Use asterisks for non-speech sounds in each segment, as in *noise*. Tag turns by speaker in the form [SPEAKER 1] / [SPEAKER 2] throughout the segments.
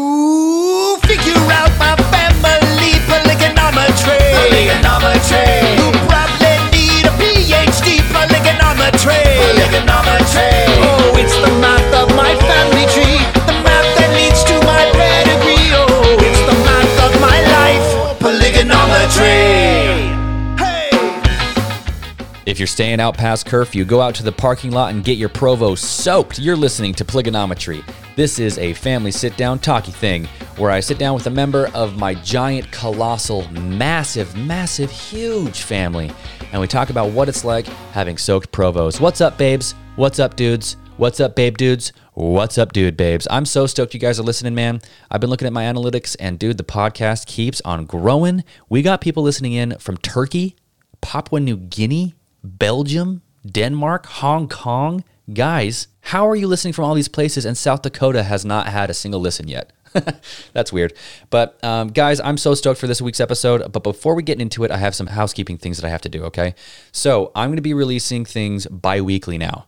[SPEAKER 1] To figure out my family polygonometry. Polygonometry. You probably need a PhD polygonometry. Polygonometry. Oh, it's the math of my family tree. The math that leads to my pedigree. Oh, it's the math of my life. Polygonometry. Hey!
[SPEAKER 2] If you're staying out past curfew, go out to the parking lot and get your Provo soaked. You're listening to Polygonometry. This is a family sit down talky thing where I sit down with a member of my giant, colossal, massive, massive, huge family and we talk about what it's like having soaked Provos. What's up, babes? What's up, dudes? What's up, babe dudes? What's up, dude babes? I'm so stoked you guys are listening, man. I've been looking at my analytics and dude, the podcast keeps on growing. We got people listening in from Turkey, Papua New Guinea, Belgium, Denmark, Hong Kong. Guys, how are you listening from all these places? And South Dakota has not had a single listen yet. *laughs* That's weird. But um, guys, I'm so stoked for this week's episode. But before we get into it, I have some housekeeping things that I have to do, okay? So I'm going to be releasing things bi weekly now.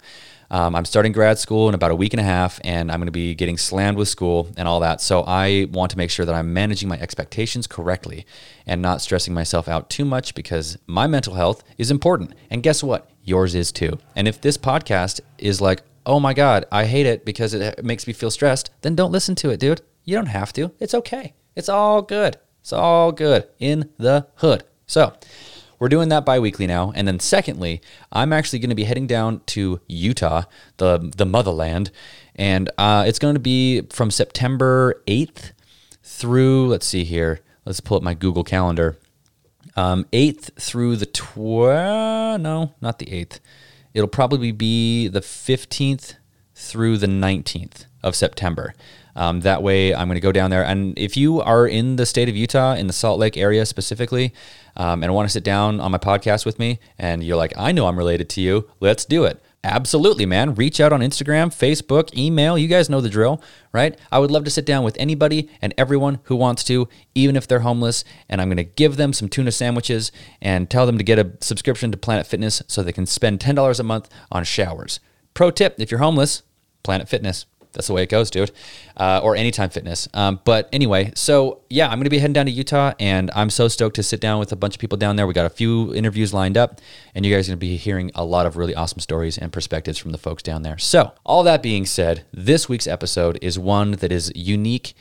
[SPEAKER 2] Um, I'm starting grad school in about a week and a half, and I'm going to be getting slammed with school and all that. So I want to make sure that I'm managing my expectations correctly and not stressing myself out too much because my mental health is important. And guess what? Yours is too. And if this podcast is like, oh my God, I hate it because it makes me feel stressed, then don't listen to it, dude. You don't have to. It's okay. It's all good. It's all good in the hood. So, we're doing that bi-weekly now. And then secondly, I'm actually going to be heading down to Utah, the the motherland, and uh, it's going to be from September 8th through let's see here. Let's pull up my Google calendar. Um, 8th through the 12th, no, not the 8th. It'll probably be the 15th through the 19th of September. Um, that way, I'm going to go down there. And if you are in the state of Utah, in the Salt Lake area specifically, um, and want to sit down on my podcast with me, and you're like, I know I'm related to you, let's do it. Absolutely, man. Reach out on Instagram, Facebook, email. You guys know the drill, right? I would love to sit down with anybody and everyone who wants to, even if they're homeless. And I'm going to give them some tuna sandwiches and tell them to get a subscription to Planet Fitness so they can spend $10 a month on showers. Pro tip if you're homeless, Planet Fitness. That's the way it goes, dude. Uh, or Anytime Fitness. Um, but anyway, so yeah, I'm going to be heading down to Utah, and I'm so stoked to sit down with a bunch of people down there. We got a few interviews lined up, and you guys are going to be hearing a lot of really awesome stories and perspectives from the folks down there. So, all that being said, this week's episode is one that is unique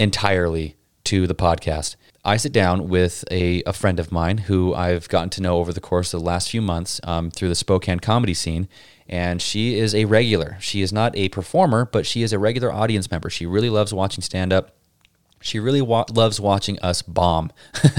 [SPEAKER 2] entirely to the podcast. I sit down with a, a friend of mine who I've gotten to know over the course of the last few months um, through the Spokane comedy scene. And she is a regular. She is not a performer, but she is a regular audience member. She really loves watching stand up. She really wa- loves watching us bomb, *laughs*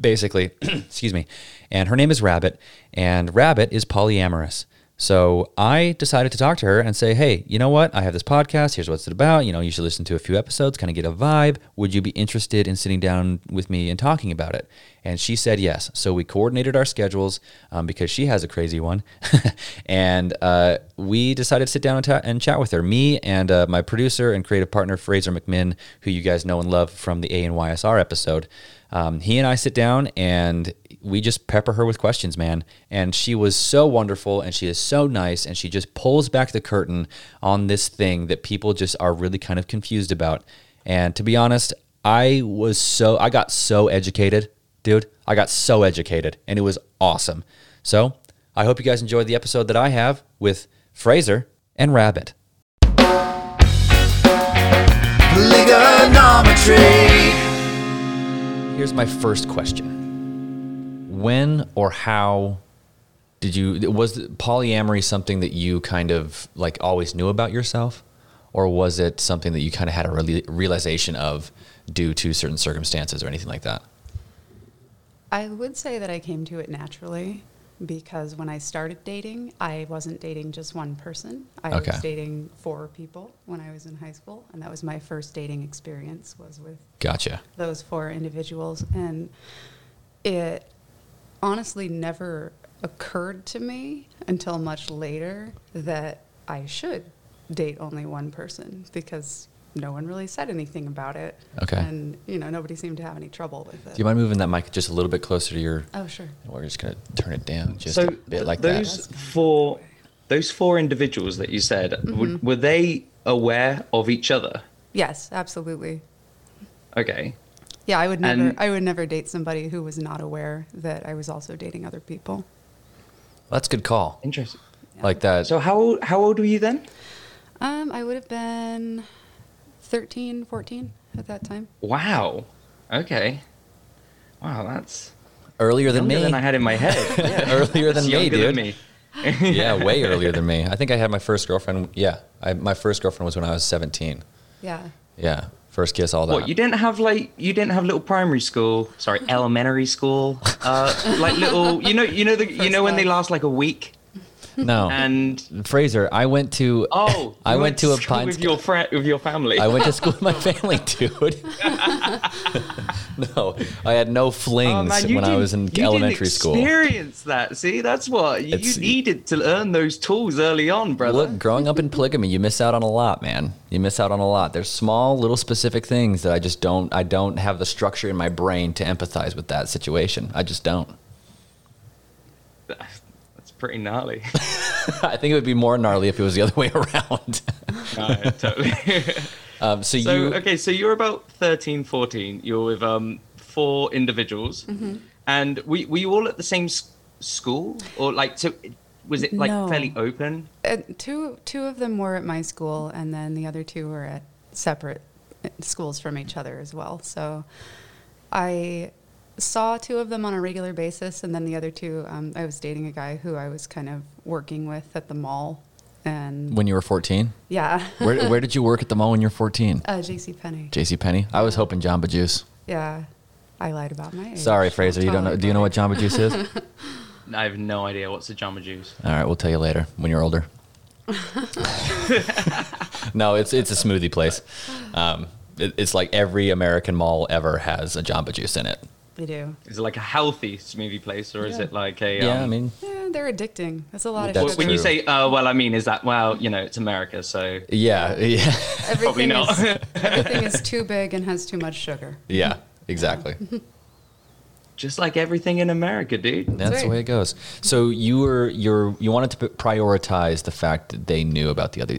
[SPEAKER 2] basically. *clears throat* Excuse me. And her name is Rabbit, and Rabbit is polyamorous. So I decided to talk to her and say, hey, you know what? I have this podcast. Here's what's it about. You know, you should listen to a few episodes, kind of get a vibe. Would you be interested in sitting down with me and talking about it? And she said yes. So we coordinated our schedules um, because she has a crazy one. *laughs* and uh, we decided to sit down and, ta- and chat with her. Me and uh, my producer and creative partner, Fraser McMinn, who you guys know and love from the ANYSR episode. Um, he and I sit down and we just pepper her with questions, man. And she was so wonderful and she is so nice and she just pulls back the curtain on this thing that people just are really kind of confused about. And to be honest, I was so, I got so educated, dude. I got so educated and it was awesome. So I hope you guys enjoyed the episode that I have with Fraser and Rabbit.
[SPEAKER 1] Polygonometry.
[SPEAKER 2] Here's my first question. When or how did you was polyamory something that you kind of like always knew about yourself or was it something that you kind of had a reali- realization of due to certain circumstances or anything like that?
[SPEAKER 3] I would say that I came to it naturally because when I started dating, I wasn't dating just one person. I
[SPEAKER 2] Okay.
[SPEAKER 3] was dating four people when I was in high school, and that was my first dating experience was with
[SPEAKER 2] Gotcha.
[SPEAKER 3] those four individuals and it honestly never occurred to me until much later that I should date only one person because no one really said anything about it.
[SPEAKER 2] Okay.
[SPEAKER 3] And you know, nobody seemed to have any trouble with it.
[SPEAKER 2] Do you mind moving that mic just a little bit closer to your
[SPEAKER 3] Oh, sure.
[SPEAKER 2] We're just going to turn it down just
[SPEAKER 4] so
[SPEAKER 2] a bit like
[SPEAKER 4] those
[SPEAKER 2] that.
[SPEAKER 4] Mm-hmm. four those four individuals that you said w- were they aware of each other
[SPEAKER 3] Yes, absolutely.
[SPEAKER 4] Okay.
[SPEAKER 3] Yeah, I would never.
[SPEAKER 4] And-
[SPEAKER 3] I would never date somebody who was not aware that I was also dating other people.
[SPEAKER 2] That's a good call.
[SPEAKER 4] Interesting.
[SPEAKER 2] Like that.
[SPEAKER 4] So how old, how old were you then?
[SPEAKER 3] Um, I would have been 13, 14 at that time.
[SPEAKER 4] Wow. Okay. Wow, that's
[SPEAKER 2] earlier than
[SPEAKER 4] younger
[SPEAKER 2] me. *laughs*
[SPEAKER 4] than I had in my head. Yeah.
[SPEAKER 2] earlier than
[SPEAKER 4] That's
[SPEAKER 2] me,
[SPEAKER 4] younger
[SPEAKER 2] dude.
[SPEAKER 4] than me. *laughs*
[SPEAKER 2] yeah, way earlier than me. I think I had my first girlfriend. Yeah, I, my first girlfriend was when I was 17.
[SPEAKER 3] Yeah.
[SPEAKER 2] Yeah, first kiss, all that.
[SPEAKER 4] What you didn't have like you didn't have little primary school, *laughs* sorry, elementary school, uh, like little you know you know the you know when they
[SPEAKER 3] love.
[SPEAKER 4] last like a week
[SPEAKER 2] no,
[SPEAKER 4] and
[SPEAKER 2] Fraser, I went to. *laughs*
[SPEAKER 4] *laughs* oh
[SPEAKER 2] I
[SPEAKER 4] you
[SPEAKER 2] went, to a
[SPEAKER 4] school
[SPEAKER 2] pine.
[SPEAKER 4] with
[SPEAKER 2] Sc-
[SPEAKER 4] your friend with your family.
[SPEAKER 2] I went
[SPEAKER 4] *laughs*
[SPEAKER 2] to school with my family, dude. *laughs* no, I had no
[SPEAKER 4] Oh,
[SPEAKER 2] flings
[SPEAKER 4] man, you
[SPEAKER 2] when I
[SPEAKER 4] didn't-
[SPEAKER 2] was in
[SPEAKER 4] you
[SPEAKER 2] elementary
[SPEAKER 4] didn't
[SPEAKER 2] school.
[SPEAKER 4] Experience that. See, that's what you
[SPEAKER 2] It's-
[SPEAKER 4] needed to learn those tools early on, brother.
[SPEAKER 2] Look, growing up in polygamy, you miss out on a lot, man. You miss out on a lot. There's small, little specific things that I just don't. I don't have the structure in my brain to empathize with that situation. I just don't.
[SPEAKER 4] That's pretty gnarly. *laughs*
[SPEAKER 2] *laughs* I think it would be more gnarly if it was the other way *laughs* around.
[SPEAKER 4] No,
[SPEAKER 2] *laughs*
[SPEAKER 4] totally.
[SPEAKER 2] Um, so,
[SPEAKER 4] so,
[SPEAKER 2] you,
[SPEAKER 4] okay, so you're about 13, 14. You're with um, four individuals. And we, were you all at the same s- school? Or like, so was it like
[SPEAKER 3] No.
[SPEAKER 4] fairly open?
[SPEAKER 3] And two two of them were at my school, and then the other two were at separate uh, schools from each other as well. So I saw two of them on a regular basis, and then the other two, um, I was dating a guy who I was kind of working with at the mall, and
[SPEAKER 2] when you were 14,
[SPEAKER 3] yeah, *laughs*
[SPEAKER 2] *laughs* where, where did you work at the mall when you were 14?
[SPEAKER 3] uh, J.C. Penney.
[SPEAKER 2] J.C. Penney. I was hoping Jamba Juice.
[SPEAKER 3] yeah, I lied about my age.
[SPEAKER 2] Sorry, Fraser. You don't know. Do you know what Jamba Juice *laughs* is? All
[SPEAKER 4] I have no idea. What's a Jamba Juice?
[SPEAKER 2] right, we'll tell you later when you're *laughs* older. no, it's it's a smoothie place. Um, it, it's like every American mall ever has a Jamba Juice in it.
[SPEAKER 3] They do.
[SPEAKER 4] Is it like a healthy smoothie place? Or is
[SPEAKER 2] Yeah.
[SPEAKER 4] it like a. Um,
[SPEAKER 2] Yeah, I mean,
[SPEAKER 3] Yeah, they're addicting. That's a lot of
[SPEAKER 2] That's
[SPEAKER 4] Well,
[SPEAKER 3] sugar.
[SPEAKER 4] when you
[SPEAKER 2] true.
[SPEAKER 4] say, uh, well, I mean, is that, well, you know, it's America, so.
[SPEAKER 2] yeah, yeah, *laughs*
[SPEAKER 4] Probably
[SPEAKER 3] everything
[SPEAKER 4] not.
[SPEAKER 3] is, everything is too big and has too much sugar.
[SPEAKER 2] yeah, exactly.
[SPEAKER 4] Just like everything in America, dude.
[SPEAKER 2] That's the
[SPEAKER 3] right.
[SPEAKER 2] way it goes. So you were you're you wanted to p- prioritize the fact that they knew about the other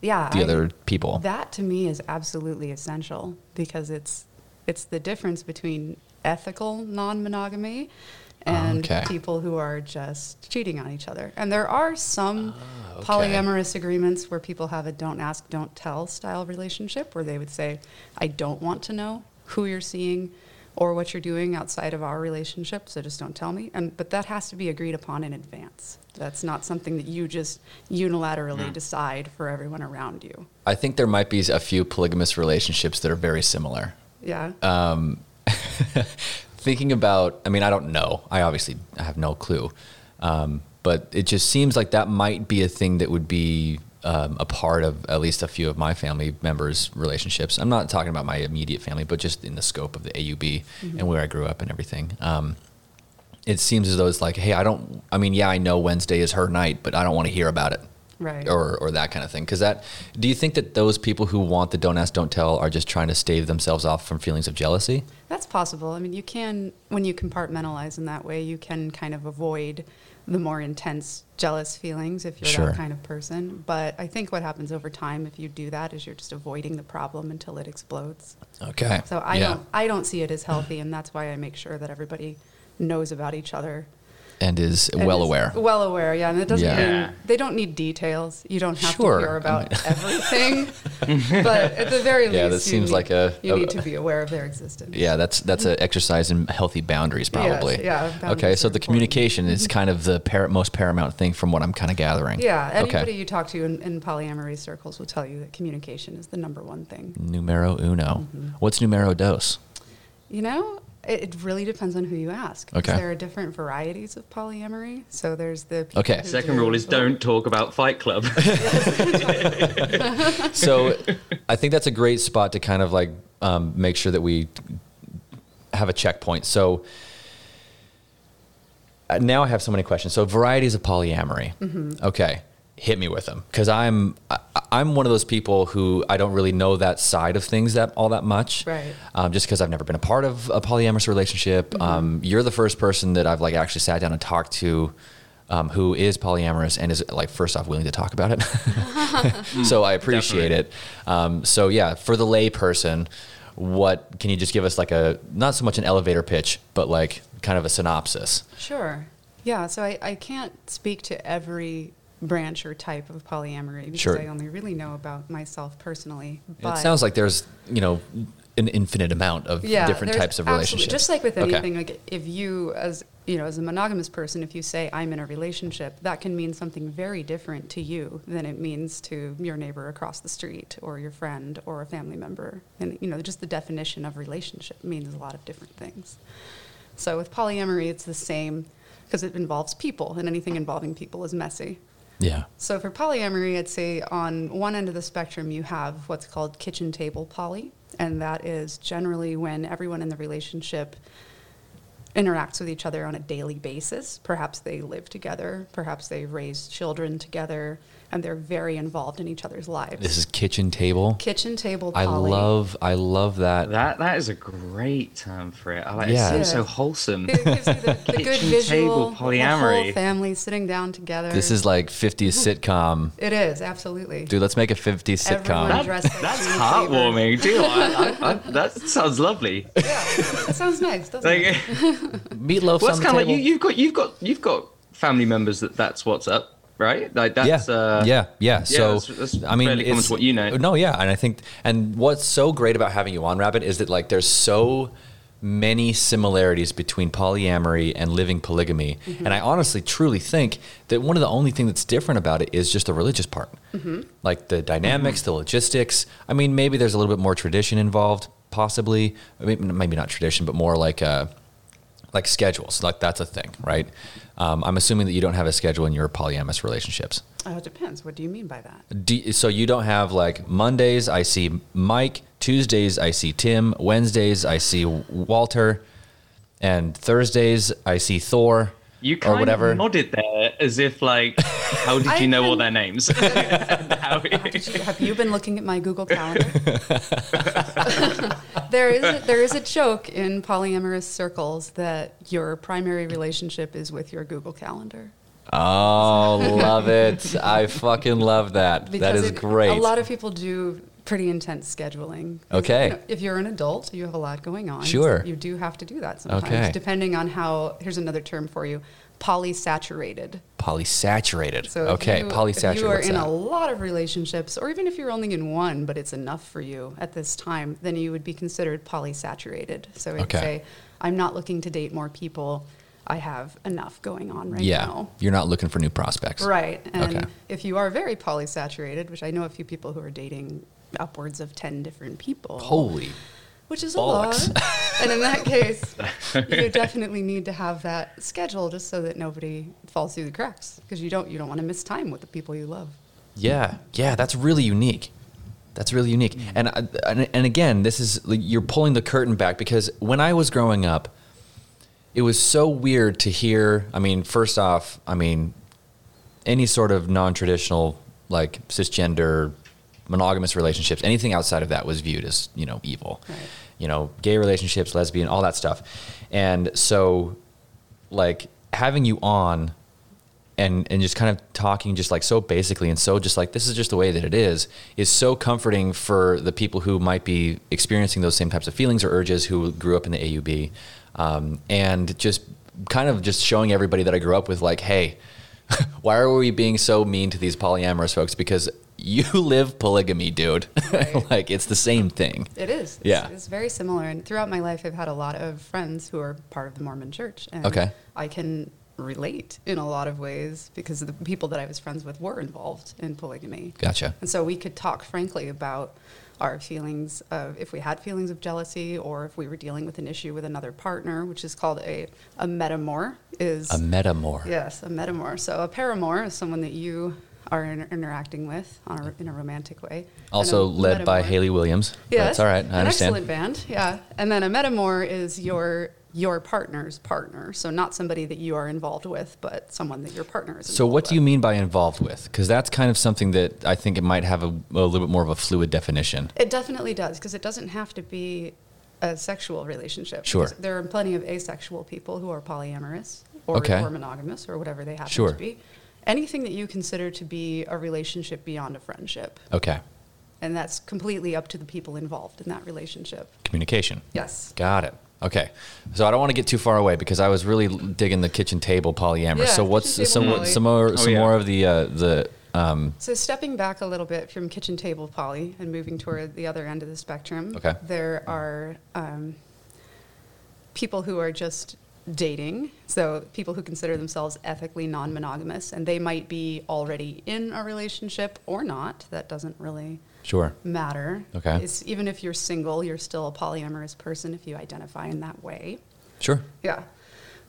[SPEAKER 3] Yeah.
[SPEAKER 2] the
[SPEAKER 3] I-
[SPEAKER 2] other people.
[SPEAKER 3] That to me is absolutely essential because it's it's the difference between ethical non-monogamy and
[SPEAKER 2] Oh, Okay.
[SPEAKER 3] people who are just cheating on each other. And there are some
[SPEAKER 2] Ah, okay.
[SPEAKER 3] polyamorous agreements where people have a don't ask, don't tell style relationship where they would say, "I don't want to know who you're seeing." Or what you're doing outside of our relationship, so just don't tell me. And but that has to be agreed upon in advance. That's not something that you just unilaterally
[SPEAKER 2] Hmm.
[SPEAKER 3] decide for everyone around you.
[SPEAKER 2] I think there might be a few polygamous relationships that are very similar.
[SPEAKER 3] Yeah.
[SPEAKER 2] Uh, *laughs* Thinking about, I mean, I don't know. I obviously I have no clue, um, but it just seems like that might be a thing that would be um, a part of at least a few of my family members' relationships. I'm not talking about my immediate family, but just in the scope of the AUB and where I grew up and everything. Um, it seems as though it's like, hey, I don't. I mean, yeah, I know Wednesday is her night, but I don't want to hear about it.
[SPEAKER 3] right.
[SPEAKER 2] or or that kind of thing. Because that, do you think that those people who want the don't ask, don't tell are just trying to stave themselves off from feelings of jealousy?
[SPEAKER 3] That's possible. I mean, you can, when you compartmentalize in that way, you can kind of avoid the more intense jealous feelings if you're
[SPEAKER 2] Sure.
[SPEAKER 3] that kind of person. But I think what happens over time if you do that is you're just avoiding the problem until it explodes.
[SPEAKER 2] Okay.
[SPEAKER 3] So I don't I don't see it as healthy and that's why I make sure that everybody knows about each other.
[SPEAKER 2] and is
[SPEAKER 3] and
[SPEAKER 2] well
[SPEAKER 3] is
[SPEAKER 2] aware.
[SPEAKER 3] Well aware, yeah. And it doesn't
[SPEAKER 2] Yeah.
[SPEAKER 4] Yeah.
[SPEAKER 3] mean they don't need details. You don't have
[SPEAKER 2] Sure.
[SPEAKER 3] to hear
[SPEAKER 2] I *laughs*
[SPEAKER 3] about everything. but at the very
[SPEAKER 2] Yeah,
[SPEAKER 3] least
[SPEAKER 2] that
[SPEAKER 3] you
[SPEAKER 2] seems
[SPEAKER 3] need-
[SPEAKER 2] like a-
[SPEAKER 3] you
[SPEAKER 2] a-
[SPEAKER 3] need to be aware of their existence.
[SPEAKER 2] Yeah, that's that's an exercise in healthy boundaries, probably.
[SPEAKER 3] yeah, boundaries
[SPEAKER 2] okay, so
[SPEAKER 3] are
[SPEAKER 2] the
[SPEAKER 3] important. *laughs*
[SPEAKER 2] communication is kind of the par- most paramount thing, from what I'm kind of gathering.
[SPEAKER 3] Yeah, anybody
[SPEAKER 2] Okay.
[SPEAKER 3] you talk to in, in polyamory circles will tell you that communication is the number one
[SPEAKER 2] Mm.
[SPEAKER 3] thing.
[SPEAKER 2] Numero uno.
[SPEAKER 3] Mm-hmm.
[SPEAKER 2] What's numero dos?
[SPEAKER 3] You know, it, it really depends on who you ask. 'cause
[SPEAKER 2] Okay.
[SPEAKER 3] There are different varieties of polyamory. So there's the people
[SPEAKER 2] Okay.
[SPEAKER 3] who
[SPEAKER 4] Second
[SPEAKER 3] do-
[SPEAKER 4] rule is don't talk about
[SPEAKER 3] *laughs*
[SPEAKER 4] Fight Club.
[SPEAKER 2] so I think that's a great spot to kind of like um, make sure that we have a checkpoint. So uh, now I have so many questions. So varieties of polyamory. Okay, hit me with them because I'm I, I'm one of those people who I don't really know that side of things that all that much.
[SPEAKER 3] Right.
[SPEAKER 2] Um, just because I've never been a part of a polyamorous relationship. Um, you're the first person that I've like actually sat down and talked to um, who is polyamorous and is like first off willing to talk about it. *laughs* so I appreciate it. Um, so yeah, for the lay person, what can you just give us like a not so much an elevator pitch, but like kind of a synopsis?
[SPEAKER 3] Sure. Yeah, so I, I can't speak to every branch or type of polyamory because
[SPEAKER 2] Sure.
[SPEAKER 3] I only really know about myself personally. But
[SPEAKER 2] It sounds like there's you know an infinite amount of different
[SPEAKER 3] there's
[SPEAKER 2] types of
[SPEAKER 3] absolute-
[SPEAKER 2] relationships.
[SPEAKER 3] Just like with
[SPEAKER 2] Okay.
[SPEAKER 3] anything, like if you as you know, as a monogamous person, if you say I'm in a relationship, that can mean something very different to you than it means to your neighbor across the street or your friend or a family member. And you know, just the definition of relationship means a lot of different things. So with polyamory, it's the same because it involves people, and anything involving people is messy.
[SPEAKER 2] Yeah.
[SPEAKER 3] So for polyamory, I'd say on one end of the spectrum, you have what's called kitchen table poly, and that is generally when everyone in the relationship interacts with each other on a daily basis. Perhaps they live together, perhaps they raise children together, and they're very involved in each other's lives.
[SPEAKER 2] This is kitchen table.
[SPEAKER 3] kitchen table
[SPEAKER 2] I
[SPEAKER 3] poly.
[SPEAKER 2] love I love that.
[SPEAKER 4] That that is a great term for it. I like
[SPEAKER 2] Yeah.
[SPEAKER 4] it. Sounds so
[SPEAKER 3] Yeah.
[SPEAKER 4] wholesome.
[SPEAKER 3] It gives you the, the good
[SPEAKER 4] Kitchen
[SPEAKER 3] visual,
[SPEAKER 4] table
[SPEAKER 3] the whole
[SPEAKER 4] polyamory.
[SPEAKER 3] family sitting down together.
[SPEAKER 2] This is like
[SPEAKER 3] *laughs*
[SPEAKER 2] 50s sitcom.
[SPEAKER 3] it is absolutely.
[SPEAKER 2] Dude, let's make a 50s sitcom.
[SPEAKER 3] Everyone
[SPEAKER 4] *laughs* That-
[SPEAKER 3] dressed like
[SPEAKER 4] that's
[SPEAKER 3] Jimmy Cleaver.
[SPEAKER 4] heartwarming too. I, I, I, that sounds lovely.
[SPEAKER 3] That sounds nice, doesn't it?
[SPEAKER 4] Like, *laughs*
[SPEAKER 2] Meatloaf
[SPEAKER 4] well,
[SPEAKER 2] on
[SPEAKER 4] it's
[SPEAKER 2] the
[SPEAKER 4] kind of like
[SPEAKER 2] table.
[SPEAKER 4] you, you've got you've got you've got family members that that's what's up, right? Like that's
[SPEAKER 2] yeah,
[SPEAKER 4] uh,
[SPEAKER 2] yeah, yeah. So
[SPEAKER 4] that's- that's
[SPEAKER 2] I mean,
[SPEAKER 4] fairly common
[SPEAKER 2] it's
[SPEAKER 4] to what you know.
[SPEAKER 2] No, yeah, and I think, and what's so great about having you on, Rabbit, is that like there's so many similarities between polyamory and living polygamy,
[SPEAKER 4] Mm-hmm.
[SPEAKER 2] and I honestly, truly think that one of the only thing that's different about it is just the religious part,
[SPEAKER 4] Mm-hmm.
[SPEAKER 2] like the dynamics, the logistics. I mean, maybe there's a little bit more tradition involved, possibly. I mean, maybe not tradition, but more like. Uh, like schedules, like that's a thing, right? Um, I'm assuming that you don't have a schedule in your polyamorous relationships.
[SPEAKER 3] Oh, it depends. What do you mean by that?
[SPEAKER 2] Do, so you don't have like Mondays I see Mike, Tuesdays I see Tim, Wednesdays I see Walter, and Thursdays I see Thor
[SPEAKER 4] You kind
[SPEAKER 2] or whatever.
[SPEAKER 4] of nodded there as if like, how
[SPEAKER 3] *laughs*
[SPEAKER 4] did
[SPEAKER 3] I
[SPEAKER 4] you know all
[SPEAKER 3] can-
[SPEAKER 4] their
[SPEAKER 3] *laughs*
[SPEAKER 4] names? *laughs* How-
[SPEAKER 3] Did you- have you been looking at my Google
[SPEAKER 2] *laughs*
[SPEAKER 3] Calendar? there is a, there is a joke in polyamorous circles that your primary relationship is with your Google Calendar.
[SPEAKER 2] oh, love it! I fucking love that. that is
[SPEAKER 3] it-
[SPEAKER 2] great.
[SPEAKER 3] A lot of people do pretty intense scheduling.
[SPEAKER 2] Okay.
[SPEAKER 3] You know, if you're an adult, you have a lot going on.
[SPEAKER 2] Sure.
[SPEAKER 3] You do have to do that sometimes,
[SPEAKER 2] Okay.
[SPEAKER 3] depending on how. Here's another term for you: polysaturated.
[SPEAKER 2] polysaturated.
[SPEAKER 3] So if
[SPEAKER 2] okay,
[SPEAKER 3] you,
[SPEAKER 2] polysaturated.
[SPEAKER 3] If you are
[SPEAKER 2] what's
[SPEAKER 3] in
[SPEAKER 2] that?
[SPEAKER 3] a lot of relationships, or even if you're only in one, but it's enough for you at this time, then you would be considered polysaturated. So it'd
[SPEAKER 2] Okay.
[SPEAKER 3] say, I'm not looking to date more people. I have enough going on right
[SPEAKER 2] yeah,
[SPEAKER 3] now.
[SPEAKER 2] you're not looking for new prospects.
[SPEAKER 3] Right. And
[SPEAKER 2] Okay.
[SPEAKER 3] if you are very polysaturated, which I know a few people who are dating upwards of 10 different people
[SPEAKER 2] Holy.
[SPEAKER 3] which is
[SPEAKER 2] Bollocks.
[SPEAKER 3] a
[SPEAKER 2] *laughs*
[SPEAKER 3] lot. and in that case, you definitely need to have that schedule just so that nobody falls through the cracks because you don't you don't want to miss time with the people you love.
[SPEAKER 2] Yeah, yeah, that's really unique. That's really unique. And, I- and and again, this is like, you're pulling the curtain back because when I was growing up, it was so weird to hear. I mean, first off, I mean, any sort of non-traditional like cisgender monogamous relationships anything outside of that was viewed as you know evil
[SPEAKER 3] Right.
[SPEAKER 2] you know gay relationships lesbian all that stuff and so like having you on and and just kind of talking just like so basically and so just like this is just the way that it is is so comforting for the people who might be experiencing those same types of feelings or urges who grew up in the AUB um, and just kind of just showing everybody that I grew up with like hey *laughs* why are we being so mean to these polyamorous folks because you *laughs* live polygamy dude *laughs* like it's the same thing
[SPEAKER 3] It is. It's,
[SPEAKER 2] Yeah.
[SPEAKER 3] It's very similar. And throughout my life, I've had a lot of friends who are part of the Mormon church. And
[SPEAKER 2] Okay.
[SPEAKER 3] I can relate in a lot of ways because the people that I was friends with were involved in polygamy.
[SPEAKER 2] gotcha
[SPEAKER 3] And so we could talk frankly about our feelings of if we had feelings of jealousy or if we were dealing with an issue with another partner, which is called a, a metamor. Is
[SPEAKER 2] a metamor
[SPEAKER 3] Yes, a metamor. So a paramour is someone that you are in, interacting with on a, in a romantic way. And
[SPEAKER 2] also
[SPEAKER 3] a
[SPEAKER 2] led by
[SPEAKER 3] metamor-
[SPEAKER 2] Haley Williams
[SPEAKER 3] Yes,
[SPEAKER 2] that's all right
[SPEAKER 3] an
[SPEAKER 2] I understand
[SPEAKER 3] excellent band. Yeah, and then a metamor is your your partner's partner, so not somebody that you are involved with, but someone that your partner is.
[SPEAKER 2] So,
[SPEAKER 3] involved
[SPEAKER 2] what do you
[SPEAKER 3] with.
[SPEAKER 2] mean by involved with? Because that's kind of something that I think it might have a, a little bit more of a fluid definition.
[SPEAKER 3] It definitely does because it doesn't have to be a sexual relationship.
[SPEAKER 2] Sure.
[SPEAKER 3] Because There are plenty of asexual people who are polyamorous, or,
[SPEAKER 2] Okay.
[SPEAKER 3] or monogamous or whatever they happen
[SPEAKER 2] Sure.
[SPEAKER 3] to be. Anything that you consider to be a relationship beyond a friendship.
[SPEAKER 2] Okay.
[SPEAKER 3] And that's completely up to the people involved in that relationship.
[SPEAKER 2] Communication.
[SPEAKER 3] Yes.
[SPEAKER 2] Got it. Okay. So I don't want to get too far away because I was really digging the kitchen table polyamorous.
[SPEAKER 3] Yeah,
[SPEAKER 2] so
[SPEAKER 3] kitchen
[SPEAKER 2] what's some
[SPEAKER 3] table
[SPEAKER 2] what-
[SPEAKER 3] poly.
[SPEAKER 2] some more
[SPEAKER 4] Oh,
[SPEAKER 2] some
[SPEAKER 4] yeah.
[SPEAKER 2] more of the uh, the um
[SPEAKER 3] So stepping back a little bit from kitchen table poly and moving toward the other end of the spectrum,
[SPEAKER 2] Okay.
[SPEAKER 3] there are um, people who are just dating. So people who consider themselves ethically non-monogamous, and they might be already in a relationship or not. That doesn't really
[SPEAKER 2] sure.
[SPEAKER 3] matter.
[SPEAKER 2] Okay.
[SPEAKER 3] It's, even if you're single, you're still a polyamorous person if you identify in that way.
[SPEAKER 2] Sure.
[SPEAKER 3] Yeah.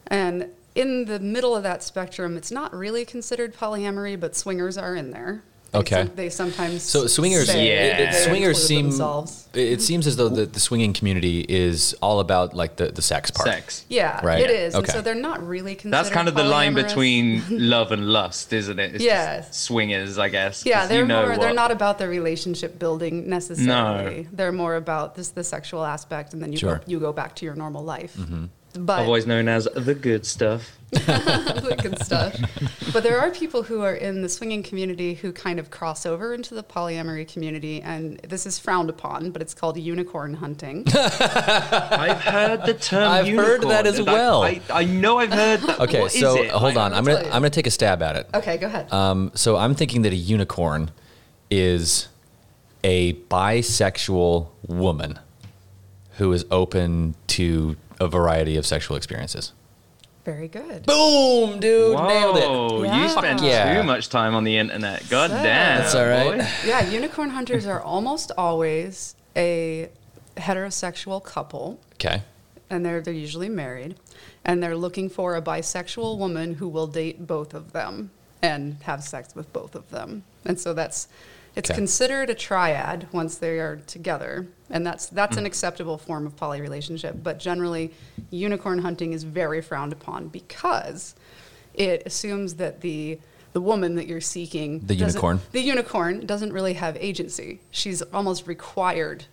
[SPEAKER 3] And in the middle of that spectrum, it's not really considered polyamory, but swingers are in there. They
[SPEAKER 2] Okay.
[SPEAKER 3] som- they sometimes
[SPEAKER 2] So swingers,
[SPEAKER 3] say
[SPEAKER 2] yeah.
[SPEAKER 3] that
[SPEAKER 2] it,
[SPEAKER 3] they
[SPEAKER 2] swingers
[SPEAKER 3] include
[SPEAKER 2] seem.
[SPEAKER 3] themselves.
[SPEAKER 2] It, it seems as though the, the swinging community is all about like the, the sex part.
[SPEAKER 4] Sex.
[SPEAKER 3] Yeah,
[SPEAKER 2] Right.
[SPEAKER 3] it is. And
[SPEAKER 2] Okay.
[SPEAKER 3] so they're not really considered.
[SPEAKER 4] That's kind of the line
[SPEAKER 3] polyamorous. *laughs*
[SPEAKER 4] between love and lust, isn't it? It's just
[SPEAKER 3] Yes.
[SPEAKER 4] swingers, I guess.
[SPEAKER 3] Yeah,
[SPEAKER 4] 'cause
[SPEAKER 3] they're
[SPEAKER 4] you know
[SPEAKER 3] more. They're
[SPEAKER 4] what-
[SPEAKER 3] not about the relationship building necessarily. They're more about this the sexual aspect, and then you
[SPEAKER 2] Sure. Mm-hmm.
[SPEAKER 3] go, you go back to your normal life. But
[SPEAKER 4] otherwise known as the good
[SPEAKER 3] *laughs*
[SPEAKER 4] stuff.
[SPEAKER 3] like and stuff. But there are people who are in the swinging community who kind of cross over into the polyamory community, and this is frowned upon, but it's called unicorn hunting.
[SPEAKER 4] I've heard the term.
[SPEAKER 2] I've heard that
[SPEAKER 4] unicorn,
[SPEAKER 2] as
[SPEAKER 4] and I-
[SPEAKER 2] well.
[SPEAKER 4] I, I know I've heard. That.
[SPEAKER 2] Okay,
[SPEAKER 4] What is
[SPEAKER 2] so
[SPEAKER 4] it?
[SPEAKER 2] hold
[SPEAKER 4] Like,
[SPEAKER 2] on.
[SPEAKER 3] I'll
[SPEAKER 2] I'm gonna
[SPEAKER 3] tell you.
[SPEAKER 2] I'm gonna take a stab at it.
[SPEAKER 3] okay, go ahead.
[SPEAKER 2] Um, so I'm thinking that a unicorn is a bisexual woman who is open to a variety of sexual experiences.
[SPEAKER 3] Very good.
[SPEAKER 2] Boom, dude,
[SPEAKER 4] Whoa,
[SPEAKER 3] nailed it.
[SPEAKER 4] you
[SPEAKER 3] Yeah.
[SPEAKER 4] spend
[SPEAKER 2] Yeah.
[SPEAKER 4] too much time on the internet. God
[SPEAKER 3] So-
[SPEAKER 4] damn.
[SPEAKER 2] That's all right.
[SPEAKER 4] boy.
[SPEAKER 3] Yeah, unicorn hunters are almost always a heterosexual couple,
[SPEAKER 2] Okay.
[SPEAKER 3] and they're they're usually married, and they're looking for a bisexual woman who will date both of them and have sex with both of them. And so that's it's
[SPEAKER 2] Okay.
[SPEAKER 3] considered a triad once they are together, and that's that's
[SPEAKER 2] Hmm.
[SPEAKER 3] an acceptable form of poly relationship. But generally, unicorn hunting is very frowned upon because it assumes that the the woman that you're seeking
[SPEAKER 2] The
[SPEAKER 3] doesn't-
[SPEAKER 2] unicorn.
[SPEAKER 3] the unicorn doesn't really have agency. She's almost required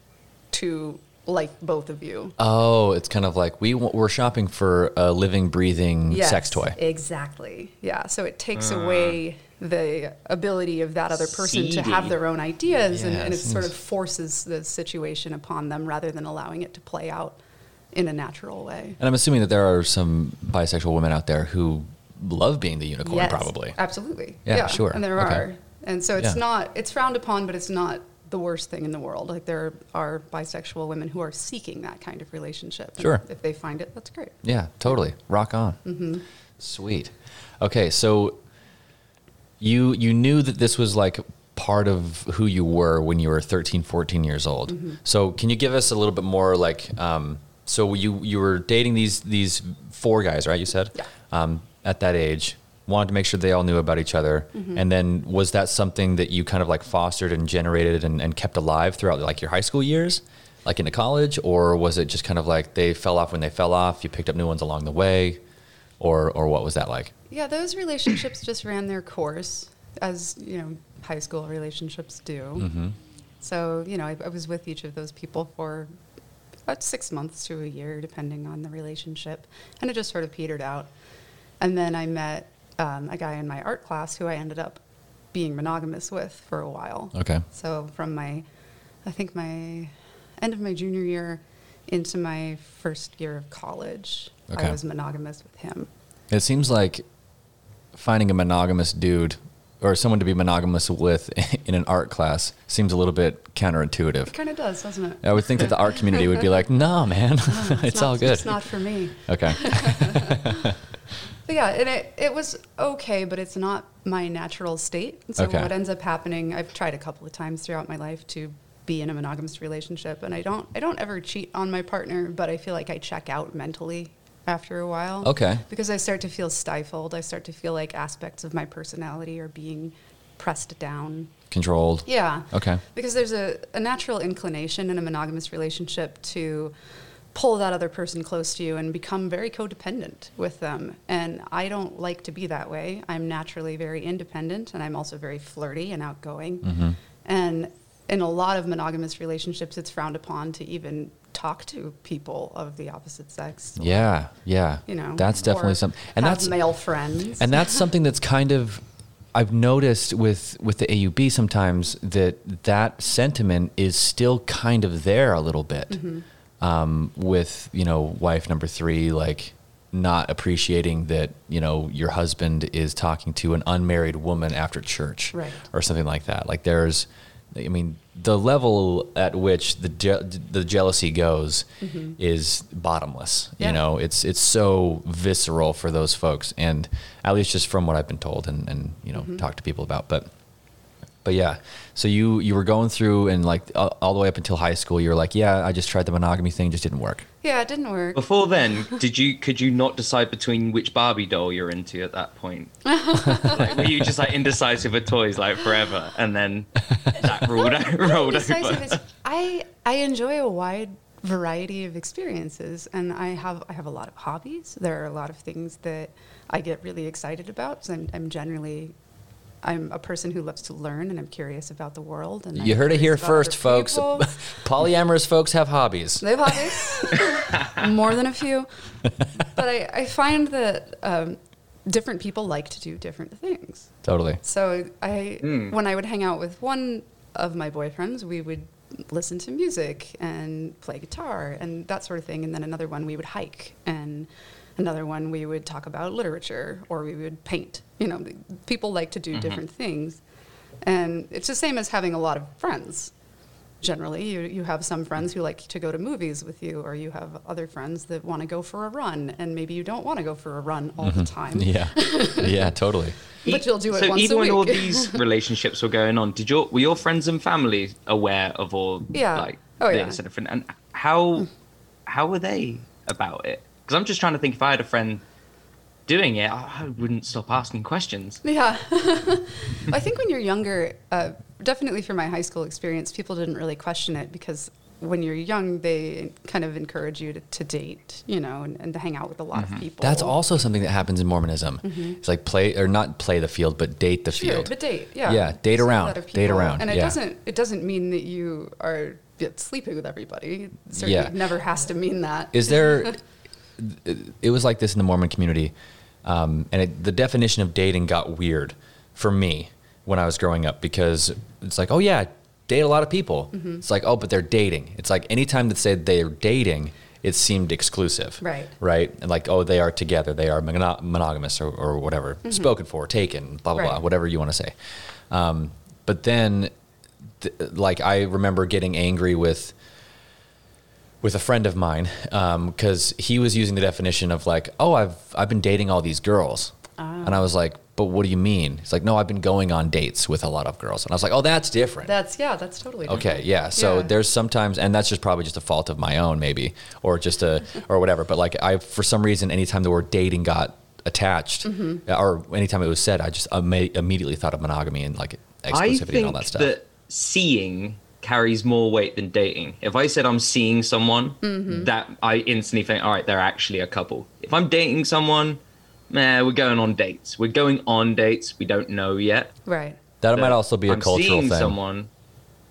[SPEAKER 3] to like both of you
[SPEAKER 2] Oh, it's kind of like we w- we're shopping for a living, breathing sex
[SPEAKER 3] Yes,
[SPEAKER 2] toy.
[SPEAKER 3] Exactly. Yeah. So it takes away the ability of that other person to have
[SPEAKER 4] Seedy.
[SPEAKER 3] their own ideas and,
[SPEAKER 2] Yeah,
[SPEAKER 3] and it
[SPEAKER 2] it
[SPEAKER 3] sort of
[SPEAKER 2] seems-
[SPEAKER 3] forces the situation upon them rather than allowing it to play out in a natural way.
[SPEAKER 2] And I'm assuming that there are some bisexual women out there who love being the unicorn,
[SPEAKER 3] Yes,
[SPEAKER 2] probably.
[SPEAKER 3] Absolutely.
[SPEAKER 2] Yeah, sure.
[SPEAKER 3] And there
[SPEAKER 2] Okay.
[SPEAKER 3] are. And so it's
[SPEAKER 2] Yeah.
[SPEAKER 3] not, it's frowned upon, but it's not the worst thing in the world. Like there are bisexual women who are seeking that kind of relationship. And
[SPEAKER 2] Sure.
[SPEAKER 3] If they find it, that's great.
[SPEAKER 2] Yeah, totally. Rock on. Mm-hmm. Sweet. Okay, so you you knew that this was like part of who you were when you were 13, 14 years old. So can you give us a little bit more like um, so you you were dating these these four guys, right? You said
[SPEAKER 3] Yeah.
[SPEAKER 2] um, at that age. Wanted to make sure they all knew about each other, and then was that something that you kind of like fostered and generated and, and kept alive throughout like your high school years, like into college, or was it just kind of like they fell off when they fell off? You picked up new ones along the way, or or what was that like?
[SPEAKER 3] Yeah, those relationships just ran their course, as you know, high school relationships do.
[SPEAKER 2] Mm-hmm.
[SPEAKER 3] So you know, I, I was with each of those people for about six months to a year, depending on the relationship, and it just sort of petered out. And then I met um, a guy in my art class who I ended up being monogamous with for a while.
[SPEAKER 2] Okay.
[SPEAKER 3] So from my, I think my end of my junior year into my first year of college,
[SPEAKER 2] Okay.
[SPEAKER 3] I was monogamous with him.
[SPEAKER 2] It seems like finding a monogamous dude or someone to be monogamous with *laughs* in an art class seems a little bit counterintuitive.
[SPEAKER 3] It kind of does, doesn't it?
[SPEAKER 2] I would think that the art community would be like, "No, *laughs* man, it's,
[SPEAKER 3] not,
[SPEAKER 2] all good."
[SPEAKER 3] It's not for me. *laughs*
[SPEAKER 2] Okay.
[SPEAKER 3] But yeah, and it, it was okay, but it's not my natural state. So
[SPEAKER 2] Okay.
[SPEAKER 3] what ends up happening, I've tried a couple of times throughout my life to be in a monogamous relationship, and I don't I don't ever cheat on my partner, but I feel like I check out mentally after a while.
[SPEAKER 2] Okay.
[SPEAKER 3] Because I start to feel stifled. I start to feel like aspects of my personality are being pressed down.
[SPEAKER 2] Controlled.
[SPEAKER 3] Yeah.
[SPEAKER 2] Okay.
[SPEAKER 3] Because there's a, a natural inclination in a monogamous relationship to pull that other person close to you and become very codependent with them. And I don't like to be that way. I'm naturally very independent and I'm also very flirty and
[SPEAKER 2] Mm-hmm.
[SPEAKER 3] outgoing. And in a lot of monogamous relationships, it's frowned upon to even talk to people of the opposite sex. or,
[SPEAKER 2] Yeah, yeah.
[SPEAKER 3] You know,
[SPEAKER 2] that's definitely
[SPEAKER 3] or
[SPEAKER 2] something, and
[SPEAKER 3] have
[SPEAKER 2] that's
[SPEAKER 3] male friends.
[SPEAKER 2] and that's something that's kind of I've noticed with with the AUB sometimes that that sentiment is still kind of there a little bit
[SPEAKER 3] Mm-hmm.
[SPEAKER 2] um, with you know wife number three like not appreciating that you know your husband is talking to an unmarried woman after church
[SPEAKER 3] Right.
[SPEAKER 2] or something like that like there's I mean the level at which the je- the jealousy goes is bottomless you
[SPEAKER 3] Mm-hmm. Yeah.
[SPEAKER 2] know it's it's so visceral for those folks and at least just from what i've been told and and you
[SPEAKER 3] Mm-hmm.
[SPEAKER 2] know talk to people about but but yeah so you you were going through and like all, all the way up until high school you were like yeah i just tried the monogamy thing just didn't work
[SPEAKER 3] yeah, it didn't work.
[SPEAKER 4] Before then, did you could you not decide between which Barbie doll you're into at that
[SPEAKER 3] *laughs*
[SPEAKER 4] point? like, were you just like indecisive with toys like forever, and then that *laughs* ruled rolled
[SPEAKER 3] Decisive
[SPEAKER 4] over?
[SPEAKER 3] is- I I enjoy a wide variety of experiences, and I have I have a lot of hobbies. There are a lot of things that I get really excited about. So I'm, I'm generally I'm a person who loves to learn, and I'm curious about the world. And I'm
[SPEAKER 2] you heard it here
[SPEAKER 3] curious about
[SPEAKER 2] first
[SPEAKER 3] other
[SPEAKER 2] folks
[SPEAKER 3] people.
[SPEAKER 2] *laughs* polyamorous folks have
[SPEAKER 3] *laughs*
[SPEAKER 2] hobbies
[SPEAKER 3] They have
[SPEAKER 2] *laughs*
[SPEAKER 3] hobbies, more than a few. But I, I find that um, different people like to do different things.
[SPEAKER 2] totally
[SPEAKER 3] So I, when I would hang out with one of my boyfriends, we would listen to music and play guitar and that sort of thing. And then another one, we would hike, and another one, we would talk about literature or we would paint. You know, people like to do different things, and it's the same as having a lot of friends. Generally, you, you have some friends who like to go to movies with you, or you have other friends that want to go for a run, and maybe you don't want to go for a run all the time.
[SPEAKER 2] *laughs* yeah yeah totally
[SPEAKER 3] But you'll do it
[SPEAKER 4] E- so
[SPEAKER 3] once a
[SPEAKER 4] even when all
[SPEAKER 3] week. *laughs*
[SPEAKER 4] these relationships were going on, did your were your friends and family aware of all
[SPEAKER 3] Yeah.
[SPEAKER 4] like
[SPEAKER 3] Oh,
[SPEAKER 4] this
[SPEAKER 3] yeah. Hmm.
[SPEAKER 4] and everything? And how how were they about it? Because I'm just trying to think if I had a friend doing it, I I wouldn't stop asking questions.
[SPEAKER 3] Yeah. *laughs* I think when you're younger, uh, definitely for my high school experience, people didn't really question it because when you're young, they kind of encourage you to, to date, you know, and, and to hang out with a lot of people.
[SPEAKER 2] Mm-hmm. that's also something that happens in mormonism it's like play or not play the field but date the
[SPEAKER 3] Mm-hmm. Sure,
[SPEAKER 2] field
[SPEAKER 3] but date, yeah.
[SPEAKER 2] Yeah, date
[SPEAKER 3] Just a
[SPEAKER 2] around,
[SPEAKER 3] lot of
[SPEAKER 2] date
[SPEAKER 3] people.
[SPEAKER 2] around,
[SPEAKER 3] And it
[SPEAKER 2] yeah.
[SPEAKER 3] doesn't it doesn't mean that you are yet sleeping with everybody. It certainly
[SPEAKER 2] Yeah.
[SPEAKER 3] never has to mean that.
[SPEAKER 2] Is
[SPEAKER 3] *laughs*
[SPEAKER 2] there? it was like this in the Mormon community, um, and it, the definition of dating got weird for me when I was growing up because it's like, oh yeah, date a lot of people.
[SPEAKER 3] Mm-hmm.
[SPEAKER 2] It's like, oh, but they're dating. It's like anytime that said they're dating, it seemed exclusive,
[SPEAKER 3] Right.
[SPEAKER 2] Right, and like, oh, they are together. They are mono- monogamous or, or whatever, spoken for, taken, blah blah
[SPEAKER 3] Mm-hmm. Right.
[SPEAKER 2] blah, whatever you want to say. Um, but then, th- like, I remember getting angry with with a friend of mine because he was using the definition of like, oh, I've I've been dating all these girls, and I was like, but what do you mean? He's like, no, I've been going on dates with a lot of girls, and I was like, oh, that's different.
[SPEAKER 3] that's yeah, that's totally different.
[SPEAKER 2] Okay, yeah. So
[SPEAKER 3] Yeah.
[SPEAKER 2] there's sometimes, and that's just probably just a fault of my own, maybe, or just a or whatever. But like I, for some reason, anytime the word dating got attached, or anytime it was said, I just imme- immediately thought of monogamy and like
[SPEAKER 4] I
[SPEAKER 2] exclusivity
[SPEAKER 4] think
[SPEAKER 2] and all that stuff.
[SPEAKER 4] that seeing carries more weight than dating. If I said I'm seeing someone,
[SPEAKER 3] Mm-hmm.
[SPEAKER 4] that I instantly think, all right, they're actually a couple. If I'm dating someone, nah, we're going on dates. We're going on dates. We don't know yet.
[SPEAKER 3] Right.
[SPEAKER 2] that
[SPEAKER 4] But
[SPEAKER 2] might also be a
[SPEAKER 4] I'm
[SPEAKER 2] cultural
[SPEAKER 4] seeing
[SPEAKER 2] thing.
[SPEAKER 4] Someone,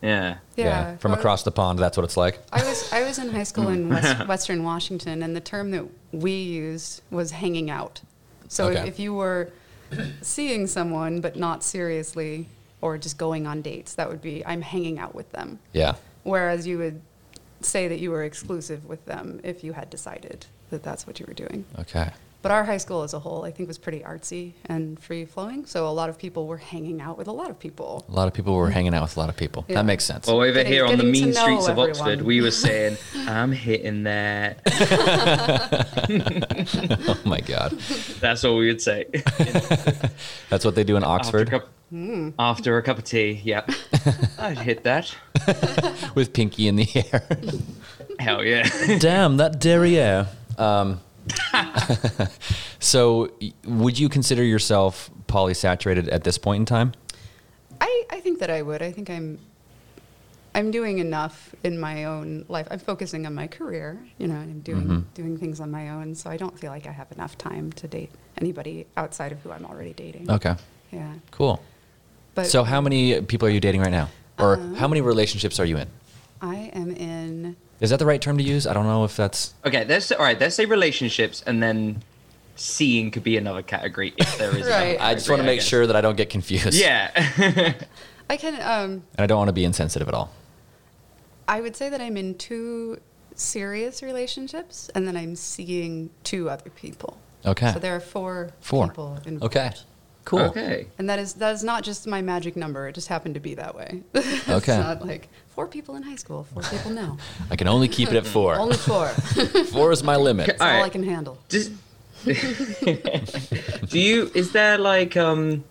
[SPEAKER 4] yeah.
[SPEAKER 3] Yeah.
[SPEAKER 2] from
[SPEAKER 3] Or-
[SPEAKER 2] across the pond, that's what it's like.
[SPEAKER 3] I was I was in high school in West, Western Washington, and the term that we used was hanging out. So if,
[SPEAKER 2] Okay.
[SPEAKER 3] if you were seeing someone but not seriously, or just going on dates, that would be I'm hanging out with them.
[SPEAKER 2] Yeah.
[SPEAKER 3] Whereas you would say that you were exclusive with them if you had decided that that's what you were doing.
[SPEAKER 2] Okay.
[SPEAKER 3] But our high school as a whole, I think, was pretty artsy and free flowing. So a lot of people were hanging out with a lot of people.
[SPEAKER 2] A lot of people were hanging out with a lot of people.
[SPEAKER 3] Yeah.
[SPEAKER 2] That makes sense.
[SPEAKER 4] Well, over
[SPEAKER 3] Getting-
[SPEAKER 4] here on the
[SPEAKER 3] getting to
[SPEAKER 4] mean
[SPEAKER 3] know
[SPEAKER 4] streets of Oxford,
[SPEAKER 3] everyone.
[SPEAKER 4] we were saying, I'm
[SPEAKER 3] *laughs*
[SPEAKER 4] hitting that.
[SPEAKER 2] *laughs* oh my God,
[SPEAKER 4] That's all we would say.
[SPEAKER 2] that's what they do in
[SPEAKER 4] After a,
[SPEAKER 2] Oxford
[SPEAKER 4] cup,
[SPEAKER 3] Hmm.
[SPEAKER 4] after a cup of tea, yep. I'd hit that.
[SPEAKER 2] *laughs* with pinky in the air. *laughs*
[SPEAKER 4] Hell yeah. *laughs*
[SPEAKER 2] Damn that derriere. Um, *laughs* so, y- would you consider yourself polysaturated at this point in time?
[SPEAKER 3] I, I think that I would. I think I'm I'm doing enough in my own life. I'm focusing on my career, you know, and I'm doing
[SPEAKER 2] Mm-hmm.
[SPEAKER 3] doing things on my own. So I don't feel like I have enough time to date anybody outside of who I'm already dating.
[SPEAKER 2] Okay,
[SPEAKER 3] Yeah.
[SPEAKER 2] cool.
[SPEAKER 3] But Um,
[SPEAKER 2] So, how many people are you dating right now, or how many relationships are you in?
[SPEAKER 3] I am in
[SPEAKER 2] Is that the right term to use? I don't know if that's.
[SPEAKER 4] Okay, let's all right. Let's say relationships, and then seeing could be another category if there
[SPEAKER 3] *laughs*
[SPEAKER 4] is. another
[SPEAKER 3] Right.
[SPEAKER 2] I just want to
[SPEAKER 4] category,
[SPEAKER 2] make
[SPEAKER 4] guess.
[SPEAKER 2] sure that I don't get confused.
[SPEAKER 4] Yeah.
[SPEAKER 3] I can. Um,
[SPEAKER 2] And I don't want to be insensitive at all.
[SPEAKER 3] I would say that I'm in two serious relationships, and then I'm seeing two other people.
[SPEAKER 2] Okay.
[SPEAKER 3] So there are four,
[SPEAKER 2] Four.
[SPEAKER 3] people involved.
[SPEAKER 2] Okay. Cool.
[SPEAKER 4] *laughs* Okay.
[SPEAKER 3] And that is that is not just my magic number. It just happened to be that way. *laughs* it's
[SPEAKER 2] Okay.
[SPEAKER 3] not like four people in high school, four people
[SPEAKER 4] *laughs*
[SPEAKER 3] now.
[SPEAKER 2] I can only keep it at four.
[SPEAKER 3] *laughs* Only four. That's
[SPEAKER 2] four is my limit.
[SPEAKER 4] All
[SPEAKER 3] all I
[SPEAKER 4] right.
[SPEAKER 3] can handle.
[SPEAKER 4] Does, *laughs* do you? Is there like um,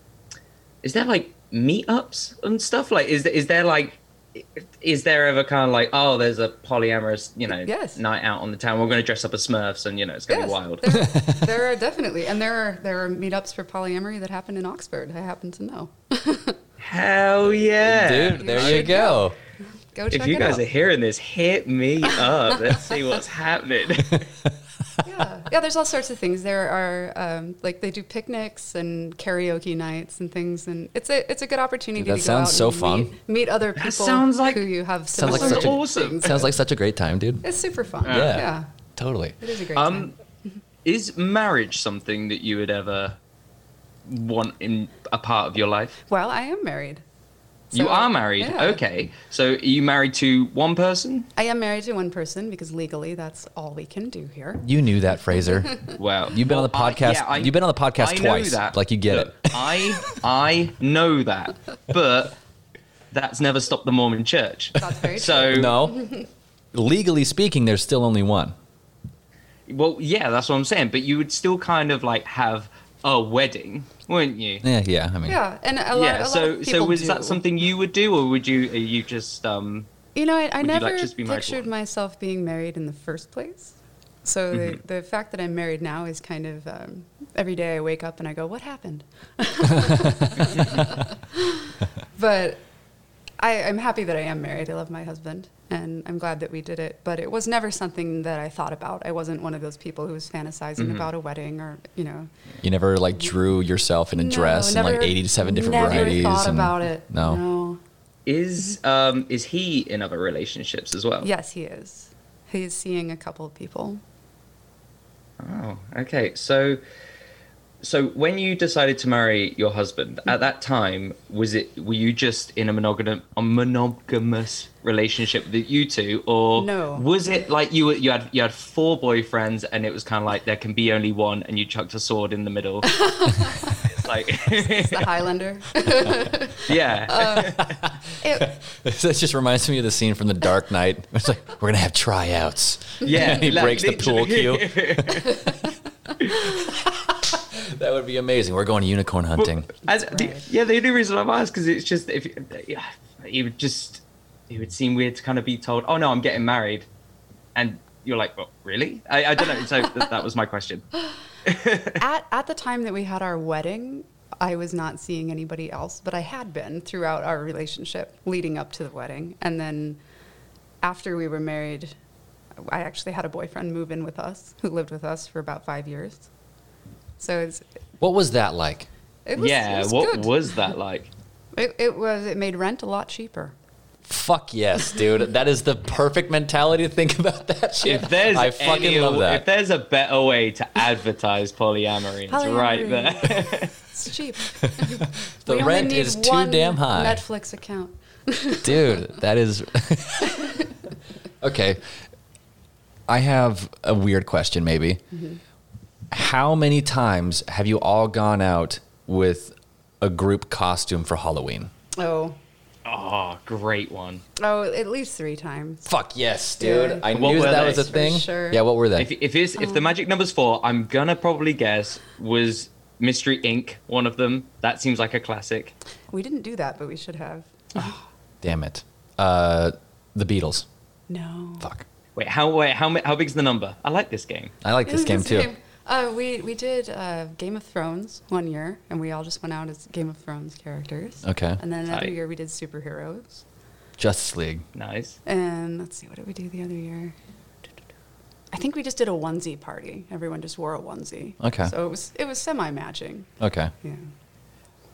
[SPEAKER 4] is there like meetups and stuff? Like, is there, is there like, is there ever kind of like, oh, there's a polyamorous, you know,
[SPEAKER 3] Yes.
[SPEAKER 4] night out on the town. We're going to dress up as Smurfs, and you know, it's going to
[SPEAKER 3] Yes,
[SPEAKER 4] be wild. *laughs*
[SPEAKER 3] There, there are definitely, and there are there are meetups for polyamory that happen in Oxford. I happen to know. *laughs*
[SPEAKER 4] Hell *laughs* yeah,
[SPEAKER 2] Dude, there you go.
[SPEAKER 3] Go check
[SPEAKER 4] If you
[SPEAKER 3] it
[SPEAKER 4] guys
[SPEAKER 3] out.
[SPEAKER 4] are hearing this, hit me
[SPEAKER 3] *laughs*
[SPEAKER 4] up. Let's see what's happening.
[SPEAKER 3] yeah. yeah, there's all sorts of things. There are um, like they do picnics and karaoke nights and things, and it's a it's a good opportunity.
[SPEAKER 2] That
[SPEAKER 3] to go
[SPEAKER 2] sounds
[SPEAKER 3] out
[SPEAKER 2] so
[SPEAKER 3] and
[SPEAKER 2] fun.
[SPEAKER 3] Meet, meet other people
[SPEAKER 4] sounds like-
[SPEAKER 3] who you have
[SPEAKER 2] sounds
[SPEAKER 3] similar.
[SPEAKER 2] like such
[SPEAKER 4] That's
[SPEAKER 2] a-
[SPEAKER 4] awesome.
[SPEAKER 2] Sounds like such a great time, dude.
[SPEAKER 3] it's super fun. Yeah.
[SPEAKER 2] Yeah. Totally.
[SPEAKER 3] it is a great
[SPEAKER 4] Um,
[SPEAKER 3] time.
[SPEAKER 4] is marriage something that you would ever want in a part of your life?
[SPEAKER 3] Well, I am married.
[SPEAKER 4] you
[SPEAKER 3] So,
[SPEAKER 4] are married.
[SPEAKER 3] yeah.
[SPEAKER 4] Okay. So are you married to one person?
[SPEAKER 3] I am married to one person because legally that's all we can do here.
[SPEAKER 2] You knew that, Fraser.
[SPEAKER 4] Wow.
[SPEAKER 2] You've been on the
[SPEAKER 4] Well, *laughs* I-
[SPEAKER 2] podcast-
[SPEAKER 4] yeah, I-
[SPEAKER 2] you've been on the podcast
[SPEAKER 4] I know
[SPEAKER 2] twice.
[SPEAKER 4] that.
[SPEAKER 2] Like, you get
[SPEAKER 4] Look,
[SPEAKER 2] it.
[SPEAKER 4] I I know that, but that's never stopped the Mormon Church.
[SPEAKER 3] That's very true.
[SPEAKER 4] So
[SPEAKER 2] *laughs*
[SPEAKER 3] *laughs*
[SPEAKER 2] no. Legally speaking, there's still only one.
[SPEAKER 4] well, yeah, that's what I'm saying. But you would still kind of like have a wedding, wouldn't you?
[SPEAKER 2] Yeah, yeah. I mean,
[SPEAKER 3] Yeah, and a lot,
[SPEAKER 4] yeah
[SPEAKER 3] a lot
[SPEAKER 4] so
[SPEAKER 3] of
[SPEAKER 4] so
[SPEAKER 3] people
[SPEAKER 4] was
[SPEAKER 3] do.
[SPEAKER 4] that something you would do or would you are you just um
[SPEAKER 3] You know, I, I
[SPEAKER 4] Would you like
[SPEAKER 3] never
[SPEAKER 4] just be married to
[SPEAKER 3] pictured
[SPEAKER 4] one?
[SPEAKER 3] myself being married in the first place. So
[SPEAKER 4] Mm-hmm.
[SPEAKER 3] the, the fact that I'm married now is kind of um, every day I wake up and I go, "What
[SPEAKER 4] *laughs*
[SPEAKER 3] happened?" but I, I'm happy that I am married. I love my husband, and I'm glad that we did it. But it was never something that I thought about. I wasn't one of those people who was fantasizing
[SPEAKER 4] Mm-hmm.
[SPEAKER 3] about a wedding or you know.
[SPEAKER 2] You never like drew yourself in a
[SPEAKER 3] No,
[SPEAKER 2] dress and like
[SPEAKER 3] never-
[SPEAKER 2] 87 different
[SPEAKER 3] never
[SPEAKER 2] varieties.
[SPEAKER 3] Thought
[SPEAKER 2] and-
[SPEAKER 3] about it.
[SPEAKER 2] No.
[SPEAKER 3] no.
[SPEAKER 4] is um is he in other relationships as well
[SPEAKER 3] Yes, he is. He's seeing a couple of people.
[SPEAKER 4] oh okay so so when you decided to marry your husband at that time was it were you just in a monogamous a monogamous relationship with you two or
[SPEAKER 3] No.
[SPEAKER 4] was it like you were you had you had four boyfriends and it was kind of like there can be only one and you chucked a sword in the middle It's like *laughs*
[SPEAKER 2] *laughs*
[SPEAKER 3] It's the Highlander. *laughs*
[SPEAKER 4] yeah
[SPEAKER 3] It-
[SPEAKER 2] *laughs* that just reminds me of the scene from The Dark Knight. It's like we're gonna have tryouts.
[SPEAKER 4] Yeah,
[SPEAKER 2] *laughs* and he
[SPEAKER 4] like,
[SPEAKER 2] breaks the pool
[SPEAKER 4] literally. *laughs*
[SPEAKER 2] cue. that would be amazing. We're going unicorn hunting.
[SPEAKER 4] As, the-
[SPEAKER 3] right.
[SPEAKER 4] yeah, the only reason I'm asked is it's just if yeah, it would just it would seem weird to kind of be told, oh no, I'm getting married, and you're like, well, really? I, I don't know. So th- that was my question.
[SPEAKER 3] at at the time that we had our wedding, I was not seeing anybody else, but I had been throughout our relationship leading up to the wedding, and then after we were married, I actually had a boyfriend move in with us who lived with us for about five years. So it's,
[SPEAKER 2] What was that like?
[SPEAKER 3] *laughs* it was
[SPEAKER 4] yeah,
[SPEAKER 3] it was
[SPEAKER 4] what
[SPEAKER 3] good.
[SPEAKER 4] was that like?
[SPEAKER 3] it, it was it made rent a lot cheaper.
[SPEAKER 2] Fuck yes, dude. That is the perfect mentality to think about that shit.
[SPEAKER 4] If there's
[SPEAKER 2] I fucking
[SPEAKER 4] any-
[SPEAKER 2] love
[SPEAKER 4] If
[SPEAKER 2] that.
[SPEAKER 4] there's a better way to advertise polyamory, it's right
[SPEAKER 3] Polyamory.
[SPEAKER 4] there. *laughs*
[SPEAKER 3] It's
[SPEAKER 2] *laughs*
[SPEAKER 3] cheap.
[SPEAKER 2] The
[SPEAKER 3] we
[SPEAKER 2] rent
[SPEAKER 3] only need
[SPEAKER 2] is too
[SPEAKER 3] one
[SPEAKER 2] damn high.
[SPEAKER 3] Netflix account.
[SPEAKER 2] dude that
[SPEAKER 4] *laughs*
[SPEAKER 2] is okay i have a weird question maybe
[SPEAKER 4] Mm-hmm.
[SPEAKER 2] how many times have you all gone out with a group costume for halloween
[SPEAKER 3] Oh,
[SPEAKER 4] oh, great one.
[SPEAKER 3] oh, at least three times.
[SPEAKER 2] fuck yes dude
[SPEAKER 3] Yeah.
[SPEAKER 2] i
[SPEAKER 4] What
[SPEAKER 2] knew
[SPEAKER 4] were
[SPEAKER 2] that, that
[SPEAKER 4] they?
[SPEAKER 2] was a
[SPEAKER 4] For
[SPEAKER 2] thing
[SPEAKER 3] sure.
[SPEAKER 2] yeah what were they
[SPEAKER 4] If if it's, if
[SPEAKER 3] Oh.
[SPEAKER 4] the magic number's four, I'm gonna probably guess was Mystery Inc. one of them. That seems like a classic.
[SPEAKER 3] We didn't do that, but we should have.
[SPEAKER 2] damn it uh, the beatles
[SPEAKER 3] No.
[SPEAKER 2] *laughs* fuck
[SPEAKER 4] Wait, how wait, how mi- how big's the number? I like this game.
[SPEAKER 2] i like
[SPEAKER 4] *laughs*
[SPEAKER 2] this game too
[SPEAKER 3] Uh, we we did uh, Game of Thrones one year, and we all just went out as Game of Thrones characters.
[SPEAKER 2] Okay.
[SPEAKER 3] And then another
[SPEAKER 4] Tight.
[SPEAKER 3] year we did superheroes.
[SPEAKER 2] justice league
[SPEAKER 4] Nice.
[SPEAKER 3] And let's see, what did we do the other year? I think we just did a onesie party. Everyone just wore a onesie.
[SPEAKER 2] Okay.
[SPEAKER 3] So it was it was semi matching.
[SPEAKER 2] okay
[SPEAKER 3] Yeah.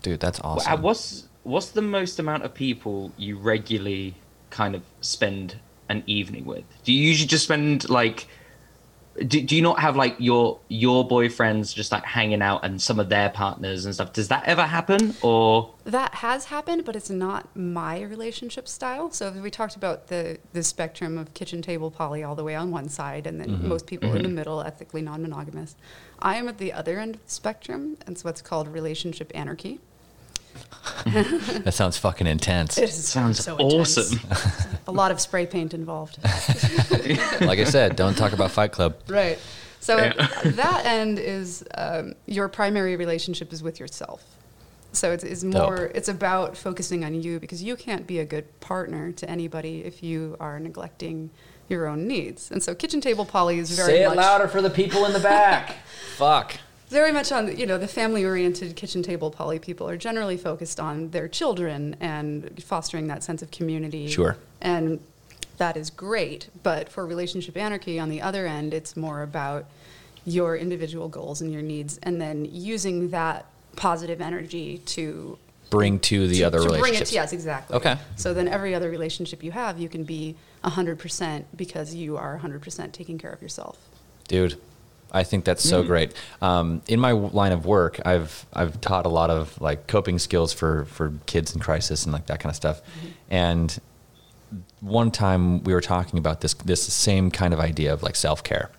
[SPEAKER 2] dude that's awesome
[SPEAKER 4] Wha- What's what's the most amount of people you regularly kind of spend an evening with? Do you usually just spend like do, do you not have like your your boyfriends just like hanging out and some of their partners and stuff? Does that ever happen or
[SPEAKER 3] That has happened, but it's not my relationship style. So if we talked about the the spectrum of kitchen table poly all the way on one side, and then
[SPEAKER 4] Mm-hmm.
[SPEAKER 3] most people in the middle, ethically non-monogamous. I am at the other end of the spectrum, and it's what's called relationship anarchy.
[SPEAKER 2] That sounds fucking
[SPEAKER 4] *laughs*
[SPEAKER 2] intense.
[SPEAKER 4] sounds
[SPEAKER 3] intense.
[SPEAKER 4] awesome?
[SPEAKER 3] A lot of spray paint
[SPEAKER 4] *laughs*
[SPEAKER 3] involved.
[SPEAKER 2] like I said, don't talk about Fight Club.
[SPEAKER 3] Right. So
[SPEAKER 4] Yeah.
[SPEAKER 3] *laughs* that end is um, your primary relationship is with yourself. So it's, it's more, it's about focusing on you because you can't be a good partner to anybody if you are neglecting your own needs. And so kitchen table poly is very
[SPEAKER 5] Say it
[SPEAKER 3] much
[SPEAKER 5] louder for the people in the
[SPEAKER 3] *laughs*
[SPEAKER 5] back.
[SPEAKER 2] Fuck.
[SPEAKER 3] very much on the- you know the family oriented kitchen table poly people are generally focused on their children and fostering that sense of community
[SPEAKER 2] Sure.
[SPEAKER 3] and that is great but for relationship anarchy on the other end it's more about your individual goals and your needs and then using that positive energy to
[SPEAKER 2] Bring to the
[SPEAKER 3] to-
[SPEAKER 2] other
[SPEAKER 3] to bring it-
[SPEAKER 2] relationships.
[SPEAKER 3] yes, exactly.
[SPEAKER 2] Okay.
[SPEAKER 3] So then every other relationship you have, you can be 100% because you are 100% taking care of yourself.
[SPEAKER 2] dude i think that's
[SPEAKER 3] Mm-hmm.
[SPEAKER 2] so great um, in my w- line of work i've i've taught a lot of like coping skills for for kids in crisis and like that kind of stuff
[SPEAKER 3] Mm-hmm.
[SPEAKER 2] and one time we were talking about this this same kind of idea of like self-care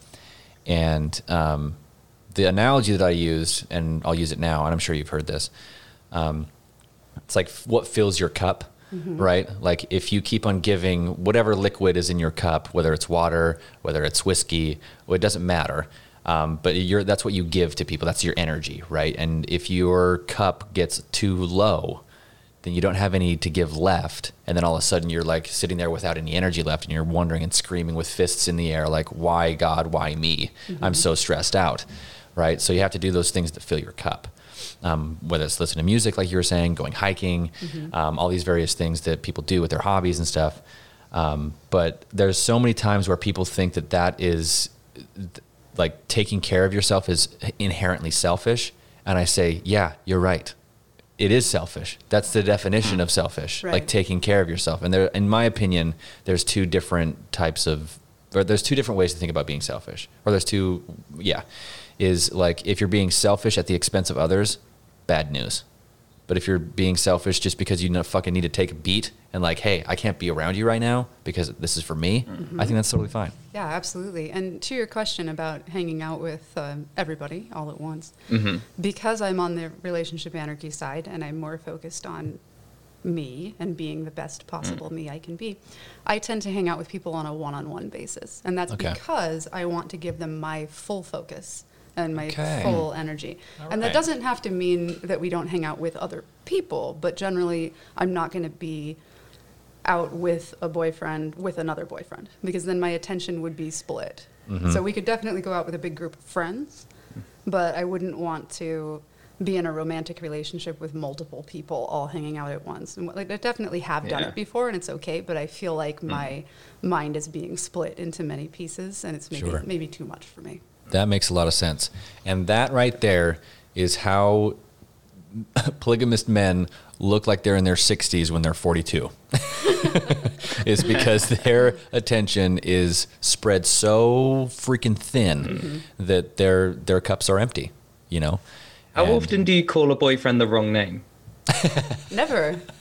[SPEAKER 2] and um, the analogy that i used and i'll use it now and i'm sure you've heard this it's like f- what fills your cup right like if you keep on giving whatever liquid is in your cup whether it's water whether it's whiskey well, it doesn't matter um, but you're, that's what you give to people that's your energy right and if your cup gets too low then you don't have any to give left and then all of a sudden you're like sitting there without any energy left and you're wondering and screaming with fists in the air like why god why me i'm so stressed out right so you have to do those things that fill your cup um, whether it's listening to music, like you were saying, going hiking, um, all these various things that people do with their hobbies and stuff. Um, but there's so many times where people think that that is th- like taking care of yourself is inherently selfish. And I say, yeah, you're right. It is selfish. That's the definition of selfish, like
[SPEAKER 3] Right.
[SPEAKER 2] taking care of yourself. And there, in my opinion, there's two different types of, or there's two different ways to think about being selfish. Or there's two, yeah, is like if you're being selfish at the expense of others, bad news. But if you're being selfish just because you know, fucking need to take a beat and like, hey, I can't be around you right now because this is for me, I think that's totally fine.
[SPEAKER 3] Yeah, absolutely. And to your question about hanging out with um, everybody all at once,
[SPEAKER 2] Mm-hmm.
[SPEAKER 3] because I'm on the relationship anarchy side and I'm more focused on me and being the
[SPEAKER 2] Mm.
[SPEAKER 3] best possible me I can be, I tend to hang out with people on a one on one basis. And that's
[SPEAKER 2] Okay.
[SPEAKER 3] because I want to give them my full focus and my
[SPEAKER 2] Okay.
[SPEAKER 3] full energy. and
[SPEAKER 2] right.
[SPEAKER 3] that doesn't have to mean that we don't hang out with other people, but generally, I'm not going to be out with a boyfriend with another boyfriend because then my attention would be split.
[SPEAKER 2] Mm-hmm.
[SPEAKER 3] So we could definitely go out with a big group of friends, but I wouldn't want to be in a romantic relationship with multiple people all hanging out at once. And what- like I definitely have done
[SPEAKER 4] Yeah.
[SPEAKER 3] it before and it's okay, but I feel like
[SPEAKER 2] Mm-hmm.
[SPEAKER 3] my mind is being split into many pieces and it's maybe
[SPEAKER 2] Sure.
[SPEAKER 3] maybe too much for me.
[SPEAKER 2] That makes a lot of sense. And that right there is how *laughs* polygamist men look like they're in their 60s when they're *laughs* 42. is
[SPEAKER 3] *laughs*
[SPEAKER 2] because their attention is spread so freaking thin
[SPEAKER 3] Mm-hmm.
[SPEAKER 2] that their their cups are empty, you
[SPEAKER 3] *laughs*
[SPEAKER 2] know.
[SPEAKER 4] How
[SPEAKER 2] And-
[SPEAKER 4] often do you call a boyfriend the wrong name?
[SPEAKER 3] *laughs* Never.
[SPEAKER 4] *laughs*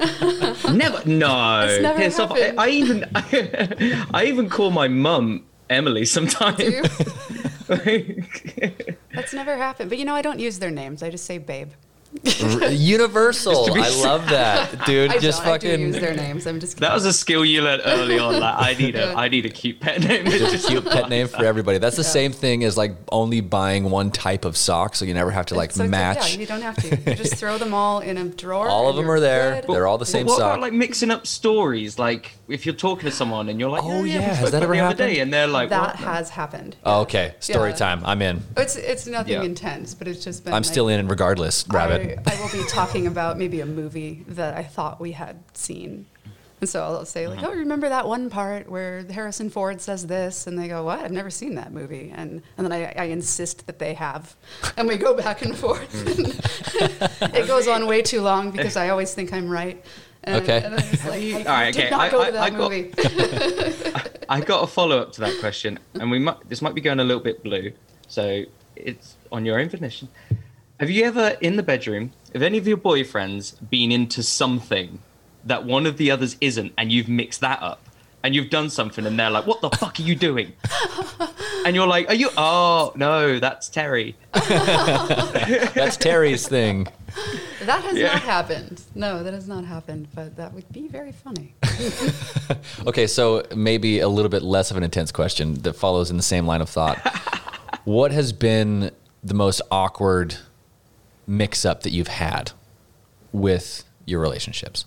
[SPEAKER 4] Never. No.
[SPEAKER 3] It's never
[SPEAKER 4] Piss off. I,
[SPEAKER 3] happened.
[SPEAKER 4] I even *laughs* I, even call my mum Emily *laughs* sometimes.
[SPEAKER 3] That's never happened. But you know, I don't use their names. I just say babe.
[SPEAKER 2] R- universal. I love that.
[SPEAKER 3] *laughs*
[SPEAKER 2] Dude,
[SPEAKER 3] I
[SPEAKER 2] just
[SPEAKER 3] don't. I do
[SPEAKER 2] fucking
[SPEAKER 3] use their names. I'm just
[SPEAKER 4] that was a skill you learned early on. Like I need a
[SPEAKER 3] *laughs* Yeah.
[SPEAKER 4] I need a cute pet name.
[SPEAKER 2] Just a cute *laughs* pet name for everybody. That's the same thing as like only buying one type of sock, so you never have to like
[SPEAKER 3] So it's
[SPEAKER 2] match.
[SPEAKER 3] yeah, you don't have to. You just throw them all in a drawer.
[SPEAKER 2] All of
[SPEAKER 3] and
[SPEAKER 2] them are
[SPEAKER 3] you're
[SPEAKER 2] there.
[SPEAKER 3] good.
[SPEAKER 2] They're all the same
[SPEAKER 4] what
[SPEAKER 2] sock.
[SPEAKER 4] about like mixing up stories? Like if you're talking to someone and you're like,
[SPEAKER 2] Oh,
[SPEAKER 4] "Oh yeah,
[SPEAKER 2] yeah,
[SPEAKER 4] we
[SPEAKER 2] has
[SPEAKER 4] spoke
[SPEAKER 2] that
[SPEAKER 4] about
[SPEAKER 2] ever
[SPEAKER 4] the other
[SPEAKER 2] happened?
[SPEAKER 4] day," and they're like,
[SPEAKER 3] that
[SPEAKER 4] "What?"
[SPEAKER 3] has happened.
[SPEAKER 2] Oh, okay, story
[SPEAKER 3] Yeah.
[SPEAKER 2] time. I'm in.
[SPEAKER 3] It's it's nothing
[SPEAKER 4] Yeah.
[SPEAKER 3] intense, but it's just been.
[SPEAKER 2] I'm still in regardless, Rabbit.
[SPEAKER 3] I, I will be talking about maybe a movie that I thought we had seen, and so I'll say
[SPEAKER 2] Mm-hmm.
[SPEAKER 3] like, "Oh, remember that one part where Harrison Ford says this?" And they go, "What? I've never seen that movie." And and then I, I insist that they have, and we go back and forth.
[SPEAKER 2] Mm.
[SPEAKER 3] *laughs* it goes on way too long because I always think I'm right. And,
[SPEAKER 2] Okay.
[SPEAKER 3] And I'm just like, I,
[SPEAKER 4] All right,
[SPEAKER 3] did
[SPEAKER 4] okay,
[SPEAKER 3] not
[SPEAKER 4] I-
[SPEAKER 3] go
[SPEAKER 4] I-
[SPEAKER 3] to that
[SPEAKER 4] I got-
[SPEAKER 3] movie.
[SPEAKER 4] I got a follow up to that question, and we might this might be going a little bit blue, so it's on your own definition. Have you ever in the bedroom, have any of your boyfriends been into something that one of the others isn't, and you've mixed that up, and you've done something, and they're like, "What the fuck are you
[SPEAKER 3] *laughs*
[SPEAKER 4] doing?" And you're like, "Are you? Oh no, that's Terry."
[SPEAKER 2] *laughs* That's Terry's thing.
[SPEAKER 3] That has
[SPEAKER 4] *laughs* Yeah.
[SPEAKER 3] not happened. No, that has not happened, but that would be very funny.
[SPEAKER 2] Okay, so maybe a little bit less of an intense question that follows in the same line of
[SPEAKER 3] *laughs*
[SPEAKER 2] thought. what has been the most awkward mix up that you've had with your relationships?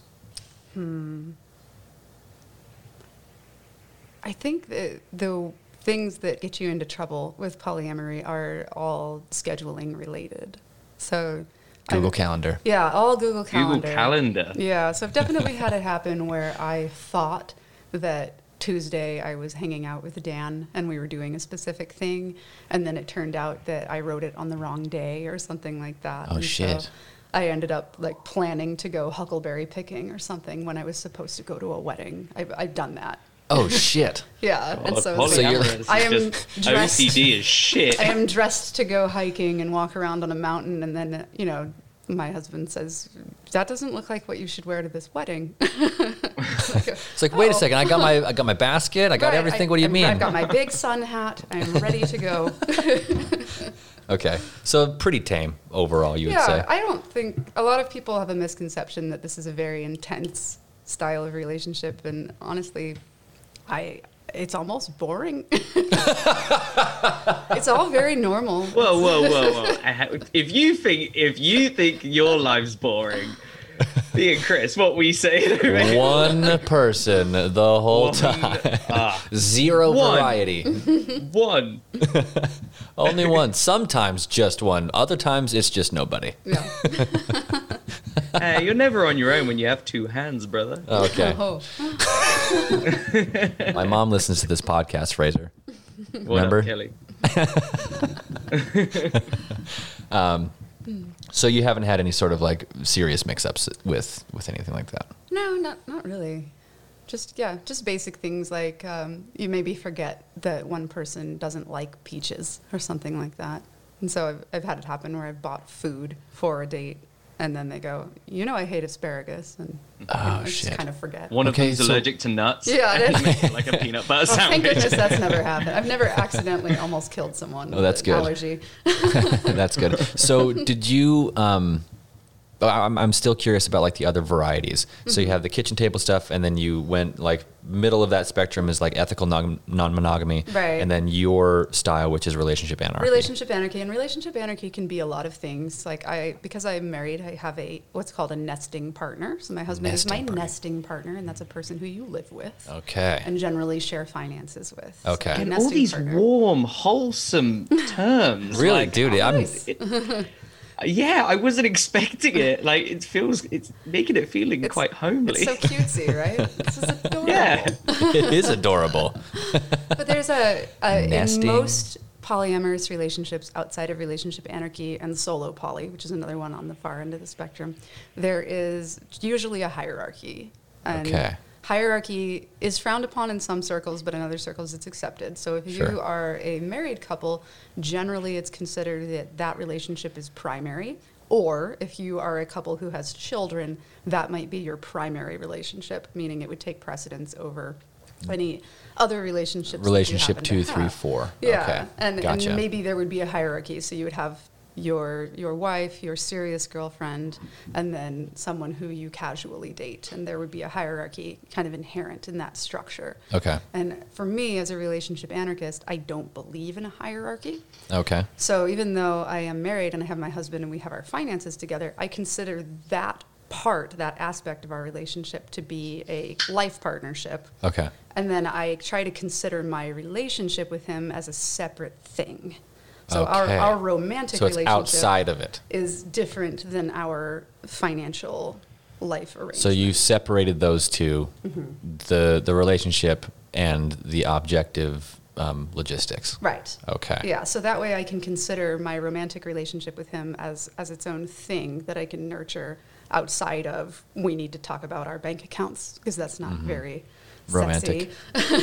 [SPEAKER 3] I think that the things that get you into trouble with polyamory are all scheduling related. So,
[SPEAKER 2] Google
[SPEAKER 3] I'm-
[SPEAKER 2] Calendar.
[SPEAKER 3] *laughs* Yeah, all Google Calendar.
[SPEAKER 4] Google Calendar.
[SPEAKER 3] Yeah, so I've definitely had it happen where I thought that Tuesday I was hanging out with Dan and we were doing a specific thing, and then it turned out that I wrote it on the wrong day or something like that.
[SPEAKER 2] Oh,
[SPEAKER 3] And so
[SPEAKER 2] shit.
[SPEAKER 3] I ended up like planning to go huckleberry picking or something when I was supposed to go to a wedding. I've, I've done that.
[SPEAKER 2] Oh shit.
[SPEAKER 3] Yeah, and
[SPEAKER 4] God,
[SPEAKER 3] so, it's
[SPEAKER 4] Polly,
[SPEAKER 2] So
[SPEAKER 3] like,
[SPEAKER 2] you're-
[SPEAKER 4] Amorous is
[SPEAKER 3] I
[SPEAKER 2] *laughs*
[SPEAKER 3] am
[SPEAKER 4] just-
[SPEAKER 3] dressed-
[SPEAKER 4] OCD is shit.
[SPEAKER 3] I am dressed to go hiking and walk around on a mountain, and then, you know, my husband says, That doesn't look like what you should wear to this wedding. *laughs*
[SPEAKER 2] It's like, wait a second, I got my I got my basket, I got
[SPEAKER 3] Oh. Right,
[SPEAKER 2] everything.
[SPEAKER 3] I-
[SPEAKER 2] what do you
[SPEAKER 3] I've-
[SPEAKER 2] mean?
[SPEAKER 3] I've got my big sun hat. I'm ready to
[SPEAKER 2] *laughs*
[SPEAKER 3] go.
[SPEAKER 2] okay. So pretty tame overall, you would
[SPEAKER 3] *laughs*
[SPEAKER 2] say.
[SPEAKER 3] yeah, I don't think a lot of people have a misconception that this is a very intense style of relationship, and honestly, I it's almost
[SPEAKER 2] *laughs*
[SPEAKER 3] boring. *laughs* it's all very normal.
[SPEAKER 4] Whoa, whoa, whoa, whoa! I ha- if you think if you think your life's boring, me and Chris, what we say, right?
[SPEAKER 3] *laughs*
[SPEAKER 2] one person the whole
[SPEAKER 4] *laughs*
[SPEAKER 2] time. Zero
[SPEAKER 4] One.
[SPEAKER 2] variety.
[SPEAKER 4] Ah, one.
[SPEAKER 2] Only one. Sometimes just one. Other times it's just nobody.
[SPEAKER 3] Yeah.
[SPEAKER 4] Hey, you're never on your own when you have two hands, brother.
[SPEAKER 3] *laughs*
[SPEAKER 2] Okay.
[SPEAKER 3] Oh,
[SPEAKER 2] My mom listens to this podcast, Fraser.
[SPEAKER 4] What
[SPEAKER 2] remember?
[SPEAKER 4] up, Kelly?
[SPEAKER 2] So you haven't had any sort of like serious mix-ups with with anything like that. *laughs*
[SPEAKER 3] no, not not really. Just yeah, just basic things like um, you maybe forget that one person doesn't like peaches or something like that, and so I've I've had it happen where I've bought food for a date, and then they go, you know, I hate asparagus, and you know, I
[SPEAKER 2] Oh, shit.
[SPEAKER 3] just kind of forget.
[SPEAKER 4] One
[SPEAKER 2] Okay,
[SPEAKER 4] of them's
[SPEAKER 2] so-
[SPEAKER 4] allergic to nuts.
[SPEAKER 3] Yeah, it is.
[SPEAKER 4] Makes it like a peanut butter
[SPEAKER 3] *laughs* Well, Oh, thank
[SPEAKER 4] sandwich.
[SPEAKER 3] goodness that's never happened. I've never accidentally almost killed someone.
[SPEAKER 2] Oh,
[SPEAKER 3] with
[SPEAKER 2] that's
[SPEAKER 3] an
[SPEAKER 2] good.
[SPEAKER 3] Allergy.
[SPEAKER 2] That's good. So did you? Um, I- I'm, I'm still curious about like the other varieties. So you
[SPEAKER 3] Mm-hmm.
[SPEAKER 2] have the kitchen table stuff, and then you went like middle of that spectrum is like ethical non monogamy,
[SPEAKER 3] Right.
[SPEAKER 2] And then your style, which is relationship anarchy.
[SPEAKER 3] Relationship anarchy and relationship anarchy can be a lot of things. Like I, because I'm married, I have a what's called a nesting partner. So my husband is my
[SPEAKER 2] Nesting partner.
[SPEAKER 3] nesting partner, and that's a person who you live with
[SPEAKER 2] Okay.
[SPEAKER 3] and generally share finances with.
[SPEAKER 2] Okay.
[SPEAKER 3] A
[SPEAKER 2] And
[SPEAKER 4] All
[SPEAKER 3] nesting
[SPEAKER 4] these
[SPEAKER 3] partner.
[SPEAKER 4] warm, wholesome terms.
[SPEAKER 2] *laughs* really,
[SPEAKER 4] like,
[SPEAKER 2] dude. I'm.
[SPEAKER 4] Yeah, I wasn't expecting it. Like it feels, it's making it feeling quite homely.
[SPEAKER 3] It's so cutesy, right? It's just adorable.
[SPEAKER 4] *laughs* yeah.
[SPEAKER 2] *laughs* It is adorable.
[SPEAKER 3] But there's a, a in
[SPEAKER 2] Nesting.
[SPEAKER 3] most polyamorous relationships outside of relationship anarchy and solo poly, which is another one on the far end of the spectrum, there is usually a hierarchy. And
[SPEAKER 2] Okay.
[SPEAKER 3] Hierarchy is frowned upon in some circles, but in other circles it's accepted. So if
[SPEAKER 2] Sure.
[SPEAKER 3] you are a married couple, generally it's considered that that relationship is primary. Or if you are a couple who has children, that might be your primary relationship, meaning it would take precedence over
[SPEAKER 2] Mm.
[SPEAKER 3] any other relationships that you
[SPEAKER 2] Relationship
[SPEAKER 3] happen
[SPEAKER 2] two,
[SPEAKER 3] to
[SPEAKER 2] three,
[SPEAKER 3] have.
[SPEAKER 2] four.
[SPEAKER 3] Yeah,
[SPEAKER 2] Okay.
[SPEAKER 3] and,
[SPEAKER 2] Gotcha.
[SPEAKER 3] and maybe there would be a hierarchy. So you would have your your wife, your serious girlfriend, and then someone who you casually date, and there would be a hierarchy kind of inherent in that structure.
[SPEAKER 2] Okay.
[SPEAKER 3] And for me, as a relationship anarchist, I don't believe in a hierarchy.
[SPEAKER 2] Okay.
[SPEAKER 3] So even though I am married and I have my husband and we have our finances together, I consider that part, that aspect of our relationship, to be a life partnership.
[SPEAKER 2] Okay.
[SPEAKER 3] And then I try to consider my relationship with him as a separate thing. So our,
[SPEAKER 2] Okay.
[SPEAKER 3] our romantic
[SPEAKER 2] So it's
[SPEAKER 3] relationship
[SPEAKER 2] outside of it.
[SPEAKER 3] is different than our financial life arrangement.
[SPEAKER 2] So you separated those 2
[SPEAKER 3] Mm-hmm.
[SPEAKER 2] the the relationship and the objective um, logistics.
[SPEAKER 3] Right.
[SPEAKER 2] Okay.
[SPEAKER 3] Yeah. So that way I can consider my romantic relationship with him as, as its own thing that I can nurture outside of we need to talk about our bank accounts because that's not very
[SPEAKER 2] Mm-hmm. romantic.
[SPEAKER 3] sexy.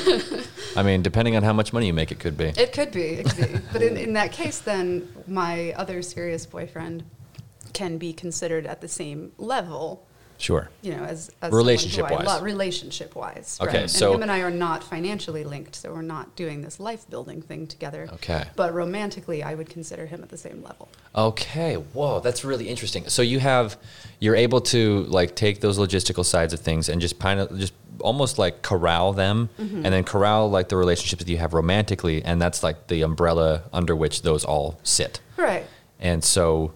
[SPEAKER 2] I mean, depending on how much money you make, it could be.
[SPEAKER 3] It could be. It could
[SPEAKER 2] *laughs*
[SPEAKER 3] be. but in, in that case, then my other serious boyfriend can be considered at the same level,
[SPEAKER 2] Sure.
[SPEAKER 3] you know, as, as
[SPEAKER 2] Relationship-wise.
[SPEAKER 3] relationship wise.
[SPEAKER 2] Okay,
[SPEAKER 3] Right?
[SPEAKER 2] so-
[SPEAKER 3] and him and I are not financially linked, so we're not doing this life building thing together.
[SPEAKER 2] Okay.
[SPEAKER 3] But romantically, I would consider him at the same level.
[SPEAKER 2] Okay. Whoa, that's really interesting. So you have, you're able to like take those logistical sides of things and just kind of just almost like corral them,
[SPEAKER 3] Mm-hmm.
[SPEAKER 2] and then corral like the relationships that you have romantically, and that's like the umbrella under which those all sit.
[SPEAKER 3] Right.
[SPEAKER 2] And so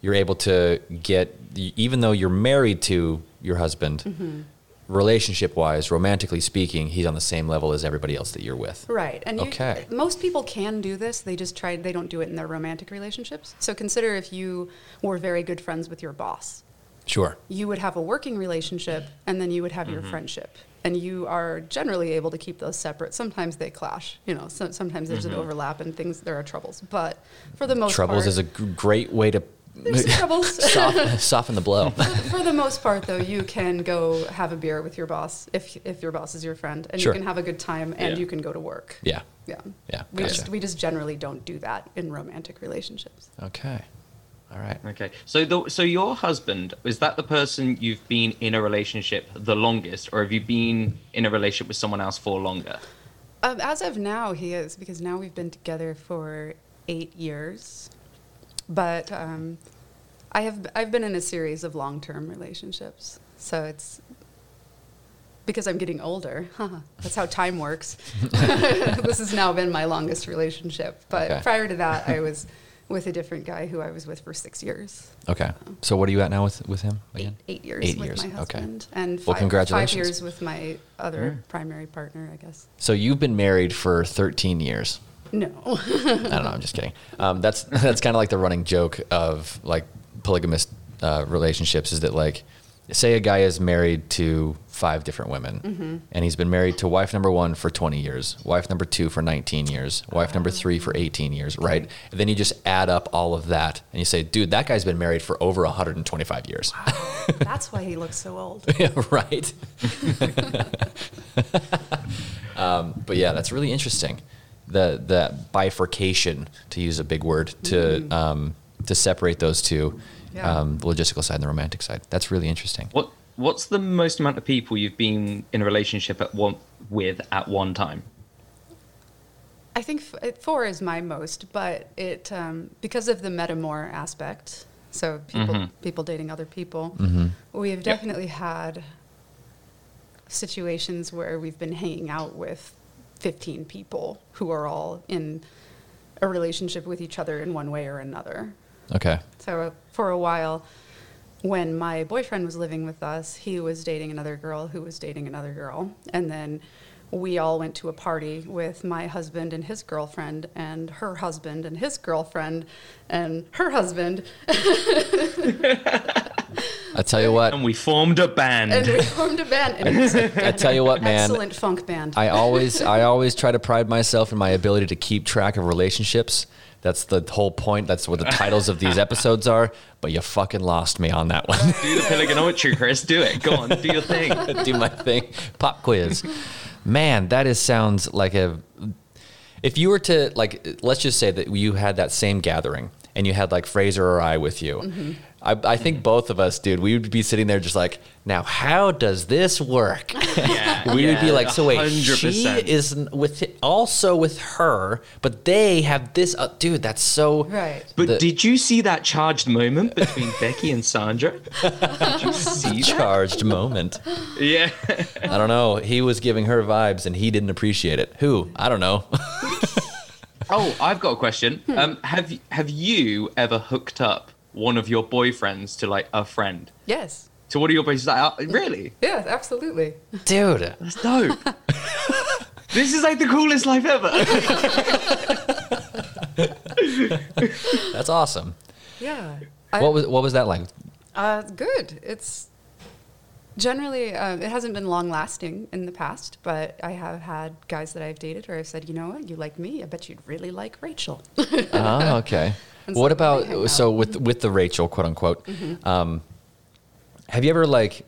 [SPEAKER 2] you're able to get, even though you're married to your husband,
[SPEAKER 3] Mm-hmm.
[SPEAKER 2] relationship wise, romantically speaking, he's on the same level as everybody else that you're with.
[SPEAKER 3] Right. And you,
[SPEAKER 2] Okay.
[SPEAKER 3] most people can do this. They just try, they don't do it in their romantic relationships. So consider if you were very good friends with your boss.
[SPEAKER 2] Sure.
[SPEAKER 3] you would have a working relationship and then you would have
[SPEAKER 2] Mm-hmm.
[SPEAKER 3] your friendship and you are generally able to keep those separate sometimes they clash you know so, sometimes there's an overlap and things there are troubles but for the most
[SPEAKER 2] Mm-hmm. Troubles
[SPEAKER 3] part,
[SPEAKER 2] is a g- great way to
[SPEAKER 3] *laughs* there's *laughs* some troubles
[SPEAKER 2] *laughs* soften, soften the blow. *laughs*
[SPEAKER 3] for the most part though you can go have a beer with your boss if if your boss is your friend and
[SPEAKER 2] Sure.
[SPEAKER 3] you can have a good time and
[SPEAKER 4] Yeah.
[SPEAKER 3] you can go to work
[SPEAKER 2] yeah.
[SPEAKER 3] yeah
[SPEAKER 2] Yeah,
[SPEAKER 3] we
[SPEAKER 2] gotcha.
[SPEAKER 3] just we just generally don't do that in romantic relationships
[SPEAKER 2] Okay. All right.
[SPEAKER 4] Okay. So the so your husband is that the person you've been in a relationship the longest, or have you been in a relationship with someone else for longer?
[SPEAKER 3] Um, as of now, he is because now we've been together for eight years. But um, I have I've been in a series of long term relationships, so it's because I'm getting older. *laughs* That's how time works. *laughs* this has now been my longest relationship, but
[SPEAKER 2] Okay.
[SPEAKER 3] prior to that, I was with a different guy who I was with for six years.
[SPEAKER 2] Okay. So what are you at now with, with him
[SPEAKER 3] Eight,
[SPEAKER 2] again?
[SPEAKER 3] eight years
[SPEAKER 2] Eight
[SPEAKER 3] with
[SPEAKER 2] years,
[SPEAKER 3] my
[SPEAKER 2] okay.
[SPEAKER 3] husband, and
[SPEAKER 2] Well,
[SPEAKER 3] five,
[SPEAKER 2] congratulations.
[SPEAKER 3] five years with my other primary partner, I guess.
[SPEAKER 2] So you've been married for 13 years.
[SPEAKER 3] No. *laughs*
[SPEAKER 2] I don't know. I'm just kidding. Um, that's *laughs* that's kind of like the running joke of like polygamous uh, relationships is that like, say a guy is married to five different women, and he's been married to wife number one for 20 years, wife number two for 19 years, wife number three for 18 years, right? And then you just add up all of that, and you say, dude, that guy's been married for over 125 years, *laughs*
[SPEAKER 3] That's why he looks so old.
[SPEAKER 2] Yeah, *laughs* right? um, but yeah, that's really interesting. The the bifurcation, to use a big word, to um, to separate those two,
[SPEAKER 3] Mm-hmm. Yeah.
[SPEAKER 2] um, the logistical side and the romantic side. That's really interesting.
[SPEAKER 4] What what's the most amount of people you've been in a relationship at one with at one time?
[SPEAKER 3] I think f- it- four is my most, but it um, because of the metamore aspect. So people people dating other people, we have definitely had situations where we've been hanging out with fifteen people who are all in a relationship with each other in one way or another.
[SPEAKER 2] Okay,
[SPEAKER 3] So uh, for a while, when my boyfriend was living with us, he was dating another girl who was dating another girl. And then we all went to a party with my husband and his girlfriend, and her husband and his girlfriend, and her husband.
[SPEAKER 2] I
[SPEAKER 3] *laughs*
[SPEAKER 2] tell you what,
[SPEAKER 4] And we formed a
[SPEAKER 2] *laughs*
[SPEAKER 4] band.
[SPEAKER 3] And we formed a band. And it was an
[SPEAKER 2] I tell you what, man.
[SPEAKER 3] excellent funk band.
[SPEAKER 2] I always I always try to pride myself in my ability to keep track of relationships. That's the whole point. That's what the titles
[SPEAKER 3] *laughs*
[SPEAKER 2] of these episodes are. But you fucking lost me on that one.
[SPEAKER 4] do the polygonometry, Chris. Do it. Go on. Do your thing.
[SPEAKER 2] *laughs* do my thing. Pop quiz. Man, that is sounds like a. If you were to like, let's just say that you had that same gathering and you had like Fraser or I with you. I, I think both of us, dude, we would be sitting there just like, now how does this work?
[SPEAKER 4] *laughs*
[SPEAKER 2] *laughs*
[SPEAKER 4] Yeah,
[SPEAKER 2] we would be
[SPEAKER 4] yeah,
[SPEAKER 2] like, so wait, she
[SPEAKER 4] 100%.
[SPEAKER 2] is n- with also with her, but they have this. Uh, dude, that's so
[SPEAKER 3] right.
[SPEAKER 4] But
[SPEAKER 2] the-
[SPEAKER 4] did you see that charged moment between Becky and Sandra? Did you see that?
[SPEAKER 2] charged moment.
[SPEAKER 4] *laughs* Yeah.
[SPEAKER 2] I don't know. He was giving her vibes and he didn't appreciate it. Who? I don't know. *laughs*
[SPEAKER 4] Oh, I've got a question. Um, have y- have you ever hooked up one of your boyfriends to like a friend?
[SPEAKER 3] Yes.
[SPEAKER 4] So what are your boyfriends like? "Oh, really?
[SPEAKER 3] Yes, absolutely.
[SPEAKER 2] dude.
[SPEAKER 4] That's dope. this is like the coolest life ever.
[SPEAKER 2] That's awesome.
[SPEAKER 3] Yeah. I-
[SPEAKER 2] what was what was that like?
[SPEAKER 3] Uh, good. It's generally um, it hasn't been long lasting in the past, but I have had guys that I've dated where I've said, you know what, you like me. I bet you'd really like Rachel. *laughs*
[SPEAKER 2] Oh, okay.
[SPEAKER 3] And
[SPEAKER 2] what
[SPEAKER 3] so they hang
[SPEAKER 2] about
[SPEAKER 3] out.
[SPEAKER 2] so with with the Rachel quote unquote? Um, have you ever like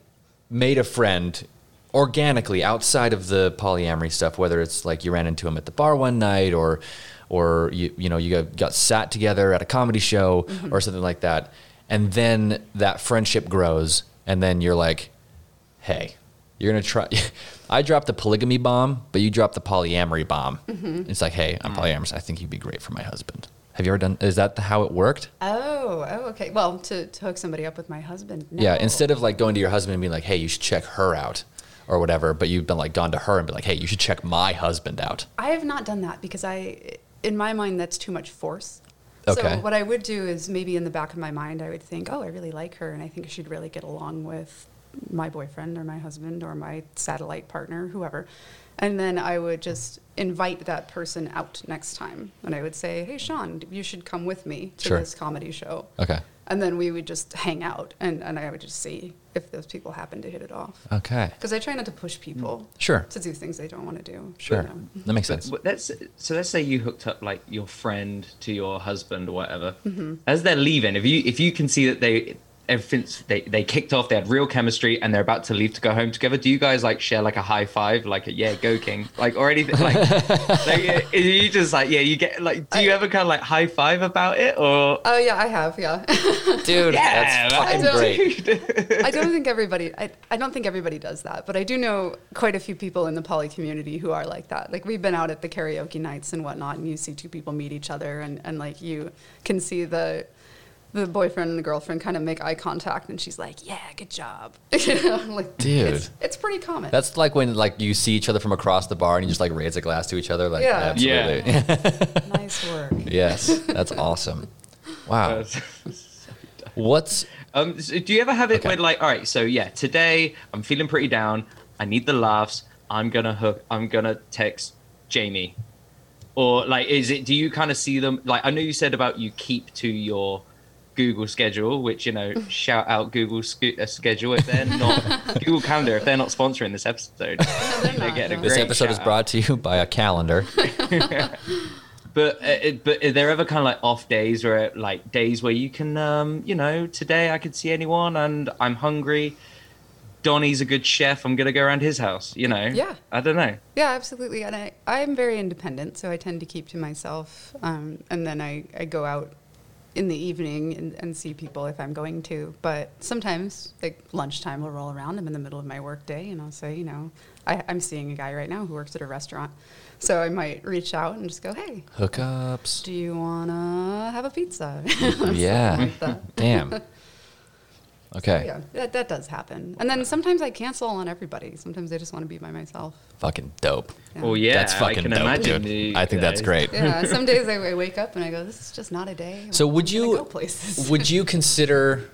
[SPEAKER 2] made a friend organically outside of the polyamory stuff, whether it's like you ran into him at the bar one night or, or you, you know, you got, got sat together at a comedy show or something like that. And then that friendship grows. And then you're like, hey, you're going to try. *laughs* I dropped the polygamy bomb, but you dropped the polyamory bomb. It's like, hey, I'm polyamorous. I think you'd be great for my husband. Have you ever done? Is that how it worked?
[SPEAKER 3] Oh, oh, okay. Well, to, to hook somebody up with my husband. No.
[SPEAKER 2] Yeah. Instead of like going to your husband and being like, hey, you should check her out or whatever, but you've been like gone to her and be like, hey, you should check my husband out.
[SPEAKER 3] I have not done that because I, in my mind, that's too much force.
[SPEAKER 2] Okay.
[SPEAKER 3] So what I would do is maybe in the back of my mind, I would think, oh, I really like her, and I think she'd really get along with my boyfriend or my husband or my satellite partner, whoever. And then I would just invite that person out next time, and I would say, hey, Sean, you should come with me to
[SPEAKER 2] Sure.
[SPEAKER 3] this comedy show.
[SPEAKER 2] Okay.
[SPEAKER 3] And then we would just hang out, and, and I would just see if those people happen to hit it off.
[SPEAKER 2] Okay.
[SPEAKER 3] Because I try not to push people
[SPEAKER 2] Uh. Sure.
[SPEAKER 3] to do things they don't want to do.
[SPEAKER 2] Sure.
[SPEAKER 3] you know.
[SPEAKER 2] That makes sense.
[SPEAKER 4] But that's so. Let's say you hooked up like your friend to your husband or whatever. As they're leaving, if you if you can see that they everything's they they kicked off, they had real chemistry, and they're about to leave to go home together. Do you guys like share like a high five, like a yeah go king, like or anything? Like, like uh, are you just like yeah you get like do you ever kind of like high five about it or *laughs*
[SPEAKER 3] Oh yeah, I have. Yeah,
[SPEAKER 2] Dude,
[SPEAKER 4] Yeah,
[SPEAKER 2] that's
[SPEAKER 4] I
[SPEAKER 2] fucking
[SPEAKER 3] don't-
[SPEAKER 2] great.
[SPEAKER 3] I don't think everybody. I, I don't think everybody does that, but I do know quite a few people in the poly community who are like that. Like we've been out at the karaoke nights and whatnot, and you see two people meet each other, and, and like you can see the the boyfriend and the girlfriend kind of make eye contact, and she's like, "Yeah, good job." *laughs* you know, like
[SPEAKER 2] Dude.
[SPEAKER 3] it's, it's pretty common.
[SPEAKER 2] That's like when like you see each other from across the bar and you just like raise a glass to each other. Like,
[SPEAKER 3] Yeah.
[SPEAKER 2] absolutely.
[SPEAKER 3] nice work.
[SPEAKER 2] *laughs* yes. That's awesome. Wow. What's
[SPEAKER 4] Um, so do you ever have it
[SPEAKER 2] Okay.
[SPEAKER 4] where like, all right, so yeah, today I'm feeling pretty down. I need the laughs. I'm gonna hook. I'm gonna text Jamie, or like, is it? Do you kind of see them? Like, I know you said about you keep to your Google schedule, which you know, shout out Google sc- uh, schedule if they're not Google Calendar if they're not sponsoring this episode.
[SPEAKER 3] they're
[SPEAKER 4] they
[SPEAKER 3] not,
[SPEAKER 4] get a
[SPEAKER 3] no.
[SPEAKER 4] great
[SPEAKER 2] this episode is
[SPEAKER 4] shout-out.
[SPEAKER 2] brought to you *laughs* by a calendar.
[SPEAKER 4] But uh, it- but are there ever kind of like off days where like days where you can um you know today I could see anyone and I'm hungry. Donnie's a good chef. I'm gonna go around his house. You know.
[SPEAKER 3] Yeah.
[SPEAKER 4] I don't know.
[SPEAKER 3] Yeah, absolutely. And I, I'm very independent, so I tend to keep to myself. Um, and then I, I go out in the evening and, and see people if I'm going to. But sometimes, like lunchtime will roll around. I'm in the middle of my work day, and I'll say, you know, I, I'm seeing a guy right now who works at a restaurant. So I might reach out and just go, hey, *laughs*
[SPEAKER 2] Hookups.
[SPEAKER 3] do you want to have a pizza? *laughs*
[SPEAKER 2] Yeah. Damn. Okay.
[SPEAKER 3] yeah, that, that does happen. And then sometimes I cancel on everybody. Sometimes I just want to be by myself.
[SPEAKER 2] Fucking dope.
[SPEAKER 4] Well, yeah.
[SPEAKER 2] that's fucking
[SPEAKER 4] I can
[SPEAKER 2] dope,
[SPEAKER 4] imagine
[SPEAKER 2] dude.
[SPEAKER 4] you
[SPEAKER 2] I think that's
[SPEAKER 4] guys-
[SPEAKER 3] *laughs*
[SPEAKER 2] great. *laughs*
[SPEAKER 3] Yeah, some days I, I wake up and I go, this is just not a day.
[SPEAKER 2] So would
[SPEAKER 3] I'm gonna
[SPEAKER 2] you-
[SPEAKER 3] go places? *laughs*
[SPEAKER 2] Would you consider?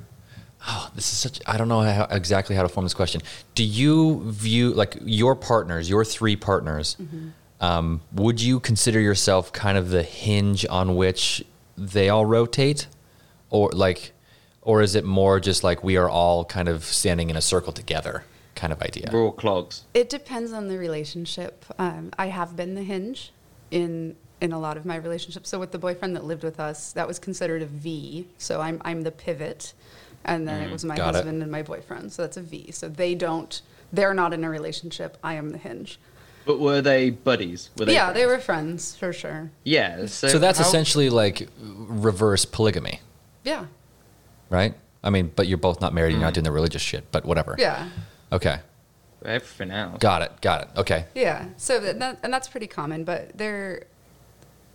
[SPEAKER 2] Oh, this is such. I don't know how, exactly how to form this question. Do you view like your partners, your three partners?
[SPEAKER 3] Mm-hmm.
[SPEAKER 2] Um, would you consider yourself kind of the hinge on which they all rotate, or like, or is it more just like we are all kind of standing in a circle together kind of idea?
[SPEAKER 4] We're all clogs.
[SPEAKER 3] It depends on the relationship. Um, I have been the hinge in in a lot of my relationships. So with the boyfriend that lived with us, that was considered a V. So I'm I'm the pivot, and then it was my
[SPEAKER 2] Mm, got it.
[SPEAKER 3] husband and my boyfriend. So that's a V. So they don't. They're not in a relationship. I am the hinge.
[SPEAKER 4] But were they buddies? Were they
[SPEAKER 3] yeah, they were friends for sure.
[SPEAKER 4] Yeah. So,
[SPEAKER 2] So that's
[SPEAKER 4] how-
[SPEAKER 2] essentially like reverse polygamy,
[SPEAKER 3] Yeah,
[SPEAKER 2] right? I mean, but you're both not married. You're not doing the religious shit, but whatever.
[SPEAKER 3] yeah,
[SPEAKER 2] Okay.
[SPEAKER 4] everything else.
[SPEAKER 2] Got it. Got it. Okay.
[SPEAKER 3] yeah. So that, that- and that's pretty common. But there,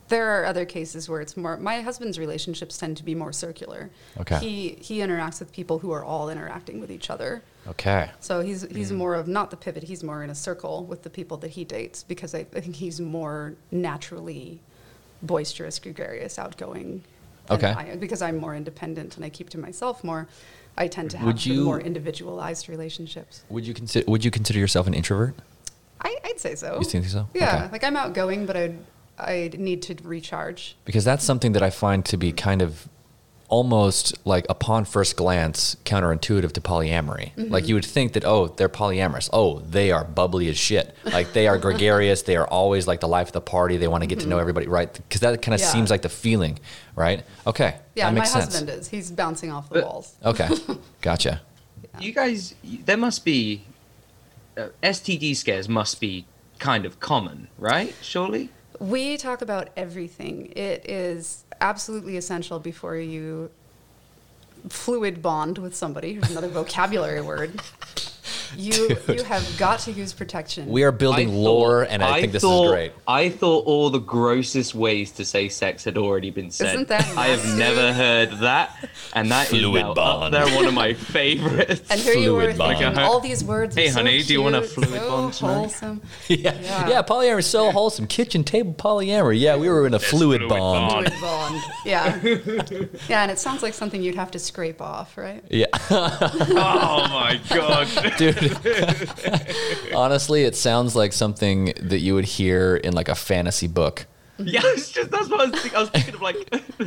[SPEAKER 3] there are other cases where it's more. My husband's relationships tend to be more circular.
[SPEAKER 2] Okay.
[SPEAKER 3] He he interacts with people who are all interacting with each other.
[SPEAKER 2] Okay.
[SPEAKER 3] So he's he's
[SPEAKER 2] Mm.
[SPEAKER 3] more of not the pivot. He's more in a circle with the people that he dates because I, I think he's more naturally boisterous, gregarious, outgoing. than
[SPEAKER 2] Okay.
[SPEAKER 3] I- because I'm more independent and I keep to myself more, I tend to have
[SPEAKER 2] Would
[SPEAKER 3] the
[SPEAKER 2] you-
[SPEAKER 3] more individualized relationships.
[SPEAKER 2] Would you consider Would you consider yourself an introvert?
[SPEAKER 3] I, I'd say so.
[SPEAKER 2] You think so?
[SPEAKER 3] Yeah,
[SPEAKER 2] Okay.
[SPEAKER 3] like I'm outgoing, but I I need to recharge.
[SPEAKER 2] Because that's something that I find to be kind of almost like upon first glance counterintuitive to polyamory.
[SPEAKER 3] Mm-hmm.
[SPEAKER 2] Like you would think that oh they're polyamorous. Oh they are bubbly as shit. Like they are gregarious. they are always like the life of the party. They want to get to know everybody, right? Because that kind of
[SPEAKER 3] Mm-hmm. Yeah.
[SPEAKER 2] seems like the feeling, right? Okay.
[SPEAKER 3] Yeah,
[SPEAKER 2] that
[SPEAKER 3] and my
[SPEAKER 2] makes sense.
[SPEAKER 3] husband is. He's bouncing off the *laughs*
[SPEAKER 4] But-
[SPEAKER 3] walls.
[SPEAKER 2] Okay. Gotcha.
[SPEAKER 4] You guys, there must be uh, STD scares must be kind of common, right? Surely.
[SPEAKER 3] We talk about everything. It is absolutely essential before you fluid bond with somebody. *laughs* Here's another vocabulary word. You you have got to use protection.
[SPEAKER 2] We are building
[SPEAKER 4] thought-
[SPEAKER 2] lore, and I, think this
[SPEAKER 4] thought-
[SPEAKER 2] is great.
[SPEAKER 4] I thought all the grossest ways to say sex had already been said.
[SPEAKER 3] Isn't that
[SPEAKER 4] I have
[SPEAKER 3] nasty?
[SPEAKER 4] never heard that, and that is
[SPEAKER 2] Fluid
[SPEAKER 4] now
[SPEAKER 2] bond.
[SPEAKER 4] up there one of my favorites.
[SPEAKER 3] and here you were
[SPEAKER 2] fluid bond.
[SPEAKER 3] thinking
[SPEAKER 4] Like a-
[SPEAKER 3] all these words. are
[SPEAKER 4] Hey,
[SPEAKER 3] so
[SPEAKER 4] honey, do you want a
[SPEAKER 3] cute,
[SPEAKER 4] fluid
[SPEAKER 3] so
[SPEAKER 4] bond tonight?
[SPEAKER 3] Wholesome.
[SPEAKER 2] *laughs* Yeah. yeah,
[SPEAKER 3] Yeah.
[SPEAKER 2] polyamory is so wholesome. Kitchen table polyamory. Yeah, we were in a fluid,
[SPEAKER 4] fluid
[SPEAKER 2] bond.
[SPEAKER 4] bond.
[SPEAKER 3] Fluid bond.
[SPEAKER 4] *laughs*
[SPEAKER 3] Yeah. Yeah, and it sounds like something you'd have to scrape off, right?
[SPEAKER 2] Yeah, *laughs*
[SPEAKER 4] *laughs* oh my god!
[SPEAKER 2] dude. *laughs* Honestly, it sounds like something that you would hear in like a fantasy book.
[SPEAKER 4] yeah, it's just that's what I was thinking. I was thinking of like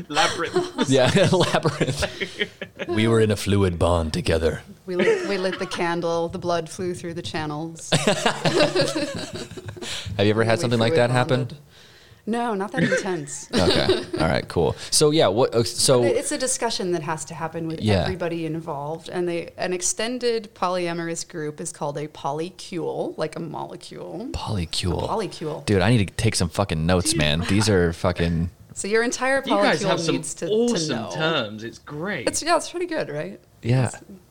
[SPEAKER 4] labyrinth.
[SPEAKER 2] Yeah, *laughs* labyrinth. we were in a fluid bond together.
[SPEAKER 3] We lit, we lit the candle. The blood flew through the channels.
[SPEAKER 2] Have you ever had
[SPEAKER 3] We
[SPEAKER 2] something like
[SPEAKER 3] fluid
[SPEAKER 2] that happen?
[SPEAKER 3] bonded. No, not that
[SPEAKER 4] *laughs*
[SPEAKER 3] intense.
[SPEAKER 2] Okay. All right. Cool. So yeah. What? uh, So
[SPEAKER 3] It's a discussion that has to happen with
[SPEAKER 2] Yeah.
[SPEAKER 3] everybody involved, and they an extended polyamorous group is called a polycule, like a molecule.
[SPEAKER 2] polycule.
[SPEAKER 3] Polycule.
[SPEAKER 2] Dude, I need to take some fucking notes, man. These are fucking.
[SPEAKER 3] So your entire
[SPEAKER 4] You guys have
[SPEAKER 3] polycule
[SPEAKER 4] some
[SPEAKER 3] needs to, to
[SPEAKER 4] awesome
[SPEAKER 3] know.
[SPEAKER 4] terms. It's great.
[SPEAKER 3] It's yeah, it's pretty good, right?
[SPEAKER 2] Yeah.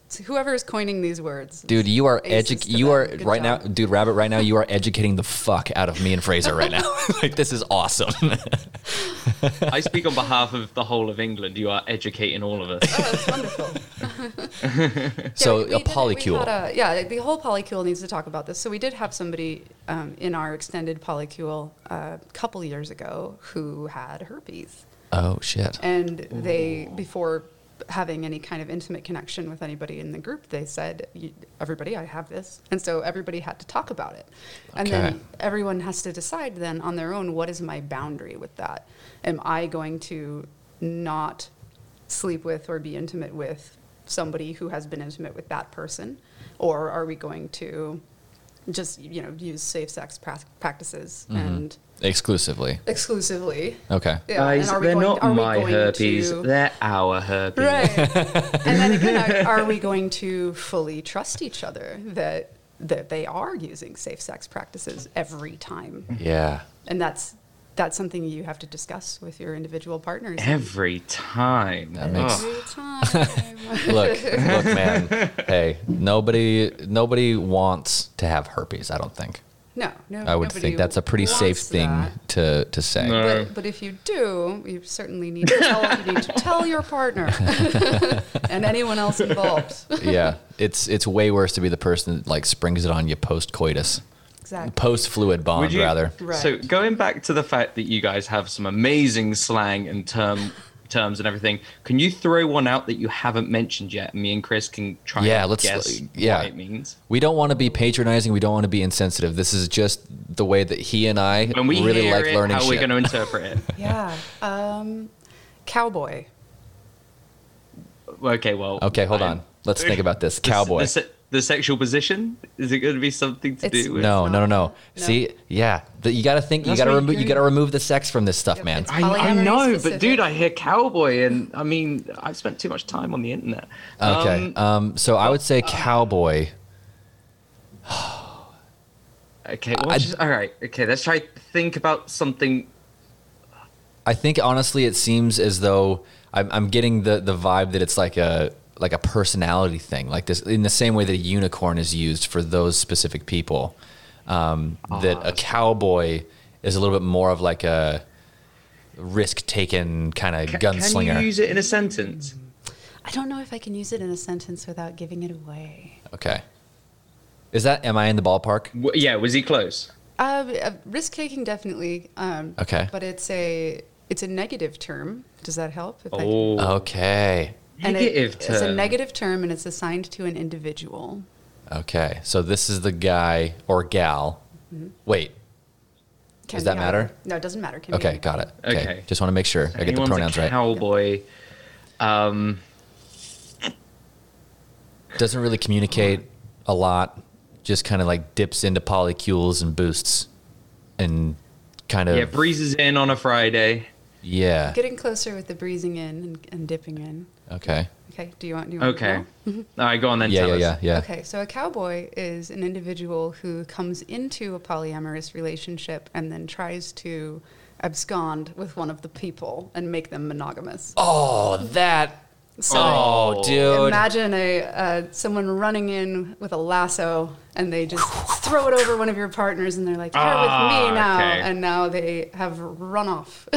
[SPEAKER 3] So whoever is coining these words,
[SPEAKER 2] Dude, you are
[SPEAKER 3] Aces
[SPEAKER 2] edu-
[SPEAKER 3] to
[SPEAKER 2] you
[SPEAKER 3] them.
[SPEAKER 2] are
[SPEAKER 3] Good
[SPEAKER 2] right
[SPEAKER 3] job.
[SPEAKER 2] now, dude, Rabbit. Right now, you are educating the fuck out of me and Fraser
[SPEAKER 3] *laughs*
[SPEAKER 2] right now. *laughs* like this is awesome.
[SPEAKER 4] I speak on behalf of the whole of England. You are educating all of us.
[SPEAKER 3] Oh, that's wonderful. Yeah,
[SPEAKER 2] so
[SPEAKER 3] we- we
[SPEAKER 2] a
[SPEAKER 3] did- we
[SPEAKER 2] polycule.
[SPEAKER 3] had a- yeah, the whole polycule needs to talk about this. So we did have somebody um, in our extended polycule uh, a couple years ago who had herpes,
[SPEAKER 2] oh shit.
[SPEAKER 3] and they before having any kind of intimate connection with anybody in the group, they said, "You- "Everybody, I have this," and so everybody had to talk about it, and
[SPEAKER 2] Okay.
[SPEAKER 3] then everyone has to decide then on their own what is my boundary with that. Am I going to not sleep with or be intimate with somebody who has been intimate with that person, or are we going to just you know use safe sex prac- practices and
[SPEAKER 2] Exclusively.
[SPEAKER 3] exclusively?
[SPEAKER 2] Okay.
[SPEAKER 3] Yeah, and are we going- are we going to-
[SPEAKER 4] They're our herpes.
[SPEAKER 3] Right. *laughs* and then again, are, are we going to fully trust each other that that they are using safe sex practices every time?
[SPEAKER 2] Yeah.
[SPEAKER 3] And that's that's something you have to discuss with your individual partners.
[SPEAKER 4] Every time.
[SPEAKER 3] *laughs*
[SPEAKER 2] That makes-
[SPEAKER 4] Ugh.
[SPEAKER 3] Every time.
[SPEAKER 2] Look,
[SPEAKER 3] *laughs*
[SPEAKER 2] look, man. Hey, nobody, nobody wants to have herpes. I don't think.
[SPEAKER 3] no, no.
[SPEAKER 2] I would
[SPEAKER 3] nobody
[SPEAKER 2] think that's a pretty
[SPEAKER 3] wants
[SPEAKER 2] safe thing
[SPEAKER 3] that.
[SPEAKER 2] to to say.
[SPEAKER 4] No.
[SPEAKER 3] But, but if you do, you certainly need to tell, you need to tell your
[SPEAKER 2] *laughs*
[SPEAKER 3] partner and anyone else involved.
[SPEAKER 2] yeah, it's it's way worse to be the person that like springs it on you post coitus,
[SPEAKER 3] Exactly.
[SPEAKER 2] post fluid bond
[SPEAKER 4] Would you-
[SPEAKER 2] rather.
[SPEAKER 3] Right.
[SPEAKER 4] So going back to the fact that you guys have some amazing slang and term terms and everything, can you throw one out that you haven't mentioned yet? Me and Chris can try.
[SPEAKER 2] Yeah,
[SPEAKER 4] and
[SPEAKER 2] let's-
[SPEAKER 4] guess
[SPEAKER 2] yeah.
[SPEAKER 4] what it means.
[SPEAKER 2] We don't want to be patronizing. We don't want to be insensitive. This is just the way that he and I
[SPEAKER 4] When we
[SPEAKER 2] really
[SPEAKER 4] hear
[SPEAKER 2] like
[SPEAKER 4] it,
[SPEAKER 2] learning
[SPEAKER 4] how
[SPEAKER 2] shit.
[SPEAKER 4] we're going to
[SPEAKER 2] *laughs*
[SPEAKER 4] interpret it.
[SPEAKER 3] yeah. Um, cowboy.
[SPEAKER 4] Okay, well.
[SPEAKER 2] okay, hold
[SPEAKER 4] I'm-
[SPEAKER 2] on. Let's think about this.
[SPEAKER 4] The s-
[SPEAKER 2] Cowboy.
[SPEAKER 4] The, se- the sexual position is it going to be something to
[SPEAKER 3] It's-
[SPEAKER 4] do with?
[SPEAKER 2] no,
[SPEAKER 3] It's
[SPEAKER 2] no, no,
[SPEAKER 3] not.
[SPEAKER 2] no,
[SPEAKER 3] No.
[SPEAKER 2] See, yeah, the, you got to think. You
[SPEAKER 4] That's
[SPEAKER 2] got to
[SPEAKER 4] what you
[SPEAKER 2] remove. You
[SPEAKER 4] do.
[SPEAKER 2] got to remove the sex from this stuff,
[SPEAKER 3] Yep,
[SPEAKER 2] man.
[SPEAKER 3] it's
[SPEAKER 4] I, I
[SPEAKER 3] Polyamory
[SPEAKER 4] know, but
[SPEAKER 3] specific.
[SPEAKER 4] dude, I hear cowboy, and I mean, I've spent too much time on the internet.
[SPEAKER 2] Okay. Um,
[SPEAKER 4] Um,
[SPEAKER 2] so I would say cowboy.
[SPEAKER 4] okay. what's- all right. Okay. Let's try to think about something.
[SPEAKER 2] I think honestly, it seems as though I'm, I'm getting the the vibe that it's like a like a personality thing, like this in the same way that a unicorn is used for those specific people. Um,
[SPEAKER 4] Ah,
[SPEAKER 2] that a cowboy is a little bit more of like a risk taken kind of
[SPEAKER 4] Ca-
[SPEAKER 2] gunslinger.
[SPEAKER 4] Can you use it in a sentence?
[SPEAKER 3] I don't know if I can use it in a sentence without giving it away.
[SPEAKER 2] okay, is that am I in the ballpark?
[SPEAKER 4] W- yeah. Was he close?
[SPEAKER 3] Uh, uh, risk taking definitely. Um,
[SPEAKER 2] Okay.
[SPEAKER 3] But it's a it's a negative term. Does that help? If I can-
[SPEAKER 4] Oh,
[SPEAKER 2] Okay,
[SPEAKER 3] and it-
[SPEAKER 4] negative
[SPEAKER 3] It's a
[SPEAKER 4] term.
[SPEAKER 3] negative term, and it's assigned to an individual.
[SPEAKER 2] okay. So this is the guy or gal.
[SPEAKER 4] Mm-hmm.
[SPEAKER 2] Wait.
[SPEAKER 3] Can
[SPEAKER 2] Does that
[SPEAKER 3] be
[SPEAKER 2] matter?
[SPEAKER 3] either. No, it doesn't matter. Can be
[SPEAKER 2] Okay,
[SPEAKER 3] either.
[SPEAKER 2] got it.
[SPEAKER 4] Okay.
[SPEAKER 2] Just want to make sure I get the
[SPEAKER 4] Anyone's
[SPEAKER 2] pronouns
[SPEAKER 4] a
[SPEAKER 2] right.
[SPEAKER 4] Cowboy. Um,
[SPEAKER 2] doesn't really communicate a lot, just kind of like dips into polycules and boosts and kind of
[SPEAKER 4] yeah, breezes in on a Friday.
[SPEAKER 2] Yeah.
[SPEAKER 3] Getting closer with the breezing in and, and dipping in.
[SPEAKER 2] Okay.
[SPEAKER 3] Okay. Do you want? Do you want to
[SPEAKER 4] Okay.
[SPEAKER 3] know?
[SPEAKER 4] All right, go on then.
[SPEAKER 2] Yeah,
[SPEAKER 4] tell
[SPEAKER 2] yeah,
[SPEAKER 4] us.
[SPEAKER 2] yeah, yeah.
[SPEAKER 3] Okay, so a cowboy is an individual who comes into a polyamorous relationship and then tries to abscond with one of the people and make them monogamous.
[SPEAKER 2] Oh, that.
[SPEAKER 3] So
[SPEAKER 2] Oh, dude.
[SPEAKER 3] imagine a uh, someone running in with a lasso and they just throw it over one of your partners and they're like, "You're with
[SPEAKER 4] Ah,
[SPEAKER 3] me now,"
[SPEAKER 4] okay.
[SPEAKER 3] and now they have run off.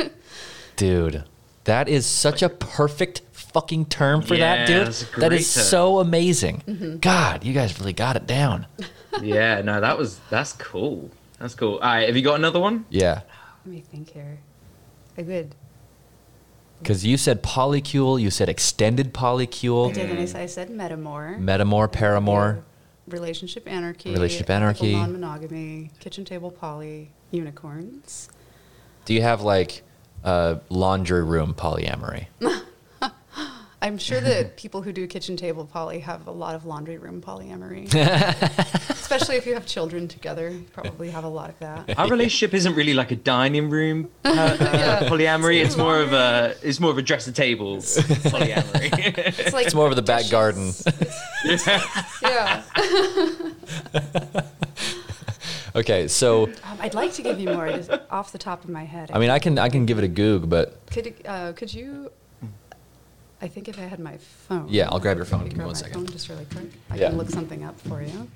[SPEAKER 3] *laughs*
[SPEAKER 2] Dude, that is such a perfect fucking term for that,
[SPEAKER 4] Yeah,
[SPEAKER 2] dude.
[SPEAKER 4] that's a
[SPEAKER 2] That
[SPEAKER 4] great
[SPEAKER 2] is
[SPEAKER 4] term.
[SPEAKER 2] so amazing.
[SPEAKER 3] Mm-hmm.
[SPEAKER 2] God, you guys really got it down.
[SPEAKER 4] Yeah, no, that was that's cool. That's cool. All right, have you got another one?
[SPEAKER 2] Yeah.
[SPEAKER 3] Let me think here. I did.
[SPEAKER 2] Because you said polycule, you said extended
[SPEAKER 3] I
[SPEAKER 2] polycule,
[SPEAKER 3] did, and I s- I said metamor.
[SPEAKER 2] metamor, paramor.
[SPEAKER 3] Relationship anarchy.
[SPEAKER 2] Relationship
[SPEAKER 3] ethical
[SPEAKER 2] anarchy.
[SPEAKER 3] Non-monogamy. Kitchen table poly. Unicorns.
[SPEAKER 2] Do you have like a laundry room polyamory?
[SPEAKER 3] I'm sure
[SPEAKER 2] *laughs*
[SPEAKER 3] that people who do kitchen table poly have a lot of laundry room
[SPEAKER 2] *laughs*
[SPEAKER 3] polyamory. Especially if you have children together, you probably have a lot of
[SPEAKER 2] *laughs*
[SPEAKER 3] that.
[SPEAKER 4] Our relationship isn't really like a
[SPEAKER 3] *laughs*
[SPEAKER 4] dining room uh, uh, polyamory. It's more of a it's more of a dress the table polyamory.
[SPEAKER 3] It's like
[SPEAKER 2] It's more of the back garden.
[SPEAKER 3] yeah.
[SPEAKER 2] *laughs* Okay, so
[SPEAKER 3] Um, I'd like to give you more just off the top of my head.
[SPEAKER 2] I mean, I can I can give it a goog, but
[SPEAKER 3] could uh, could you? I think if I had my phone.
[SPEAKER 2] yeah, I'll grab your phone.
[SPEAKER 3] Let
[SPEAKER 2] Give
[SPEAKER 3] me
[SPEAKER 2] me one
[SPEAKER 3] grab my phone
[SPEAKER 2] second.
[SPEAKER 3] just really quick. I
[SPEAKER 2] Yeah.
[SPEAKER 3] can look something up for you.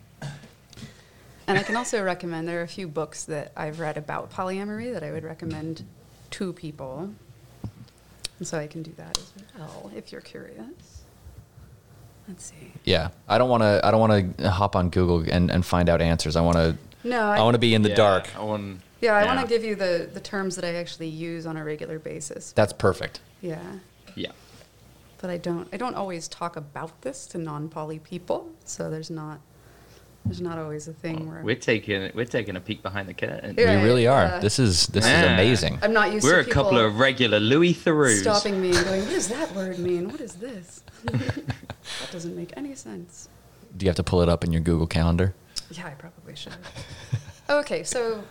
[SPEAKER 3] And I can also recommend, there are a few books that I've read about polyamory that I would recommend to people. And so I can do that as well, if you're curious. Let's see.
[SPEAKER 2] Yeah, I don't want to I don't want to hop on Google and, and find out answers. I want to
[SPEAKER 3] No, I,
[SPEAKER 2] I want to be in the
[SPEAKER 4] Yeah,
[SPEAKER 2] dark.
[SPEAKER 4] I want-
[SPEAKER 3] yeah, I want to give you the, the terms that I actually use on a regular basis.
[SPEAKER 2] That's perfect.
[SPEAKER 3] Yeah.
[SPEAKER 4] Yeah.
[SPEAKER 3] but I don't I don't always talk about this to non-poly people, so there's not there's not always a thing where
[SPEAKER 4] We're taking we're taking a peek behind the curtain.
[SPEAKER 3] Yeah.
[SPEAKER 2] We really are.
[SPEAKER 3] uh,
[SPEAKER 2] this is this
[SPEAKER 4] Yeah.
[SPEAKER 2] is amazing.
[SPEAKER 3] I'm not used
[SPEAKER 4] We're
[SPEAKER 3] to
[SPEAKER 4] a
[SPEAKER 3] people
[SPEAKER 4] couple of regular Louis Theroux.
[SPEAKER 3] stopping me and going, "What does that word mean? What is this?" *laughs* that doesn't make any sense.
[SPEAKER 2] Do you have to pull it up in your Google Calendar?
[SPEAKER 3] Yeah, I probably should. Okay, so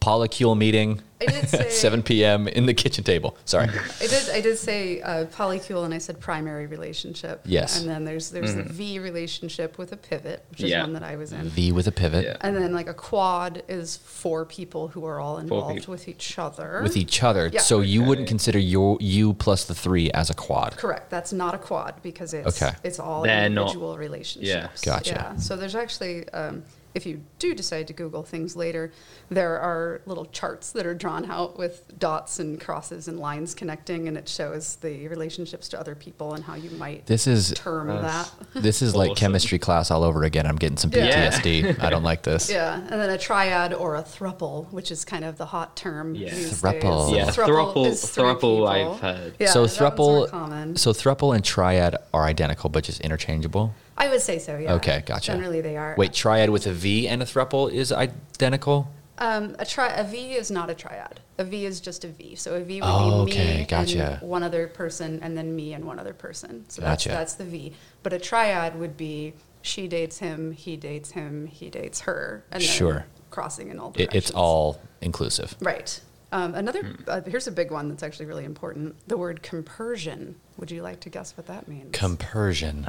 [SPEAKER 2] Polycule meeting,
[SPEAKER 3] I did
[SPEAKER 2] *laughs*
[SPEAKER 3] say
[SPEAKER 2] 7 p.m. in the kitchen table.
[SPEAKER 4] *laughs*
[SPEAKER 2] Sorry.
[SPEAKER 3] I did I did say uh, polycule and I said primary relationship.
[SPEAKER 2] Yes. Mm-hmm.
[SPEAKER 3] And then there's there's the V relationship with a pivot, which is
[SPEAKER 4] Yeah.
[SPEAKER 3] one that I was in.
[SPEAKER 2] V with a pivot.
[SPEAKER 4] Yeah.
[SPEAKER 3] And then like a quad is four people who are all involved
[SPEAKER 4] people.
[SPEAKER 3] with each other.
[SPEAKER 2] With each other,
[SPEAKER 3] Yeah.
[SPEAKER 2] so you wouldn't consider your you plus the three as a quad.
[SPEAKER 3] Correct. That's not a quad because it's
[SPEAKER 2] Okay.
[SPEAKER 3] it's all
[SPEAKER 4] They're not-
[SPEAKER 3] individual relationships.
[SPEAKER 2] Gotcha.
[SPEAKER 3] Yeah. So there's actually um, if you do decide to Google things later, there are little charts that are drawn out with dots and crosses and lines connecting, and it shows the relationships to other people and how you might
[SPEAKER 2] This is
[SPEAKER 3] term that.
[SPEAKER 2] *laughs* this is like
[SPEAKER 4] Awesome.
[SPEAKER 2] chemistry class all over again. I'm getting some
[SPEAKER 3] Yeah. *laughs*
[SPEAKER 2] PTSD. I don't like this.
[SPEAKER 3] Yeah, and then a triad or a thruple, which is kind of the hot term
[SPEAKER 4] Yeah.
[SPEAKER 3] these
[SPEAKER 2] Thruple.
[SPEAKER 3] days.
[SPEAKER 2] Yeah,
[SPEAKER 4] thruple-
[SPEAKER 3] is three
[SPEAKER 4] thruple
[SPEAKER 3] people.
[SPEAKER 4] I've heard.
[SPEAKER 3] Yeah,
[SPEAKER 2] so
[SPEAKER 3] that one's more
[SPEAKER 2] thruple,
[SPEAKER 3] common.
[SPEAKER 2] so thruple and triad are identical, but just interchangeable.
[SPEAKER 3] I would say so. Yeah.
[SPEAKER 2] Okay, gotcha.
[SPEAKER 3] Generally, they are.
[SPEAKER 2] Wait, triad with a V and a thruple is identical.
[SPEAKER 3] Um, a, tri- a V is not a triad. A V is just a V. So a V would
[SPEAKER 2] Oh,
[SPEAKER 3] be me
[SPEAKER 2] okay, gotcha.
[SPEAKER 3] and one other person, and then me and one other person. So
[SPEAKER 2] Gotcha.
[SPEAKER 3] that's, that's the V. But a triad would be she dates him, he dates him, he dates her, and then
[SPEAKER 2] Sure.
[SPEAKER 3] crossing in all
[SPEAKER 2] It,
[SPEAKER 3] directions.
[SPEAKER 2] it's all inclusive.
[SPEAKER 3] right. Um, another uh, here's a big one that's actually really important. The word compersion. Would you like to guess what that means?
[SPEAKER 2] Compersion.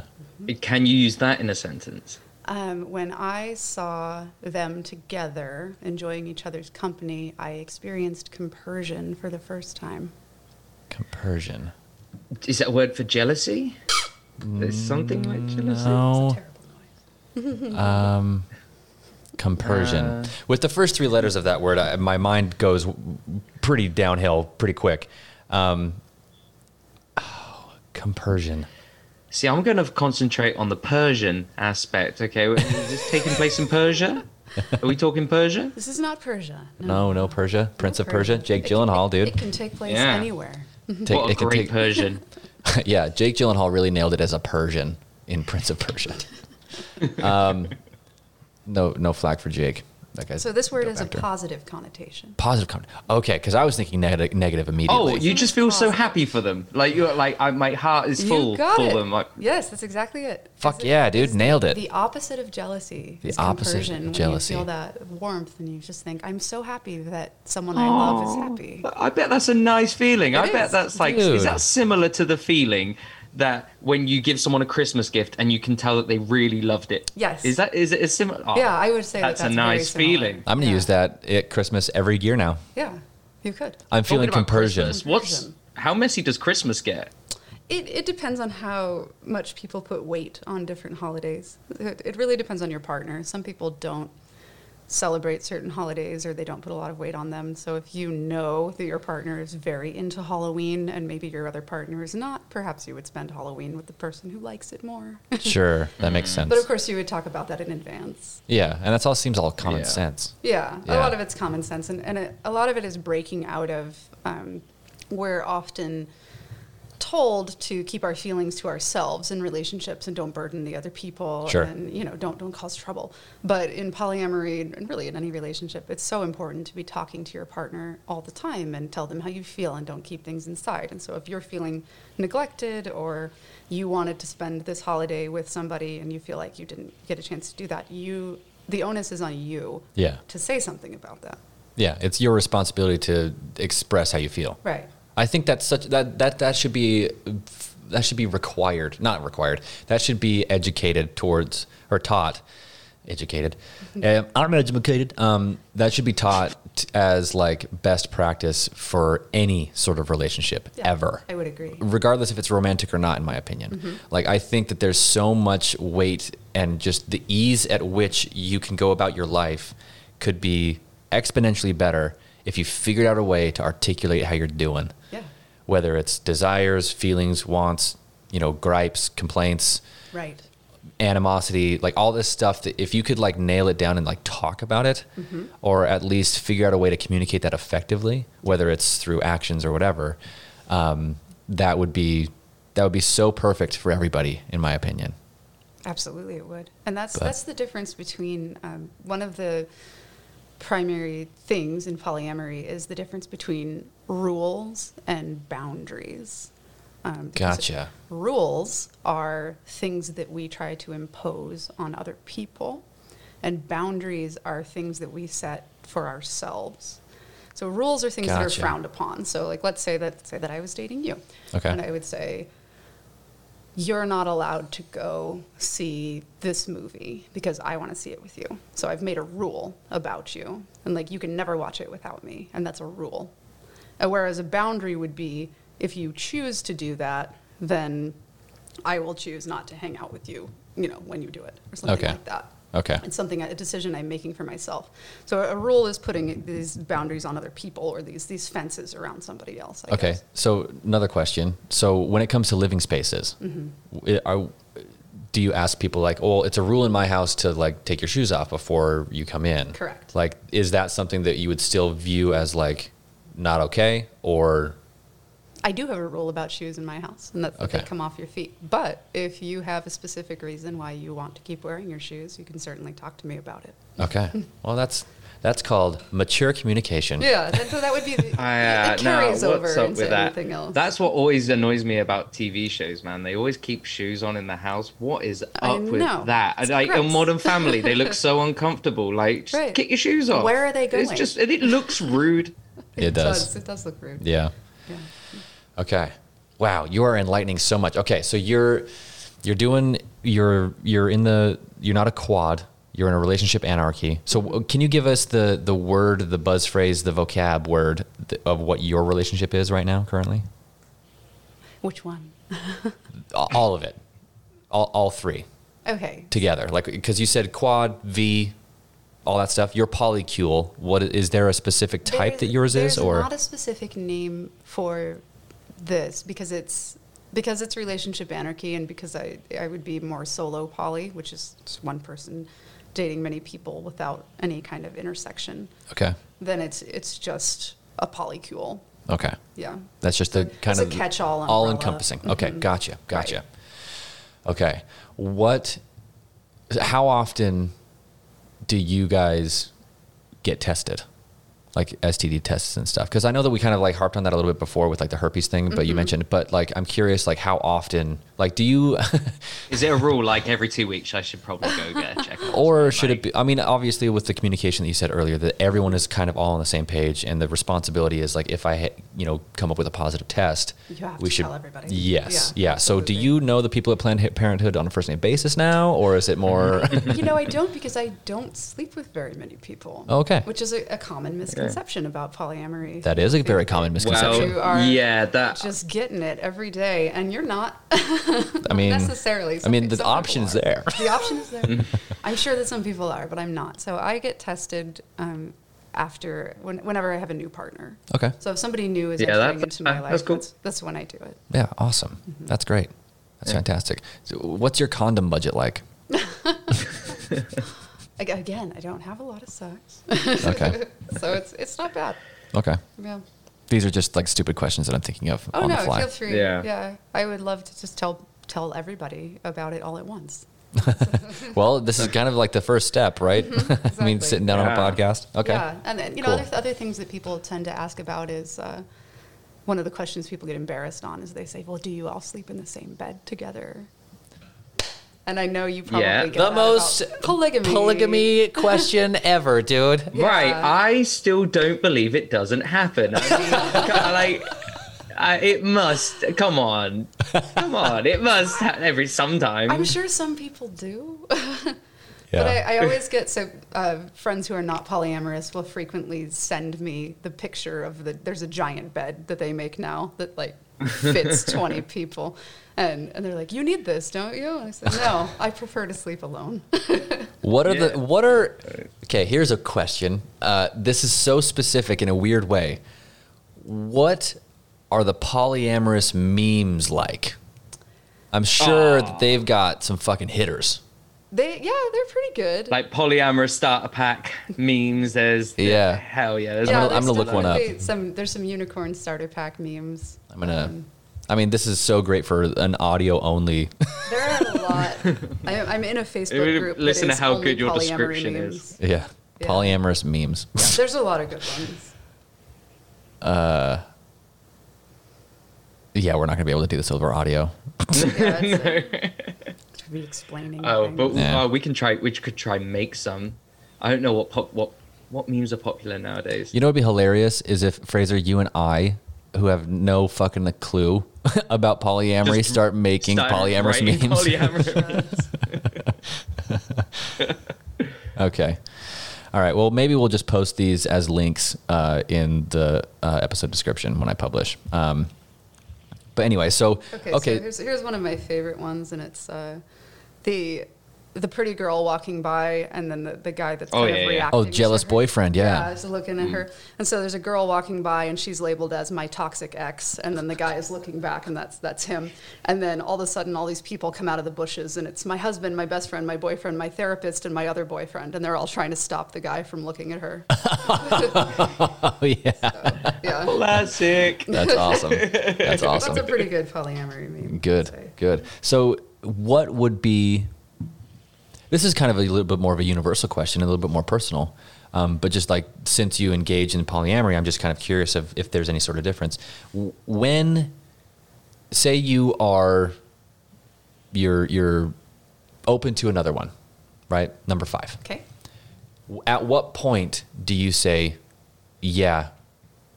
[SPEAKER 4] Can you use that in a sentence?
[SPEAKER 3] Um, when I saw them together enjoying each other's company, I experienced compersion for the first time.
[SPEAKER 2] Compersion.
[SPEAKER 4] Is that a word for jealousy? There's something like jealousy.
[SPEAKER 2] Mm, No.
[SPEAKER 3] terrible noise.
[SPEAKER 2] Compersion. With the first three letters of that word, I, my mind goes w- pretty downhill pretty quick. Um, oh, compersion.
[SPEAKER 4] See, I'm going to concentrate on the Persian aspect. Okay, is
[SPEAKER 2] *laughs*
[SPEAKER 4] this taking place in Persia? Are we talking Persia?
[SPEAKER 3] This is not Persia.
[SPEAKER 2] No, no, Persia. Prince of
[SPEAKER 3] Persia.
[SPEAKER 2] Persia. Jake
[SPEAKER 3] It-
[SPEAKER 2] Gyllenhaal,
[SPEAKER 3] It,
[SPEAKER 2] dude.
[SPEAKER 3] can take place
[SPEAKER 4] Yeah.
[SPEAKER 3] anywhere.
[SPEAKER 2] Take-
[SPEAKER 4] what
[SPEAKER 2] *laughs*
[SPEAKER 4] a
[SPEAKER 2] it can
[SPEAKER 4] great
[SPEAKER 2] take-
[SPEAKER 4] Persian.
[SPEAKER 2] yeah, Jake Gyllenhaal really nailed it as a Persian
[SPEAKER 4] *laughs*
[SPEAKER 2] in Prince of Persia. um, no, no flag for Jake. that guy's
[SPEAKER 3] So this word
[SPEAKER 2] dope
[SPEAKER 3] has a
[SPEAKER 2] actor.
[SPEAKER 3] positive connotation.
[SPEAKER 2] positive comment. Okay, because I was thinking negative, negative
[SPEAKER 4] Oh,
[SPEAKER 2] immediately.
[SPEAKER 4] you just feel so happy for them. Like you're like, I, my heart is full
[SPEAKER 3] you got
[SPEAKER 4] for
[SPEAKER 3] it.
[SPEAKER 4] them. Like,
[SPEAKER 3] yes, that's exactly it.
[SPEAKER 2] Fuck
[SPEAKER 3] Is it-
[SPEAKER 2] yeah, dude,
[SPEAKER 3] is
[SPEAKER 2] nailed it.
[SPEAKER 3] The opposite of jealousy.
[SPEAKER 2] The
[SPEAKER 3] is
[SPEAKER 2] opposite of
[SPEAKER 3] compersion, when
[SPEAKER 2] jealousy.
[SPEAKER 3] You feel that warmth, and you just think, "I'm so happy that someone I love is happy."
[SPEAKER 4] I bet that's a nice feeling. I
[SPEAKER 3] It
[SPEAKER 4] bet
[SPEAKER 3] is.
[SPEAKER 4] that's like,
[SPEAKER 2] Dude.
[SPEAKER 4] is that similar to the feeling that when you give someone a Christmas gift and you can tell that they really loved it?
[SPEAKER 3] Yes.
[SPEAKER 4] Is that is it a similar? oh,
[SPEAKER 3] Yeah, I would say that
[SPEAKER 4] that's,
[SPEAKER 3] that's
[SPEAKER 4] a
[SPEAKER 3] very
[SPEAKER 4] nice
[SPEAKER 3] similar.
[SPEAKER 4] feeling.
[SPEAKER 2] I'm gonna
[SPEAKER 3] Yeah.
[SPEAKER 2] use that at Christmas every year now.
[SPEAKER 3] Yeah, you could.
[SPEAKER 2] I'm feeling
[SPEAKER 4] Talking about
[SPEAKER 2] compersion.
[SPEAKER 4] Christmas, What's how messy does Christmas get?
[SPEAKER 3] It, it depends on how much people put weight on different holidays. It, it really depends on your partner. Some people don't celebrate certain holidays or they don't put a lot of weight on them. So if you know that your partner is very into Halloween and maybe your other partner is not, perhaps you would spend Halloween with the person who likes it more. *laughs*
[SPEAKER 2] Sure, that makes sense.
[SPEAKER 3] but of course, you would talk about that in advance.
[SPEAKER 2] yeah, and that's all seems all common
[SPEAKER 4] Yeah.
[SPEAKER 2] sense.
[SPEAKER 3] Yeah, a
[SPEAKER 2] Yeah.
[SPEAKER 3] lot of it's common sense, and, and a, a lot of it is breaking out of um, we're often told to keep our feelings to ourselves in relationships and don't burden the other people
[SPEAKER 2] Sure.
[SPEAKER 3] and you know don't don't cause trouble but in polyamory and and really in any relationship it's so important to be talking to your partner all the time and tell them how you feel and don't keep things inside and so if you're feeling neglected or you wanted to spend this holiday with somebody and you feel like you didn't get a chance to do that you the onus is on you
[SPEAKER 2] Yeah.
[SPEAKER 3] to say something about that.
[SPEAKER 2] Yeah, it's your responsibility to express how you feel.
[SPEAKER 3] Right.
[SPEAKER 2] I think that's such that that that should be that should be required, not required. That should be educated towards or taught, educated. um, I'm educated. Um, that should be taught as like best practice for any sort of relationship ever
[SPEAKER 3] I would agree.
[SPEAKER 2] regardless if it's romantic or not in my opinion like i think that there's so much weight and just the ease at which you can go about your life could be exponentially better if you figured out a way to articulate how you're doing
[SPEAKER 3] Yeah.
[SPEAKER 2] whether it's desires feelings wants you know gripes complaints
[SPEAKER 3] Right.
[SPEAKER 2] animosity, like all this stuff that if you could like nail it down and like talk about it or at least figure out a way to communicate that effectively, whether it's through actions or whatever, um, that would be that would be so perfect for everybody in my opinion.
[SPEAKER 3] Absolutely, it would. And that's
[SPEAKER 2] But-
[SPEAKER 3] that's the difference between um, one of the primary things in polyamory is the difference between rules and boundaries. Um, because
[SPEAKER 2] Gotcha.
[SPEAKER 3] Rules are things that we try to impose on other people, and boundaries are things that we set for ourselves. So rules are things that are
[SPEAKER 2] Gotcha.
[SPEAKER 3] frowned upon. So, like, let's say that say that I was dating you,
[SPEAKER 2] Okay.
[SPEAKER 3] and I would say, you're not allowed to go see this movie because I want to see it with you. So I've made a rule about you. And like, you can never watch it without me. And that's a rule. And whereas a boundary would be if you choose to do that, then I will choose not to hang out with you, you know, when you do it or something
[SPEAKER 2] Okay.
[SPEAKER 3] like that.
[SPEAKER 2] Okay.
[SPEAKER 3] It's something, a decision I'm making for myself. So a rule is putting these boundaries on other people or these, these fences around somebody else. I
[SPEAKER 2] Okay.
[SPEAKER 3] guess.
[SPEAKER 2] So another question. So when it comes to living spaces, w- are, do you ask people like, "Oh, it's a rule in my house to like take your shoes off before you come in"?
[SPEAKER 3] Correct.
[SPEAKER 2] Like, is that something that you would still view as like not okay, or
[SPEAKER 3] I do have a rule about shoes in my house, and that's that they
[SPEAKER 2] Okay.
[SPEAKER 3] come off your feet. But if you have a specific reason why you want to keep wearing your shoes, you can certainly talk to me about it.
[SPEAKER 2] okay? well, that's that's called mature communication.
[SPEAKER 3] Yeah, that, so that *laughs* would be the,
[SPEAKER 4] I, uh,
[SPEAKER 3] it carries
[SPEAKER 4] no,
[SPEAKER 3] over
[SPEAKER 4] what's up
[SPEAKER 3] into
[SPEAKER 4] with that?
[SPEAKER 3] anything else.
[SPEAKER 4] That's what always annoys me about TV shows, man. They always keep shoes on in the house. What is up
[SPEAKER 3] I
[SPEAKER 4] with
[SPEAKER 3] know.
[SPEAKER 4] that?
[SPEAKER 3] It's
[SPEAKER 4] like in
[SPEAKER 3] gross.
[SPEAKER 4] Modern Family, they
[SPEAKER 3] *laughs*
[SPEAKER 4] look so uncomfortable. Like, just
[SPEAKER 3] Right.
[SPEAKER 4] kick your shoes off.
[SPEAKER 3] Where are they
[SPEAKER 4] It's
[SPEAKER 3] going?
[SPEAKER 4] just, and it
[SPEAKER 3] *laughs*
[SPEAKER 4] looks rude.
[SPEAKER 2] It, does.
[SPEAKER 3] It does look rude.
[SPEAKER 2] Yeah.
[SPEAKER 3] Yeah.
[SPEAKER 2] Okay. Wow, you are enlightening so much. Okay, so you're you're doing you're you're in the you're not a quad. You're in a relationship anarchy. So w- can you give us the the word, the buzz phrase, the vocab word th- of what your relationship is right now currently?
[SPEAKER 3] Which one?
[SPEAKER 2] A- All of it. All all three
[SPEAKER 3] Okay.
[SPEAKER 2] together. Like cuz you said quad, V, all that stuff. You're polycule. What i- is there a specific type
[SPEAKER 3] There-
[SPEAKER 2] that yours is
[SPEAKER 3] there's
[SPEAKER 2] or
[SPEAKER 3] not a specific name for this because it's because it's relationship anarchy and because I I would be more solo poly, which is just one person dating many people without any kind of intersection.
[SPEAKER 2] Okay.
[SPEAKER 3] then it's it's just a polycule.
[SPEAKER 2] Okay. *laughs*
[SPEAKER 3] Yeah.
[SPEAKER 2] That's just the kind
[SPEAKER 3] a
[SPEAKER 2] of
[SPEAKER 3] catch-all umbrella. Mm-hmm.
[SPEAKER 2] all encompassing. Okay, gotcha, gotcha. Okay, what? How often do you guys get tested, like STD tests and stuff. Because I know that we kind of like harped on that a little bit before with like the herpes thing, but you
[SPEAKER 3] Mm-hmm.
[SPEAKER 2] mentioned. But like, I'm curious, like how often, like, do you, *laughs*
[SPEAKER 4] Is it a rule like every two weeks I should probably go get a checkup?
[SPEAKER 2] or should it be? I mean, obviously, with the communication that you said earlier, that everyone is kind of all on the same page, and the responsibility is like, if I, ha- you know, come up with a positive test,
[SPEAKER 3] You have
[SPEAKER 2] we
[SPEAKER 3] to
[SPEAKER 2] should
[SPEAKER 3] tell everybody.
[SPEAKER 2] Yes,
[SPEAKER 3] Yeah,
[SPEAKER 2] yeah. So, do
[SPEAKER 3] absolutely.
[SPEAKER 2] you know the people at Planned Parenthood on a first name basis now, or is it more? *laughs*
[SPEAKER 3] you know, I don't because I don't sleep with very many people.
[SPEAKER 2] Okay.
[SPEAKER 3] Which is a, a common misconception about polyamory.
[SPEAKER 2] that is a very common
[SPEAKER 4] Well,
[SPEAKER 2] misconception.
[SPEAKER 3] You are
[SPEAKER 4] yeah, that
[SPEAKER 3] just getting it every day, and you're not *laughs*
[SPEAKER 2] I mean,
[SPEAKER 3] necessarily.
[SPEAKER 2] I mean,
[SPEAKER 3] Some-
[SPEAKER 2] the
[SPEAKER 3] some people
[SPEAKER 2] option's
[SPEAKER 3] are.
[SPEAKER 2] there.
[SPEAKER 3] The option is
[SPEAKER 2] *laughs*
[SPEAKER 3] there. I'm sure that some people are, but I'm not. So I get tested um, after when, whenever I have a new partner.
[SPEAKER 2] Okay.
[SPEAKER 3] So if somebody new is
[SPEAKER 4] Yeah,
[SPEAKER 3] entering
[SPEAKER 4] that's-
[SPEAKER 3] into my
[SPEAKER 4] uh,
[SPEAKER 3] life,
[SPEAKER 4] that's cool.
[SPEAKER 3] that's, that's when I do it.
[SPEAKER 2] Yeah, awesome.
[SPEAKER 3] Mm-hmm.
[SPEAKER 2] That's great. That's fantastic. So what's your condom budget like?
[SPEAKER 3] Ag- Again, I don't have a lot of sex, *laughs*
[SPEAKER 2] Okay.
[SPEAKER 3] so it's it's not bad.
[SPEAKER 2] okay.
[SPEAKER 3] Yeah.
[SPEAKER 2] These are just like stupid questions that I'm thinking of
[SPEAKER 3] Oh
[SPEAKER 2] on
[SPEAKER 3] no,
[SPEAKER 2] the fly.
[SPEAKER 3] feel free.
[SPEAKER 4] Yeah.
[SPEAKER 3] I would love to just tell tell everybody about it all at once.
[SPEAKER 2] well, this is kind of like the first step, right? *laughs* I mean,
[SPEAKER 3] Mm-hmm. exactly.
[SPEAKER 2] sitting down
[SPEAKER 4] Yeah.
[SPEAKER 2] on a podcast. Okay.
[SPEAKER 3] Yeah, and then, you know,
[SPEAKER 2] Cool.
[SPEAKER 3] other, other things that people tend to ask about is uh, one of the questions people get embarrassed on is they say, "Well, do you all sleep in the same bed together?" And I know you probably
[SPEAKER 4] Yeah.
[SPEAKER 3] get
[SPEAKER 4] The
[SPEAKER 3] that about polygamy.
[SPEAKER 2] polygamy
[SPEAKER 3] *laughs*
[SPEAKER 2] question ever, dude.
[SPEAKER 4] Right,
[SPEAKER 3] Yeah.
[SPEAKER 4] I still don't believe it doesn't happen. I mean, *laughs* ca- like, I, it must. Come on, come on. It must ha- every sometime.
[SPEAKER 3] I'm sure some people do.
[SPEAKER 2] Yeah.
[SPEAKER 3] But I, I
[SPEAKER 4] *laughs*
[SPEAKER 3] always get so uh, friends who are not polyamorous will frequently send me the picture of the there's a giant bed that they make now that like
[SPEAKER 4] *laughs*
[SPEAKER 3] fits 20 people. And, and they're like, you need this, don't you? And I said, no, I prefer to sleep alone. *laughs*
[SPEAKER 2] What are
[SPEAKER 4] Yeah.
[SPEAKER 2] the what are Okay, here's a question. Uh, this is so specific in a weird way. What are the polyamorous memes like? I'm sure that they've got some fucking hitters.
[SPEAKER 3] they, yeah, they're pretty good.
[SPEAKER 4] like polyamorous starter pack memes. There's
[SPEAKER 2] Yeah.
[SPEAKER 4] hell yeah. There's
[SPEAKER 3] yeah,
[SPEAKER 2] I'm gonna- I'm
[SPEAKER 3] there's
[SPEAKER 2] gonna look one up.
[SPEAKER 3] definitely Some, there's some unicorn starter pack memes.
[SPEAKER 2] I'm gonna. I mean, this is so great for an audio only. *laughs*
[SPEAKER 3] There are a
[SPEAKER 4] *laughs*
[SPEAKER 3] lot. I, I'm in a Facebook
[SPEAKER 4] would
[SPEAKER 3] group. that
[SPEAKER 4] listen to
[SPEAKER 3] is
[SPEAKER 4] how
[SPEAKER 3] only
[SPEAKER 4] good your
[SPEAKER 3] polyamory
[SPEAKER 4] description
[SPEAKER 3] memes.
[SPEAKER 4] is.
[SPEAKER 2] yeah,
[SPEAKER 3] Yeah.
[SPEAKER 2] polyamorous memes.
[SPEAKER 3] Yeah, there's a lot of good ones.
[SPEAKER 2] yeah, we're not gonna be able to do this over audio.
[SPEAKER 4] *laughs*
[SPEAKER 3] Yeah, it's, uh, to be explaining.
[SPEAKER 4] Oh,
[SPEAKER 3] things.
[SPEAKER 4] but
[SPEAKER 2] Yeah.
[SPEAKER 4] oh, we can try. We could try make some. I don't know what pop, what what memes are popular nowadays.
[SPEAKER 2] You know, what'd be hilarious is if Fraser, you and I, who have no fucking clue *laughs* about polyamory,
[SPEAKER 4] Just
[SPEAKER 2] start making
[SPEAKER 4] Start
[SPEAKER 2] polyamorous
[SPEAKER 4] *laughs* writing
[SPEAKER 2] memes.
[SPEAKER 4] polyamorous-
[SPEAKER 2] *laughs* Okay. All right. Well, maybe we'll just post these as links uh, in the uh, episode description when I publish. Um, but anyway, so
[SPEAKER 3] *laughs* Okay,
[SPEAKER 2] okay,
[SPEAKER 3] so here's, here's one of my favorite ones, and it's uh, the the pretty girl walking by, and then the, the guy that's
[SPEAKER 4] Oh,
[SPEAKER 3] kind
[SPEAKER 4] yeah,
[SPEAKER 3] of
[SPEAKER 4] yeah.
[SPEAKER 3] reacting.
[SPEAKER 2] oh,
[SPEAKER 3] to
[SPEAKER 2] jealous
[SPEAKER 3] her.
[SPEAKER 2] boyfriend.
[SPEAKER 3] Yeah,
[SPEAKER 2] Yeah. Mm.
[SPEAKER 3] just looking at her, and so there's a girl walking by, and she's labeled as my toxic ex, and then the guy is looking back, and that's that's him, and then all of a sudden, all these people come out of the bushes, and it's my husband, my best friend, my boyfriend, my therapist, and my other boyfriend, and they're all trying to stop the guy from looking at
[SPEAKER 2] *laughs*
[SPEAKER 3] her.
[SPEAKER 2] Oh *laughs* yeah.
[SPEAKER 3] yeah,
[SPEAKER 4] Classic.
[SPEAKER 2] That's awesome. That's
[SPEAKER 3] *laughs*
[SPEAKER 2] awesome.
[SPEAKER 3] that's a pretty good polyamory meme. I'd
[SPEAKER 2] good.
[SPEAKER 3] say.
[SPEAKER 2] Good. So, what would be? This is kind of a little bit more of a universal question, a little bit more personal. Um, but just like since you engage in polyamory, I'm just kind of curious of if there's any sort of difference. W- When, say, you are you're you're open to another one, right? Number five.
[SPEAKER 3] Okay.
[SPEAKER 2] At what point do you say, "Yeah,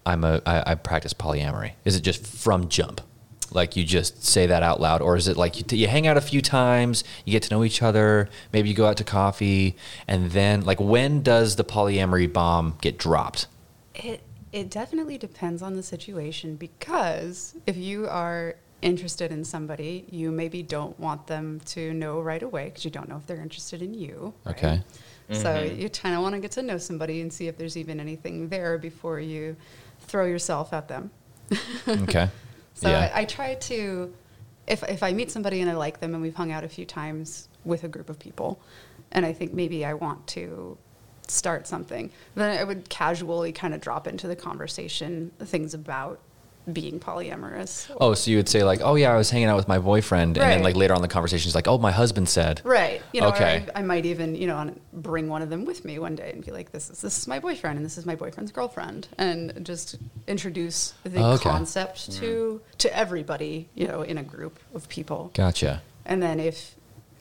[SPEAKER 2] I'm a I, I practice polyamory"? Is it just from jump, like you just say that out loud, or is it like you, you hang out a few times, you get to know each other, maybe you go out to coffee, and then like when does the polyamory bomb
[SPEAKER 3] *laughs*
[SPEAKER 2] get dropped?
[SPEAKER 3] It it definitely depends on the situation because if you are interested in somebody, you maybe don't want them to know right away because you don't know if they're interested in you. right?
[SPEAKER 2] Okay.
[SPEAKER 3] So you kind of want to get to know somebody and see if there's even anything there before you throw yourself at them.
[SPEAKER 2] Okay.
[SPEAKER 3] So
[SPEAKER 2] yeah.
[SPEAKER 3] I, I try to, if, if I meet somebody and I like them and we've hung out a few times with a group of people, and I think maybe I want to start something, then I would casually kind of drop into the conversation things about being polyamorous.
[SPEAKER 2] Oh, so you would say like, oh yeah, I was hanging out with my boyfriend, and then
[SPEAKER 3] Right.
[SPEAKER 2] like later on in the conversation, she's like, oh, my husband said.
[SPEAKER 3] Right. You know, or
[SPEAKER 2] Okay.
[SPEAKER 3] I, I might even, you know, on- bring one of them with me one day and be like, this is, this is my boyfriend and this is my boyfriend's girlfriend. And just introduce the
[SPEAKER 2] Oh, okay.
[SPEAKER 3] concept to, to everybody, you know, in a group of people.
[SPEAKER 2] Gotcha.
[SPEAKER 3] And then if,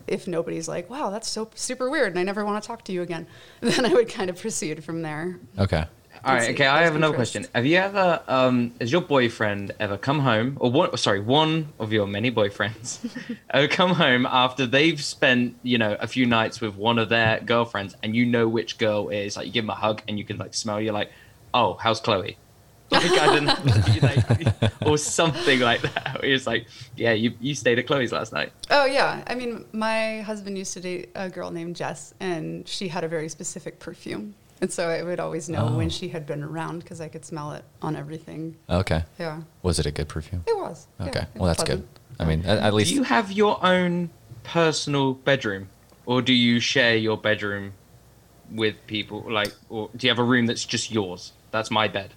[SPEAKER 3] if nobody's like, wow, that's so super weird and I never want to talk to you again, *laughs* then I would kind of proceed from there.
[SPEAKER 2] Okay.
[SPEAKER 4] All right,
[SPEAKER 3] Let's see,
[SPEAKER 4] okay. I have
[SPEAKER 3] there's
[SPEAKER 4] another
[SPEAKER 3] interest.
[SPEAKER 4] question. Have you ever, um, has your boyfriend ever come home, or one, sorry, one of your many boyfriends, ever come home after they've spent, you know, a few nights with one of their girlfriends, and you know which girl it is? Like, you give them a hug, and you can like smell. You're like, oh, how's Chloe? *laughs* Like, I *laughs* didn't, like, or something like that. It's like, yeah, you you stayed at Chloe's last night.
[SPEAKER 3] Oh yeah, I mean, my husband used to date a girl named Jess, and she had a very specific perfume, and so I would always know
[SPEAKER 2] Oh.
[SPEAKER 3] when she had been around because I could smell it on everything.
[SPEAKER 2] Okay.
[SPEAKER 3] Yeah,
[SPEAKER 2] Was it a good perfume?
[SPEAKER 3] it was. Yeah,
[SPEAKER 2] Okay.
[SPEAKER 3] it
[SPEAKER 2] well,
[SPEAKER 3] was
[SPEAKER 2] that's good.
[SPEAKER 3] pleasant.
[SPEAKER 2] I mean, at, at least
[SPEAKER 4] Do you have your own personal bedroom, or do you share your bedroom with people? Like, or do you have a room that's just yours? That's my bed.